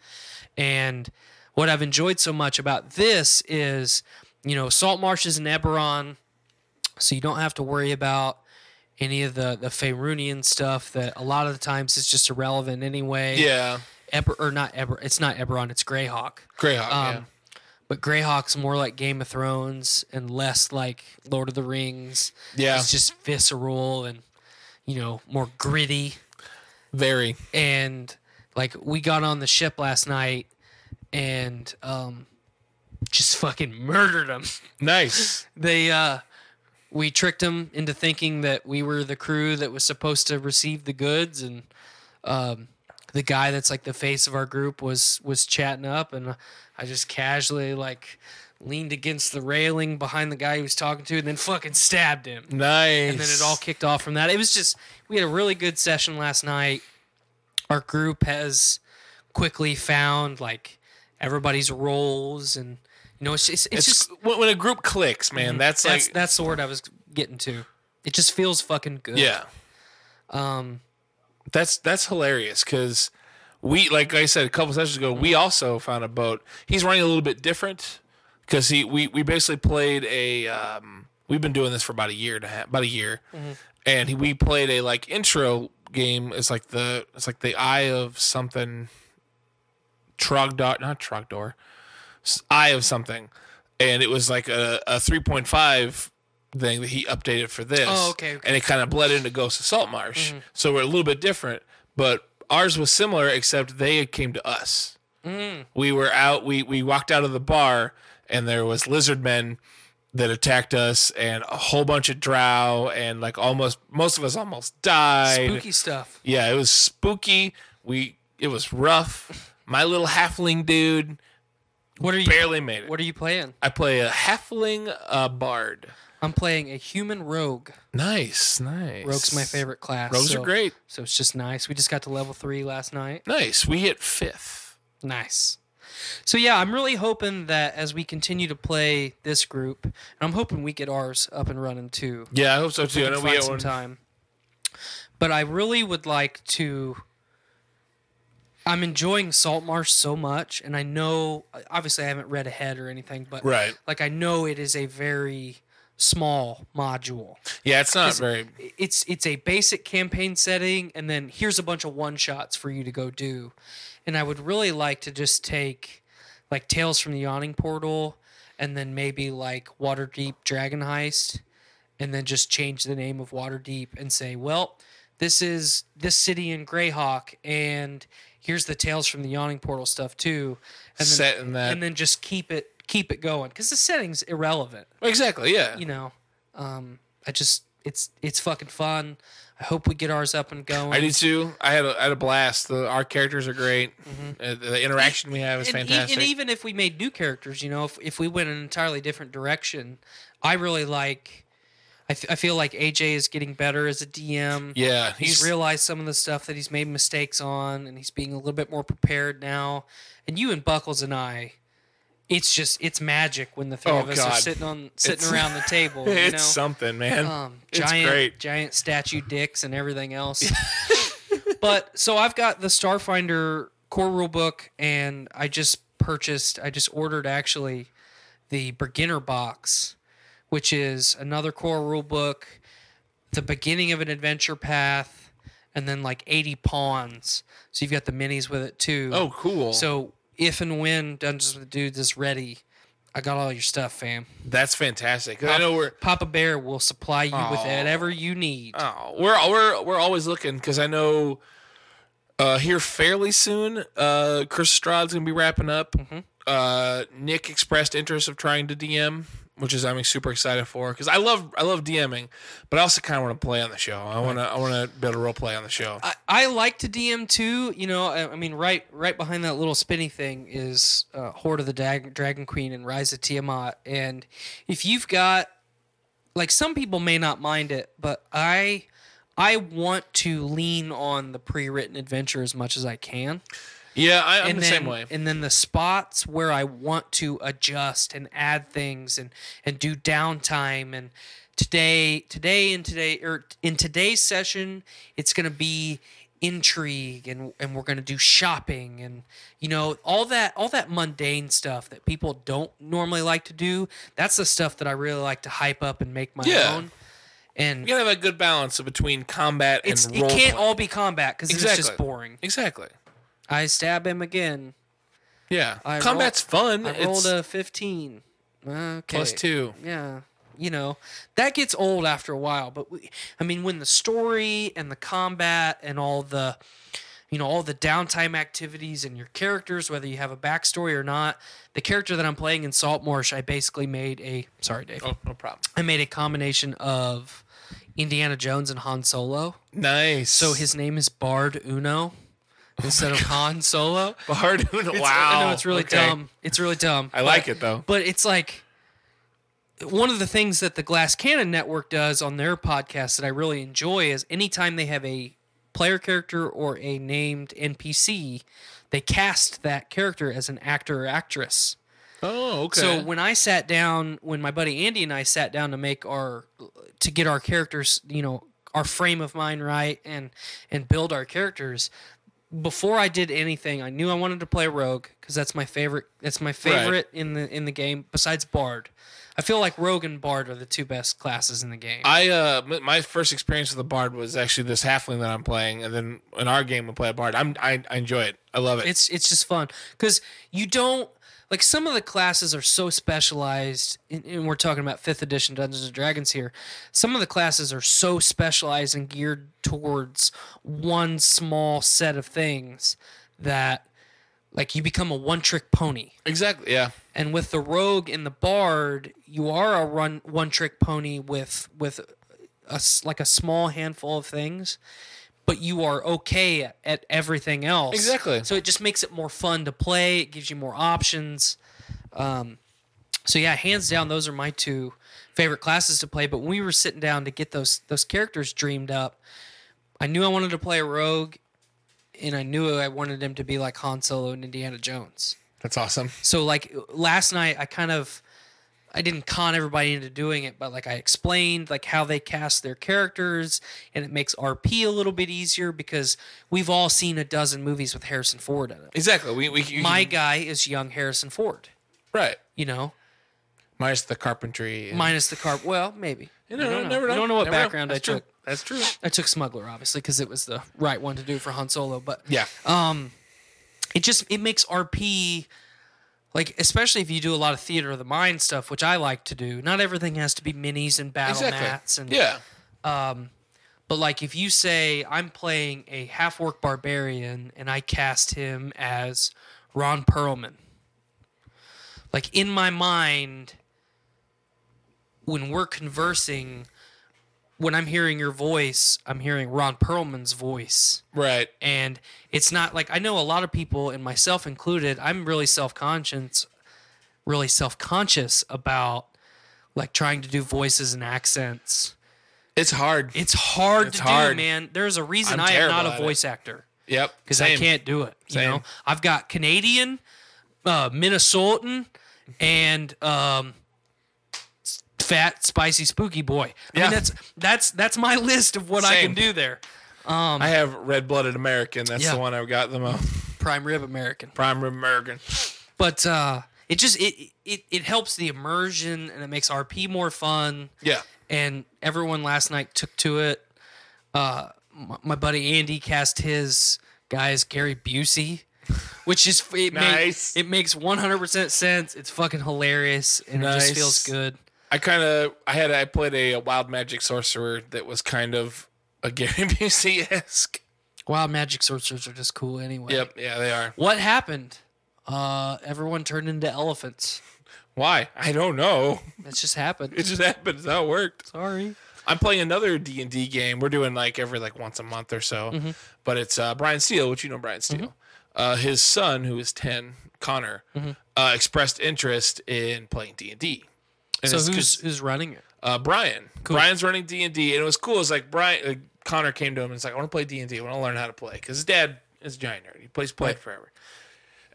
[SPEAKER 7] And what I've enjoyed so much about this is, you know, Salt Marshes and Eberron, so you don't have to worry about any of the the Faerunian stuff that a lot of the times is just irrelevant anyway.
[SPEAKER 8] Yeah.
[SPEAKER 7] Eber or not Eber. It's not Eberron. It's Greyhawk.
[SPEAKER 8] Greyhawk. yeah.
[SPEAKER 7] Um, But Greyhawk's more like Game of Thrones and less like Lord of the Rings.
[SPEAKER 8] Yeah.
[SPEAKER 7] It's just visceral and you know more gritty
[SPEAKER 8] Very.
[SPEAKER 7] and like we got on the ship last night and um just fucking murdered <laughs> them.
[SPEAKER 8] Nice.
[SPEAKER 7] they uh we tricked them into thinking that we were the crew that was supposed to receive the goods and um the guy that's like the face of our group was was chatting up and uh, i just casually like leaned against the railing behind the guy he was talking to and then fucking stabbed him <laughs>
[SPEAKER 8] Nice.
[SPEAKER 7] and then it all kicked off from that. It was just we had a really good session last night. Our group has quickly found like everybody's roles, and you know, it's it's, it's
[SPEAKER 8] It's,
[SPEAKER 7] just Mm-hmm.
[SPEAKER 8] when when a group clicks, man. That's,
[SPEAKER 7] that's
[SPEAKER 8] like
[SPEAKER 7] that's the word I was getting to. It just feels fucking good.
[SPEAKER 8] yeah. Um, that's that's hilarious because we, like I said a couple sessions ago, we also found a boat. He's running a little bit different because he we we basically played a. Um, we've been doing this for about a year and a half, about a year, and he, we played a like intro game. It's like the it's like the Eye of something. Trogdor, not Trogdor, s- Eye of something, and it was like a, a three point five thing that he updated for this.
[SPEAKER 7] Oh, okay, Mm-hmm. okay.
[SPEAKER 8] And it kind of bled into Ghost of Salt Marsh, so we're a little bit different, but ours was similar except they came to us.
[SPEAKER 7] Mm.
[SPEAKER 8] We were out. We we walked out of the bar, and there was lizard men that attacked us, and a whole bunch of drow, and like almost most of us almost died.
[SPEAKER 7] spooky stuff.
[SPEAKER 8] Yeah, it was spooky. We it was rough. My little halfling dude
[SPEAKER 7] What are you?
[SPEAKER 8] barely made it.
[SPEAKER 7] What are you playing?
[SPEAKER 8] I play a halfling uh, bard.
[SPEAKER 7] I'm playing a human rogue.
[SPEAKER 8] Nice, nice.
[SPEAKER 7] Rogue's my favorite class.
[SPEAKER 8] Rogues
[SPEAKER 7] so-
[SPEAKER 8] are great.
[SPEAKER 7] So it's just nice. We just got to level three last night.
[SPEAKER 8] Nice. We hit fifth.
[SPEAKER 7] Nice. So yeah, I'm really hoping that as we continue to play this group, and I'm hoping we get ours up and running too.
[SPEAKER 8] Yeah, I hope so too. I
[SPEAKER 7] can
[SPEAKER 8] know we
[SPEAKER 7] find
[SPEAKER 8] had
[SPEAKER 7] some
[SPEAKER 8] one.
[SPEAKER 7] time. But I really would like to. I'm enjoying Salt Marsh so much, and I know obviously I haven't read ahead or anything, but
[SPEAKER 8] Right.
[SPEAKER 7] like I know it is a very small module.
[SPEAKER 8] Yeah, it's not very.
[SPEAKER 7] It's it's a basic campaign setting, and then here's a bunch of one shots for you to go do. And I would really like to just take like Tales from the Yawning Portal, and then maybe like Waterdeep Dragon Heist, and then just change the name of Waterdeep and say, well, this is this city in Greyhawk, and here's the Tales from the Yawning Portal stuff too. And then,
[SPEAKER 8] Set in that-
[SPEAKER 7] and then just keep it keep it going because the setting's irrelevant
[SPEAKER 8] Exactly. Yeah.
[SPEAKER 7] you know, um, I just it's it's fucking fun. I hope we get ours up and going.
[SPEAKER 8] I do too. I had a, I had a blast. The, our characters are great. Uh, the interaction we have is
[SPEAKER 7] Mm-hmm. and, e-
[SPEAKER 8] fantastic.
[SPEAKER 7] and even if we made new characters, you know, if if we went an entirely different direction, I really like. I, f- I feel like AJ is getting better as a DM.
[SPEAKER 8] yeah,
[SPEAKER 7] he's, realized some of the stuff that he's made mistakes on, and he's being a little bit more prepared now. And you and Buckles and I, it's just it's magic when the three
[SPEAKER 8] Oh,
[SPEAKER 7] of us are
[SPEAKER 8] God.
[SPEAKER 7] sitting on sitting
[SPEAKER 8] It's-
[SPEAKER 7] around the
[SPEAKER 8] <laughs>
[SPEAKER 7] table. you
[SPEAKER 8] It's
[SPEAKER 7] know?
[SPEAKER 8] something, man.
[SPEAKER 7] um,
[SPEAKER 8] it's
[SPEAKER 7] giant,
[SPEAKER 8] great.
[SPEAKER 7] giant statue dicks and everything
[SPEAKER 8] <laughs>
[SPEAKER 7] else. but so I've got the Starfinder core rule book, and I just purchased, I just ordered actually the beginner box, which is another core rule book, the beginning of an adventure path, and then like 80 pawns. So you've got the minis with it too.
[SPEAKER 8] Oh, cool.
[SPEAKER 7] So if and when Dungeons with Dudes is ready, I got all your stuff, fam.
[SPEAKER 8] that's fantastic. 'Cause I know we're
[SPEAKER 7] Papa Bear will supply you with whatever you need.
[SPEAKER 8] Oh, we're we're we're always looking because I know uh, here fairly soon. Uh, Chris Strahd's gonna be wrapping up.
[SPEAKER 7] Mm-hmm.
[SPEAKER 8] Uh, Nick expressed interest of trying to DM, which is I'm super excited for because I love I love DMing, but I also kind of want to play on the show. I want to I want to build a role play on the show.
[SPEAKER 7] I, I like to DM too. You know, I, I mean, right right behind that little spinny thing is uh, Horde of the Dag- Dragon Queen and Rise of Tiamat. And if you've got, like, some people may not mind it, but I I want to lean on the pre written adventure as much as I can.
[SPEAKER 8] Yeah, I, I'm
[SPEAKER 7] and
[SPEAKER 8] the
[SPEAKER 7] then,
[SPEAKER 8] same way.
[SPEAKER 7] And then the spots where I want to adjust and add things and and do downtime and today today and today or in today's session it's going to be intrigue and and we're going to do shopping and you know all that all that mundane stuff that people don't normally like to do that's the stuff that I really like to hype up and make my
[SPEAKER 8] Yeah.
[SPEAKER 7] own and
[SPEAKER 8] You gotta have a good balance between combat and
[SPEAKER 7] it's, it
[SPEAKER 8] role
[SPEAKER 7] can't
[SPEAKER 8] play.
[SPEAKER 7] all be combat because it's just
[SPEAKER 8] Exactly.
[SPEAKER 7] boring.
[SPEAKER 8] exactly.
[SPEAKER 7] I stab him again.
[SPEAKER 8] Yeah,
[SPEAKER 7] I
[SPEAKER 8] combat's fun.
[SPEAKER 7] I
[SPEAKER 8] it's
[SPEAKER 7] rolled a 15. Uh, Okay.
[SPEAKER 8] plus two.
[SPEAKER 7] Yeah. You know, that gets old after a while, but we, I mean, when the story and the combat and all the, you know, all the downtime activities and your characters, whether you have a backstory or not, the character that I'm playing in Saltmarsh, I basically made a, sorry, Dave,
[SPEAKER 8] Oh, no problem.
[SPEAKER 7] I made a combination of Indiana Jones and Han Solo.
[SPEAKER 8] Nice.
[SPEAKER 7] So his name is Bard Uno
[SPEAKER 8] Oh
[SPEAKER 7] instead of Han Solo.
[SPEAKER 8] <laughs> hard. wow.
[SPEAKER 7] It's- I know it's really
[SPEAKER 8] Okay.
[SPEAKER 7] dumb. It's really dumb.
[SPEAKER 8] I like it, though.
[SPEAKER 7] But it's like one of the things that the Glass Cannon Network does on their podcast that I really enjoy is anytime they have a player character or a named NPC, they cast that character as an actor or actress.
[SPEAKER 8] Oh, okay.
[SPEAKER 7] So when I sat down, when my buddy Andy and I sat down to make our, to get our characters, you know, our frame of mind right and and build our characters. Before I did anything, I knew I wanted to play rogue because that's my favorite. That's my favorite in the in the game besides bard. I feel like rogue and bard are the two best classes in the game.
[SPEAKER 8] I uh m- my first experience with the bard was actually this halfling that I'm playing, and then in our game we play a bard. I'm I, I enjoy it. I love it.
[SPEAKER 7] It's it's just fun because you don't like some of the classes are so specialized, and, and we're talking about fifth edition Dungeons and Dragons here. Some of the classes are so specialized and geared towards one small set of things that like you become a one trick pony.
[SPEAKER 8] exactly yeah.
[SPEAKER 7] And with the rogue and the bard, you are a run one trick pony with with a s like a small handful of things, but you are okay at everything else.
[SPEAKER 8] Exactly.
[SPEAKER 7] So it just makes it more fun to play. It gives you more options. Um, so yeah, hands down, those are my two favorite classes to play. But when we were sitting down to get those those characters dreamed up, I knew I wanted to play a rogue, and I knew I wanted him to be like Han Solo and Indiana Jones.
[SPEAKER 8] That's awesome.
[SPEAKER 7] So like last night, I kind of I didn't con everybody into doing it, but like I explained like how they cast their characters, and it makes RP a little bit easier because we've all seen a dozen movies with Harrison Ford in it.
[SPEAKER 8] Exactly. We we you
[SPEAKER 7] My
[SPEAKER 8] can-
[SPEAKER 7] guy is young Harrison Ford,
[SPEAKER 8] right
[SPEAKER 7] you know,
[SPEAKER 8] minus the carpentry. and-
[SPEAKER 7] minus the car. Well, maybe.
[SPEAKER 8] you know,
[SPEAKER 7] I don't know.
[SPEAKER 8] never
[SPEAKER 7] You
[SPEAKER 8] know.
[SPEAKER 7] don't know what
[SPEAKER 8] Never
[SPEAKER 7] background I
[SPEAKER 8] That's true.
[SPEAKER 7] took.
[SPEAKER 8] That's true.
[SPEAKER 7] I took Smuggler obviously because it was the right one to do for Han Solo, but
[SPEAKER 8] Yeah.
[SPEAKER 7] it just it makes RP like especially if you do a lot of theater of the mind stuff, which I like to do. Not everything has to be minis and battle mats
[SPEAKER 8] exactly.
[SPEAKER 7] and
[SPEAKER 8] Yeah.
[SPEAKER 7] But like if you say I'm playing a half orc barbarian and I cast him as Ron Perlman, like in my mind, when we're conversing, when I'm hearing your voice, I'm hearing Ron Perlman's voice.
[SPEAKER 8] Right.
[SPEAKER 7] And it's not like I know a lot of people, and myself included, I'm really self conscious, really self conscious about like trying to do voices and accents.
[SPEAKER 8] It's hard.
[SPEAKER 7] It's hard
[SPEAKER 8] It's
[SPEAKER 7] to
[SPEAKER 8] hard.
[SPEAKER 7] do, man. There's a reason
[SPEAKER 8] I'm
[SPEAKER 7] i am
[SPEAKER 8] terrible
[SPEAKER 7] not
[SPEAKER 8] at
[SPEAKER 7] a
[SPEAKER 8] it.
[SPEAKER 7] voice actor
[SPEAKER 8] yep.
[SPEAKER 7] because I
[SPEAKER 8] Same.
[SPEAKER 7] can't do it. You
[SPEAKER 8] Same.
[SPEAKER 7] know, I've got Canadian, uh, Minnesotan, and um, s- fat, spicy, spooky boy. I
[SPEAKER 8] Yeah.
[SPEAKER 7] mean, that's that's that's my list of what I
[SPEAKER 8] Same.
[SPEAKER 7] can do there.
[SPEAKER 8] I have red blooded American. That's
[SPEAKER 7] Yeah.
[SPEAKER 8] the one I got the most.
[SPEAKER 7] Prime rib American.
[SPEAKER 8] Prime American.
[SPEAKER 7] but uh, it just it, it it helps the immersion and it makes RP more fun.
[SPEAKER 8] Yeah.
[SPEAKER 7] And everyone last night took to it. Uh, my, my buddy Andy cast his guy as Gary Busey, which is it
[SPEAKER 8] Nice.
[SPEAKER 7] nice. it makes one hundred percent sense. It's fucking hilarious and it
[SPEAKER 8] Nice.
[SPEAKER 7] just feels good.
[SPEAKER 8] I kind of I had I played a, a wild magic sorcerer that was kind of a <laughs> Gary Busey esque.
[SPEAKER 7] Wild magic sorcerers are just cool anyway.
[SPEAKER 8] Yep, yeah, they are.
[SPEAKER 7] What happened? Uh, everyone turned into elephants.
[SPEAKER 8] Why? I don't know. <laughs>
[SPEAKER 7] That just happened.
[SPEAKER 8] It just happened. That's how it
[SPEAKER 7] <laughs>
[SPEAKER 8] worked.
[SPEAKER 7] Sorry.
[SPEAKER 8] I'm playing another D and D game. We're doing like every like once a month or so,
[SPEAKER 7] Mm-hmm.
[SPEAKER 8] but it's uh, Brian Steele, which you know Brian Steele. Uh, his son, who is ten, Connor,
[SPEAKER 7] Mm-hmm.
[SPEAKER 8] uh, expressed interest in playing D and D.
[SPEAKER 7] So who's who's running it?
[SPEAKER 8] uh, Brian. Brian's running D and D, and it was cool. It's like Brian uh, Connor came to him and was like, "I want to play D and D. I want to learn how to play." Because his dad is a giant nerd. He plays Played Forever,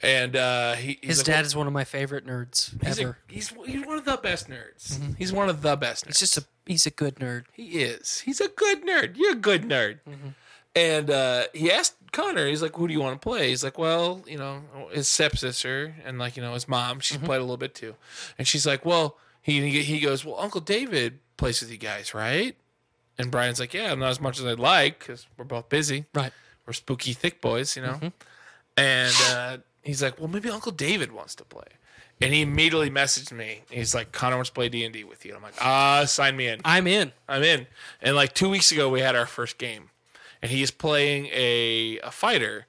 [SPEAKER 8] and uh, he, he's
[SPEAKER 7] His
[SPEAKER 8] like,
[SPEAKER 7] dad is one of my favorite nerds
[SPEAKER 8] he's, a-
[SPEAKER 7] ever. Mm-hmm.
[SPEAKER 8] he's he's one of the best nerds. He's one of the best. Nerds.
[SPEAKER 7] He's just a he's a good nerd.
[SPEAKER 8] He is. He's a good nerd. You're a good nerd. And uh, he asked Connor, he's like, who do you want to play? He's like, well, you know, his stepsister and like, you know, his mom, she played a little bit too. And she's like, well, he, he goes, well, Uncle David plays with you guys, right? And Brian's like, yeah, not as much as I'd like because we're both busy.
[SPEAKER 7] Right.
[SPEAKER 8] We're spooky thick boys, you know? And uh, he's like, well, maybe Uncle David wants to play. And he immediately messaged me. He's like, Connor wants to play D&D with you. And I'm like, ah, sign me in.
[SPEAKER 7] I'm in.
[SPEAKER 8] I'm in. And like two weeks ago, we had our first game, and he is playing a a fighter,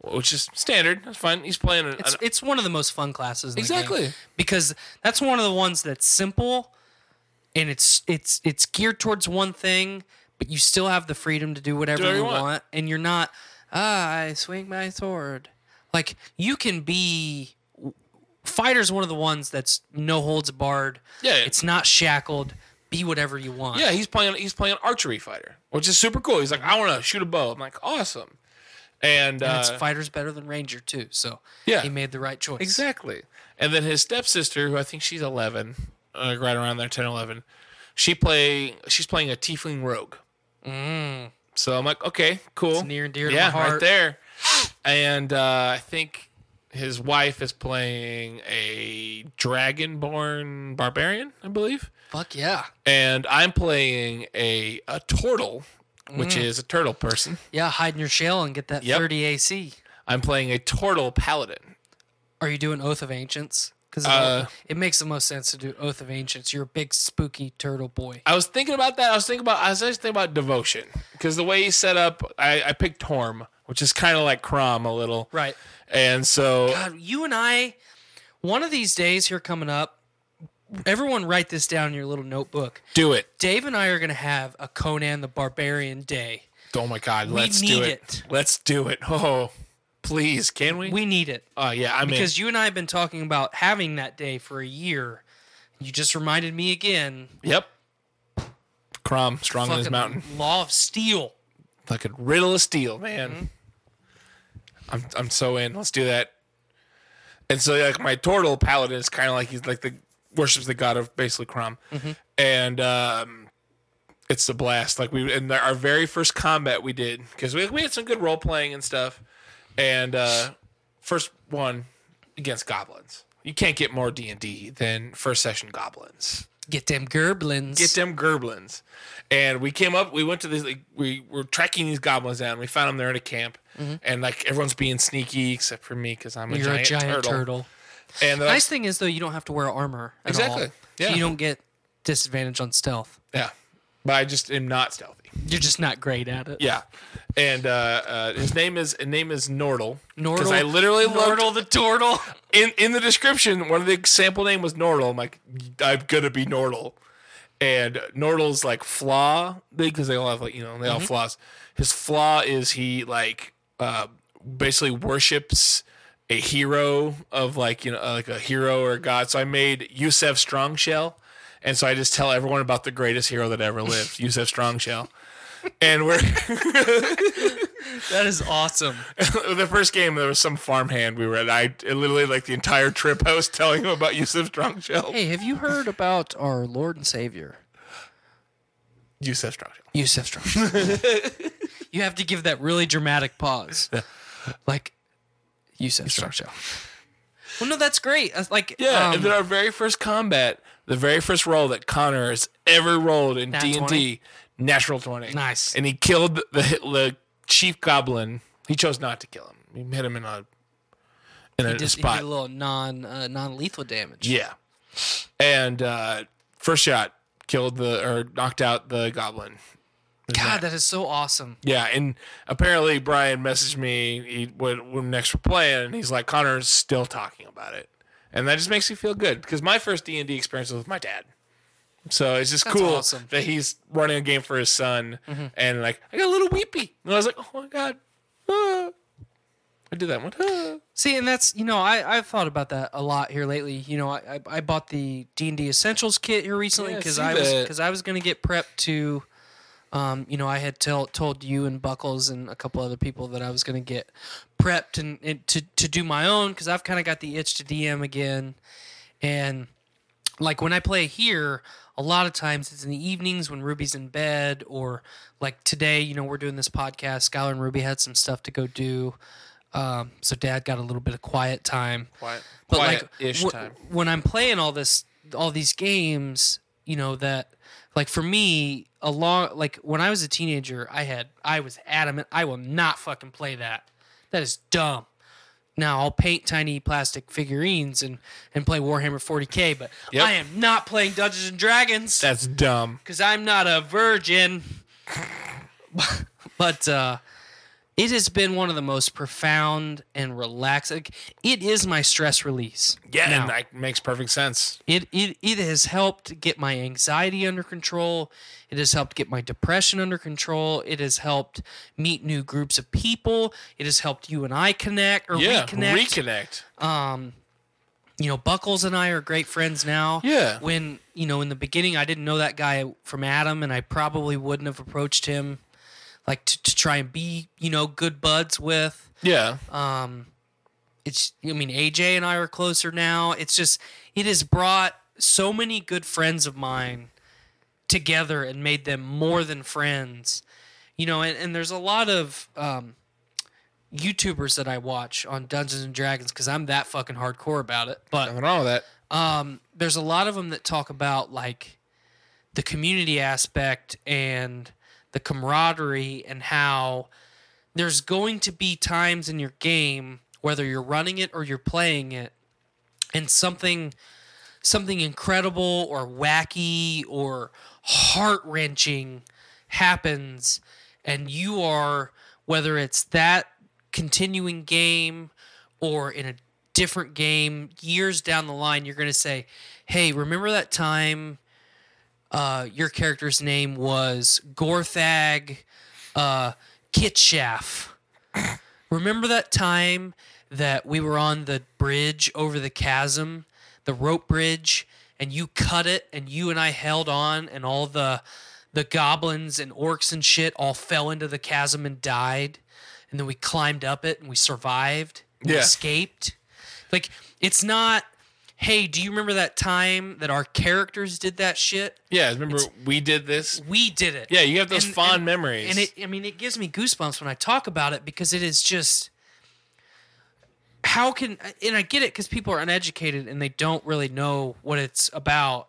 [SPEAKER 8] which is standard. That's fine. He's playing an,
[SPEAKER 7] It's,
[SPEAKER 8] an-
[SPEAKER 7] it's one of the most fun classes. In The
[SPEAKER 8] Exactly.
[SPEAKER 7] game because that's one of the ones that's simple, and it's it's it's geared towards one thing, but you still have the freedom to do whatever
[SPEAKER 8] whatever
[SPEAKER 7] you
[SPEAKER 8] you want.
[SPEAKER 7] want. and you're not. Ah, I swing my sword. Like you can be. Fighter's one of the ones that's no holds barred.
[SPEAKER 8] Yeah.
[SPEAKER 7] It's not shackled. Be whatever you want.
[SPEAKER 8] yeah. He's playing he's playing archery fighter, which is super cool. He's like, I want to shoot a bow. I'm like, awesome.
[SPEAKER 7] And
[SPEAKER 8] And, uh,
[SPEAKER 7] it's fighter's better than ranger too. So
[SPEAKER 8] Yeah.
[SPEAKER 7] he made the right choice.
[SPEAKER 8] Exactly. And then his stepsister, who I think she's 11, uh, right around there, 10, 11, she play, she's playing a tiefling rogue. Mm. So I'm like, okay, cool. It's
[SPEAKER 7] near and dear to
[SPEAKER 8] yeah,
[SPEAKER 7] my heart.
[SPEAKER 8] right there. And uh, I think his wife is playing a dragonborn barbarian, I believe.
[SPEAKER 7] Fuck yeah.
[SPEAKER 8] And I'm playing a, a turtle, which
[SPEAKER 7] Mm.
[SPEAKER 8] is a turtle person.
[SPEAKER 7] Yeah, hide in your shell and get that
[SPEAKER 8] Yep.
[SPEAKER 7] 30 AC.
[SPEAKER 8] I'm playing a turtle paladin.
[SPEAKER 7] Are you doing Oath of Ancients? Because
[SPEAKER 8] Uh,
[SPEAKER 7] it makes the most sense to do Oath of Ancients. You're a big spooky turtle boy.
[SPEAKER 8] I was thinking about that. I was thinking about I was just thinking about devotion because the way he's set up, I, I picked Torm, which is kind of like Crom a little,
[SPEAKER 7] Right.
[SPEAKER 8] And so
[SPEAKER 7] God, you and I, one of these days here coming up, everyone write this down in your little notebook.
[SPEAKER 8] do it.
[SPEAKER 7] Dave and I are going to have a Conan the Barbarian day.
[SPEAKER 8] Oh my God, let's do
[SPEAKER 7] need
[SPEAKER 8] it.
[SPEAKER 7] it.
[SPEAKER 8] Let's do it. Oh, please, can we?
[SPEAKER 7] We need it.
[SPEAKER 8] Oh yeah, I mean,
[SPEAKER 7] Because you and I have been talking about having that day for a year. You just reminded me again.
[SPEAKER 8] yep. Crom strong on his
[SPEAKER 7] fucking
[SPEAKER 8] mountain,
[SPEAKER 7] Law of Steel.
[SPEAKER 8] like a riddle of steel, man. I'm I'm so in. Let's do that. And so like my turtle paladin is kind of like he's like the worships the god of basically Crom, and um, it's the blast. Like we in our very first combat we did because we we had some good role playing and stuff, and uh, first one against goblins. You can't get more D and D than first session goblins
[SPEAKER 7] Get them gerblins.
[SPEAKER 8] get them gerblins. And we came up, we went to this, like, we were tracking these goblins down. We found them there in a camp. And like everyone's being sneaky except for me because I'm a,
[SPEAKER 7] Mm-hmm. You're
[SPEAKER 8] giant,
[SPEAKER 7] a giant
[SPEAKER 8] turtle.
[SPEAKER 7] turtle.
[SPEAKER 8] And uh, they're like,
[SPEAKER 7] Nice thing is though, you don't have to wear armor. At
[SPEAKER 8] Exactly.
[SPEAKER 7] All. So
[SPEAKER 8] Yeah.
[SPEAKER 7] you don't get disadvantage on stealth.
[SPEAKER 8] yeah. But I just am not stealthy.
[SPEAKER 7] You're just not great at it.
[SPEAKER 8] Yeah. And uh, uh, his name is his name is Nordle.
[SPEAKER 7] Nordle.
[SPEAKER 8] Because I literally looked
[SPEAKER 7] Nordle the turtle.
[SPEAKER 8] in in the description, one of the sample name was Nordle. I'm like, I'm gonna be Nordle. And Nordle's like flaw because they all have like you know they all have
[SPEAKER 7] Mm-hmm.
[SPEAKER 8] flaws. His flaw is he like uh, basically worships a hero of like you know uh, like a hero or a god. So I made Yusef Strongshell, and so I just tell everyone about the greatest hero that ever
[SPEAKER 7] <laughs>
[SPEAKER 8] lived, Yusef Strongshell. And we're
[SPEAKER 7] That is awesome.
[SPEAKER 8] <laughs> the first game there was some farmhand we were at. I literally like the entire trip I was telling him about Yusef Strongshell.
[SPEAKER 7] Hey, have you heard about our Lord and Savior?
[SPEAKER 8] Yusef Strongshell.
[SPEAKER 7] Yusef
[SPEAKER 8] <laughs>
[SPEAKER 7] Strong. you have to give that really dramatic pause. Like Yusef Strong. Well, no, that's great. That's Like
[SPEAKER 8] Yeah,
[SPEAKER 7] um,
[SPEAKER 8] and then our very first combat, the very first roll that Connor has ever rolled in
[SPEAKER 7] Nat
[SPEAKER 8] D and
[SPEAKER 7] 20?
[SPEAKER 8] D, natural twenty.
[SPEAKER 7] Nice.
[SPEAKER 8] And he killed the the chief goblin. He chose not to kill him. He hit him in a in a
[SPEAKER 7] he did, he
[SPEAKER 8] spot.
[SPEAKER 7] did a little non uh, non lethal damage.
[SPEAKER 8] Yeah. And uh, first shot killed the or knocked out the goblin.
[SPEAKER 7] God, that is so awesome.
[SPEAKER 8] Yeah, and apparently Brian messaged me he, when, when next we're playing, and he's like, "Connor's still talking about it," and that just makes me feel good because my first D and D experience was with my dad, so it's just
[SPEAKER 7] That's
[SPEAKER 8] cool
[SPEAKER 7] awesome. Mm-hmm.
[SPEAKER 8] that he's running a game for his son, and like I got a little weepy, and I was like, "Oh my god, ah." I did that one." ah.
[SPEAKER 7] See, and that's you know I I've thought about that a lot here lately. You know I I, I bought the D and D Essentials kit here recently
[SPEAKER 8] Yeah, I
[SPEAKER 7] because
[SPEAKER 8] see
[SPEAKER 7] I was
[SPEAKER 8] that.
[SPEAKER 7] because I was gonna get prepped to Um, you know, I had tell, told you and Buckles and a couple other people that I was going to get prepped and, and to, to do my own because I've kind of got the itch to DM again. And like when I play here, a lot of times it's in the evenings when Ruby's in bed, or like today, you know, we're doing this podcast. Skylar and Ruby had some stuff to go do. Um, so dad got a little bit of quiet time.
[SPEAKER 8] Quiet,
[SPEAKER 7] But
[SPEAKER 8] quiet
[SPEAKER 7] like
[SPEAKER 8] ish
[SPEAKER 7] wh-
[SPEAKER 8] time.
[SPEAKER 7] when I'm playing all this, all these games, you know that, like for me, a long like when I was a teenager, I had I was adamant I will not fucking play that. That is dumb. Now I'll paint tiny plastic figurines and and play Warhammer 40k, but
[SPEAKER 8] Yep.
[SPEAKER 7] I am not playing Dungeons and Dragons
[SPEAKER 8] That's dumb.
[SPEAKER 7] because I'm not a virgin. but uh, it has been one of the most profound and relaxing. like, It is my stress release.
[SPEAKER 8] Yeah,
[SPEAKER 7] now.
[SPEAKER 8] and that makes perfect sense.
[SPEAKER 7] It, it it has helped get my anxiety under control. It has helped get my depression under control. It has helped meet new groups of people. It has helped you and I connect or
[SPEAKER 8] Yeah,
[SPEAKER 7] reconnect.
[SPEAKER 8] reconnect.
[SPEAKER 7] you know, Buckles and I are great friends now.
[SPEAKER 8] Yeah.
[SPEAKER 7] When, you know, in the beginning, I didn't know that guy from Adam, and I probably wouldn't have approached him like to, to try and be, you know, good buds with.
[SPEAKER 8] yeah,
[SPEAKER 7] Uh, It's, I mean, AJ and I are closer now. It's just, it has brought so many good friends of mine together and made them more than friends. You know, and, and there's a lot of um, YouTubers that I watch on Dungeons and Dragons because I'm that fucking hardcore about it. But
[SPEAKER 8] nothing wrong with that.
[SPEAKER 7] Um, there's a lot of them that talk about like the community aspect and the camaraderie and how there's going to be times in your game whether you're running it or you're playing it and something something incredible or wacky or heart-wrenching happens and you are whether it's that continuing game or in a different game years down the line you're going to say hey remember that time uh, your character's name was gorthag uh, kitchaf remember that time that we were on the bridge over the chasm the rope bridge and you cut it and you and i held on and all the the goblins and orcs and shit all fell into the chasm and died and then we climbed up it and we survived and
[SPEAKER 8] Yeah.
[SPEAKER 7] escaped like it's not hey do you remember that time that our characters did that shit
[SPEAKER 8] Yeah, remember we did this.
[SPEAKER 7] we did it
[SPEAKER 8] Yeah, you have those fond memories.
[SPEAKER 7] and it i mean it gives me goosebumps when i talk about it because it is just how can and i get it because people are uneducated and they don't really know what it's about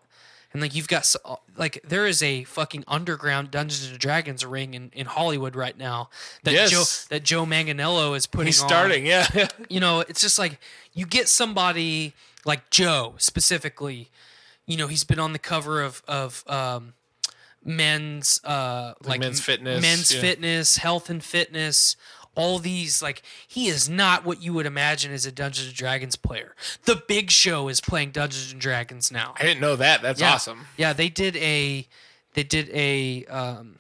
[SPEAKER 7] and like you've got so, like there is a fucking underground dungeons and dragons ring in, in hollywood right now that
[SPEAKER 8] Yes.
[SPEAKER 7] joe that joe manganello is putting
[SPEAKER 8] He's
[SPEAKER 7] on
[SPEAKER 8] starting. Yeah,
[SPEAKER 7] you know it's just like you get somebody like joe specifically you know he's been on the cover of of um men's uh <laughs> like,
[SPEAKER 8] <laughs> Men's Fitness,
[SPEAKER 7] men's
[SPEAKER 8] yeah.
[SPEAKER 7] fitness health and fitness all these like he is not what you would imagine as a dungeons and dragons player the big show is playing dungeons and dragons now
[SPEAKER 8] I didn't know that. That's
[SPEAKER 7] yeah.
[SPEAKER 8] awesome.
[SPEAKER 7] Yeah, they did a they did a um,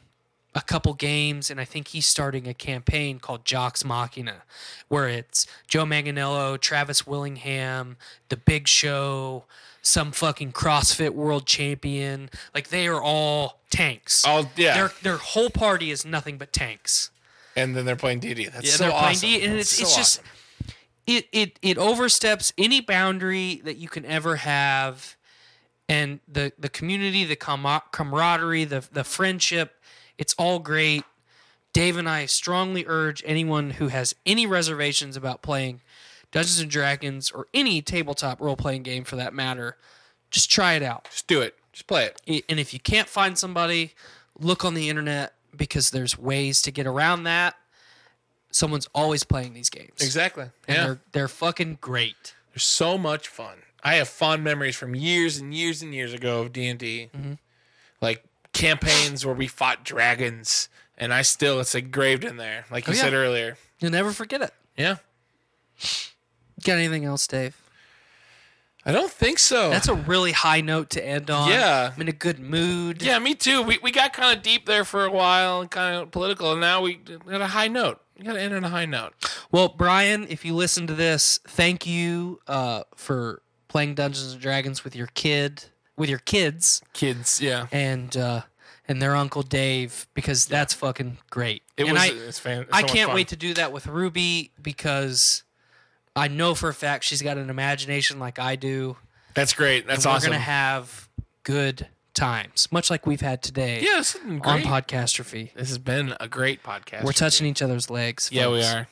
[SPEAKER 7] a couple games, and I think he's starting a campaign called Jocks Machina, where it's Joe Manganello, Travis Willingham, The Big Show, some fucking CrossFit World Champion. Like they are all tanks.
[SPEAKER 8] All yeah,
[SPEAKER 7] Their their whole party is nothing but tanks.
[SPEAKER 8] and then they're playing DD. That's
[SPEAKER 7] Yeah,
[SPEAKER 8] so
[SPEAKER 7] they're playing
[SPEAKER 8] awesome.
[SPEAKER 7] D, and it's,
[SPEAKER 8] That's so
[SPEAKER 7] it's just
[SPEAKER 8] awesome.
[SPEAKER 7] it it it oversteps any boundary that you can ever have, and the the community, the com- camaraderie, the the friendship, it's all great. Dave and I strongly urge anyone who has any reservations about playing Dungeons and Dragons or any tabletop role playing game for that matter, just try it out.
[SPEAKER 8] just do it. Just play it.
[SPEAKER 7] I- and if you can't find somebody, look on the internet because there's ways to get around that. Someone's always playing these games.
[SPEAKER 8] Exactly.
[SPEAKER 7] And
[SPEAKER 8] Yeah.
[SPEAKER 7] they're they're fucking great.
[SPEAKER 8] They're so much fun. I have fond memories from years and years and years ago of D and D,
[SPEAKER 7] Mm-hmm.
[SPEAKER 8] like campaigns where we fought dragons, and I still it's engraved in there, like you
[SPEAKER 7] Oh, yeah.
[SPEAKER 8] said earlier.
[SPEAKER 7] You'll never forget it.
[SPEAKER 8] Yeah,
[SPEAKER 7] Got anything else, Dave?
[SPEAKER 8] I don't think so.
[SPEAKER 7] That's a really high note to end on.
[SPEAKER 8] Yeah.
[SPEAKER 7] I'm in a good mood.
[SPEAKER 8] yeah, me too. We we got kind of deep there for a while and kind of political, and now we got a high note. We got to end on a high note.
[SPEAKER 7] Well, Brian, if you listen to this, thank you uh, for playing Dungeons and Dragons with your kid, with your kids,
[SPEAKER 8] Kids, yeah,
[SPEAKER 7] and uh, and their Uncle Dave because that's fucking great.
[SPEAKER 8] It
[SPEAKER 7] and
[SPEAKER 8] was-
[SPEAKER 7] I,
[SPEAKER 8] it's fan- it's
[SPEAKER 7] I
[SPEAKER 8] so much
[SPEAKER 7] can't
[SPEAKER 8] fun.
[SPEAKER 7] wait to do that with Ruby because I know for a fact she's got an imagination like I do.
[SPEAKER 8] That's great. That's
[SPEAKER 7] and
[SPEAKER 8] awesome.
[SPEAKER 7] We're gonna have good times, much like we've had today
[SPEAKER 8] yeah, this has
[SPEAKER 7] on
[SPEAKER 8] been great.
[SPEAKER 7] Podcastrophy.
[SPEAKER 8] this has been a great podcast.
[SPEAKER 7] We're touching each other's legs.
[SPEAKER 8] Yeah, we
[SPEAKER 7] folks.
[SPEAKER 8] are.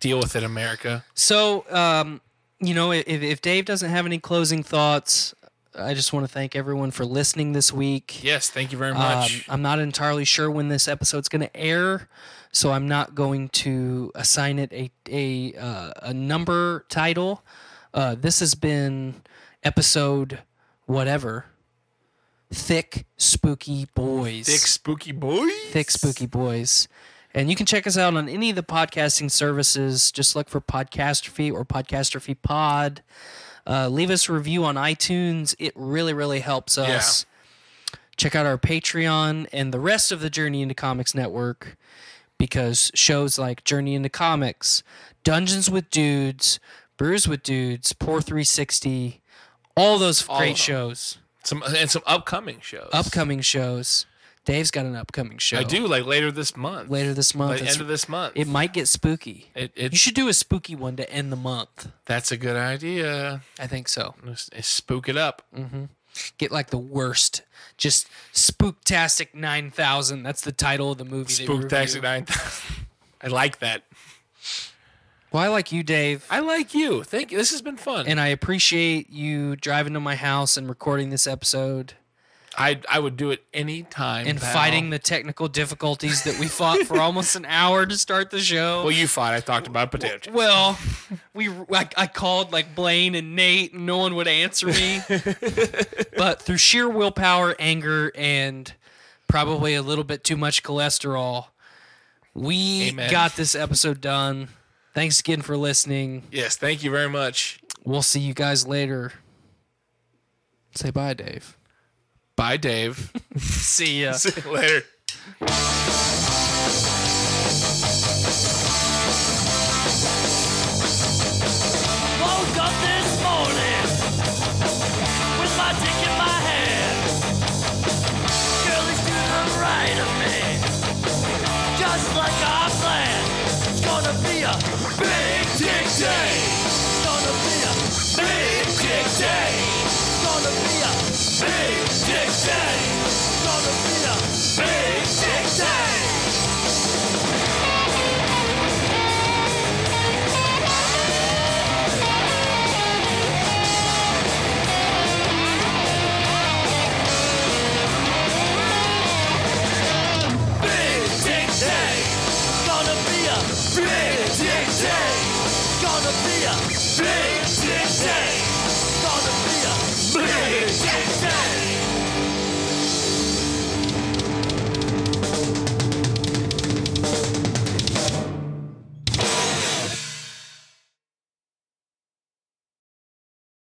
[SPEAKER 8] Deal with it, America.
[SPEAKER 7] So, um, you know, if, if Dave doesn't have any closing thoughts, I just want to thank everyone for listening this week.
[SPEAKER 8] Yes, thank you very
[SPEAKER 7] Um,
[SPEAKER 8] much.
[SPEAKER 7] I'm not entirely sure when this episode's going to air, so I'm not going to assign it a a uh, a number title. Uh, this has been episode whatever. Thick spooky boys.
[SPEAKER 8] Thick spooky boy.
[SPEAKER 7] Thick Spooky Boys. And you can check us out on any of the podcasting services. Just look for Podcastrophe or Podcastrophe Pod. Uh, leave us a review on iTunes. It really, really helps us. Check out our Patreon and the rest of the Journey into Comics Network because shows like Journey into Comics, Dungeons with Dudes, Brews with Dudes, Pour 360, all those
[SPEAKER 8] of
[SPEAKER 7] great
[SPEAKER 8] them.
[SPEAKER 7] shows,
[SPEAKER 8] Some and some upcoming shows.
[SPEAKER 7] upcoming shows. Dave's got an upcoming show.
[SPEAKER 8] I do like later this month.
[SPEAKER 7] Later this month.
[SPEAKER 8] Like,
[SPEAKER 7] It's-
[SPEAKER 8] end of this month.
[SPEAKER 7] It might get spooky.
[SPEAKER 8] It, it,
[SPEAKER 7] you should do a spooky one to end the month.
[SPEAKER 8] That's a good idea.
[SPEAKER 7] I think so.
[SPEAKER 8] Let's- let's Spook it up.
[SPEAKER 7] Get like the worst, just spooktastic nine thousand. That's the title of the movie. that we
[SPEAKER 8] Spook Taxi
[SPEAKER 7] review.
[SPEAKER 8] Nine. <laughs> I like that.
[SPEAKER 7] Well, I like you, Dave,
[SPEAKER 8] I like you. Thank you. This has been fun.
[SPEAKER 7] and I appreciate you driving to my house and recording this episode
[SPEAKER 8] I I would do it any time.
[SPEAKER 7] and
[SPEAKER 8] pal.
[SPEAKER 7] fighting the technical difficulties that we fought for almost an hour to start the show.
[SPEAKER 8] Well, you fought. I talked about potato chips.
[SPEAKER 7] Well, we I, I called like Blaine and Nate, and no one would answer <laughs> me. but through sheer willpower, anger, and probably a little bit too much cholesterol, we
[SPEAKER 8] Amen.
[SPEAKER 7] got this episode done. Thanks again for listening.
[SPEAKER 8] Yes. Thank you very much.
[SPEAKER 7] We'll see you guys later. Say bye, Dave.
[SPEAKER 8] Bye, Dave.
[SPEAKER 7] See ya.
[SPEAKER 8] See you later.
[SPEAKER 2] Woke up this morning with my dick in my hand. Girl is to the right of me, just like I planned. It's gonna be a big dick day. It's gonna be a big dick day. It's gonna be a big dick day. It's gonna be a big dick day. Big Dick Day. Gonna be a Big Dick Day. Gonna be a Big Dick Day.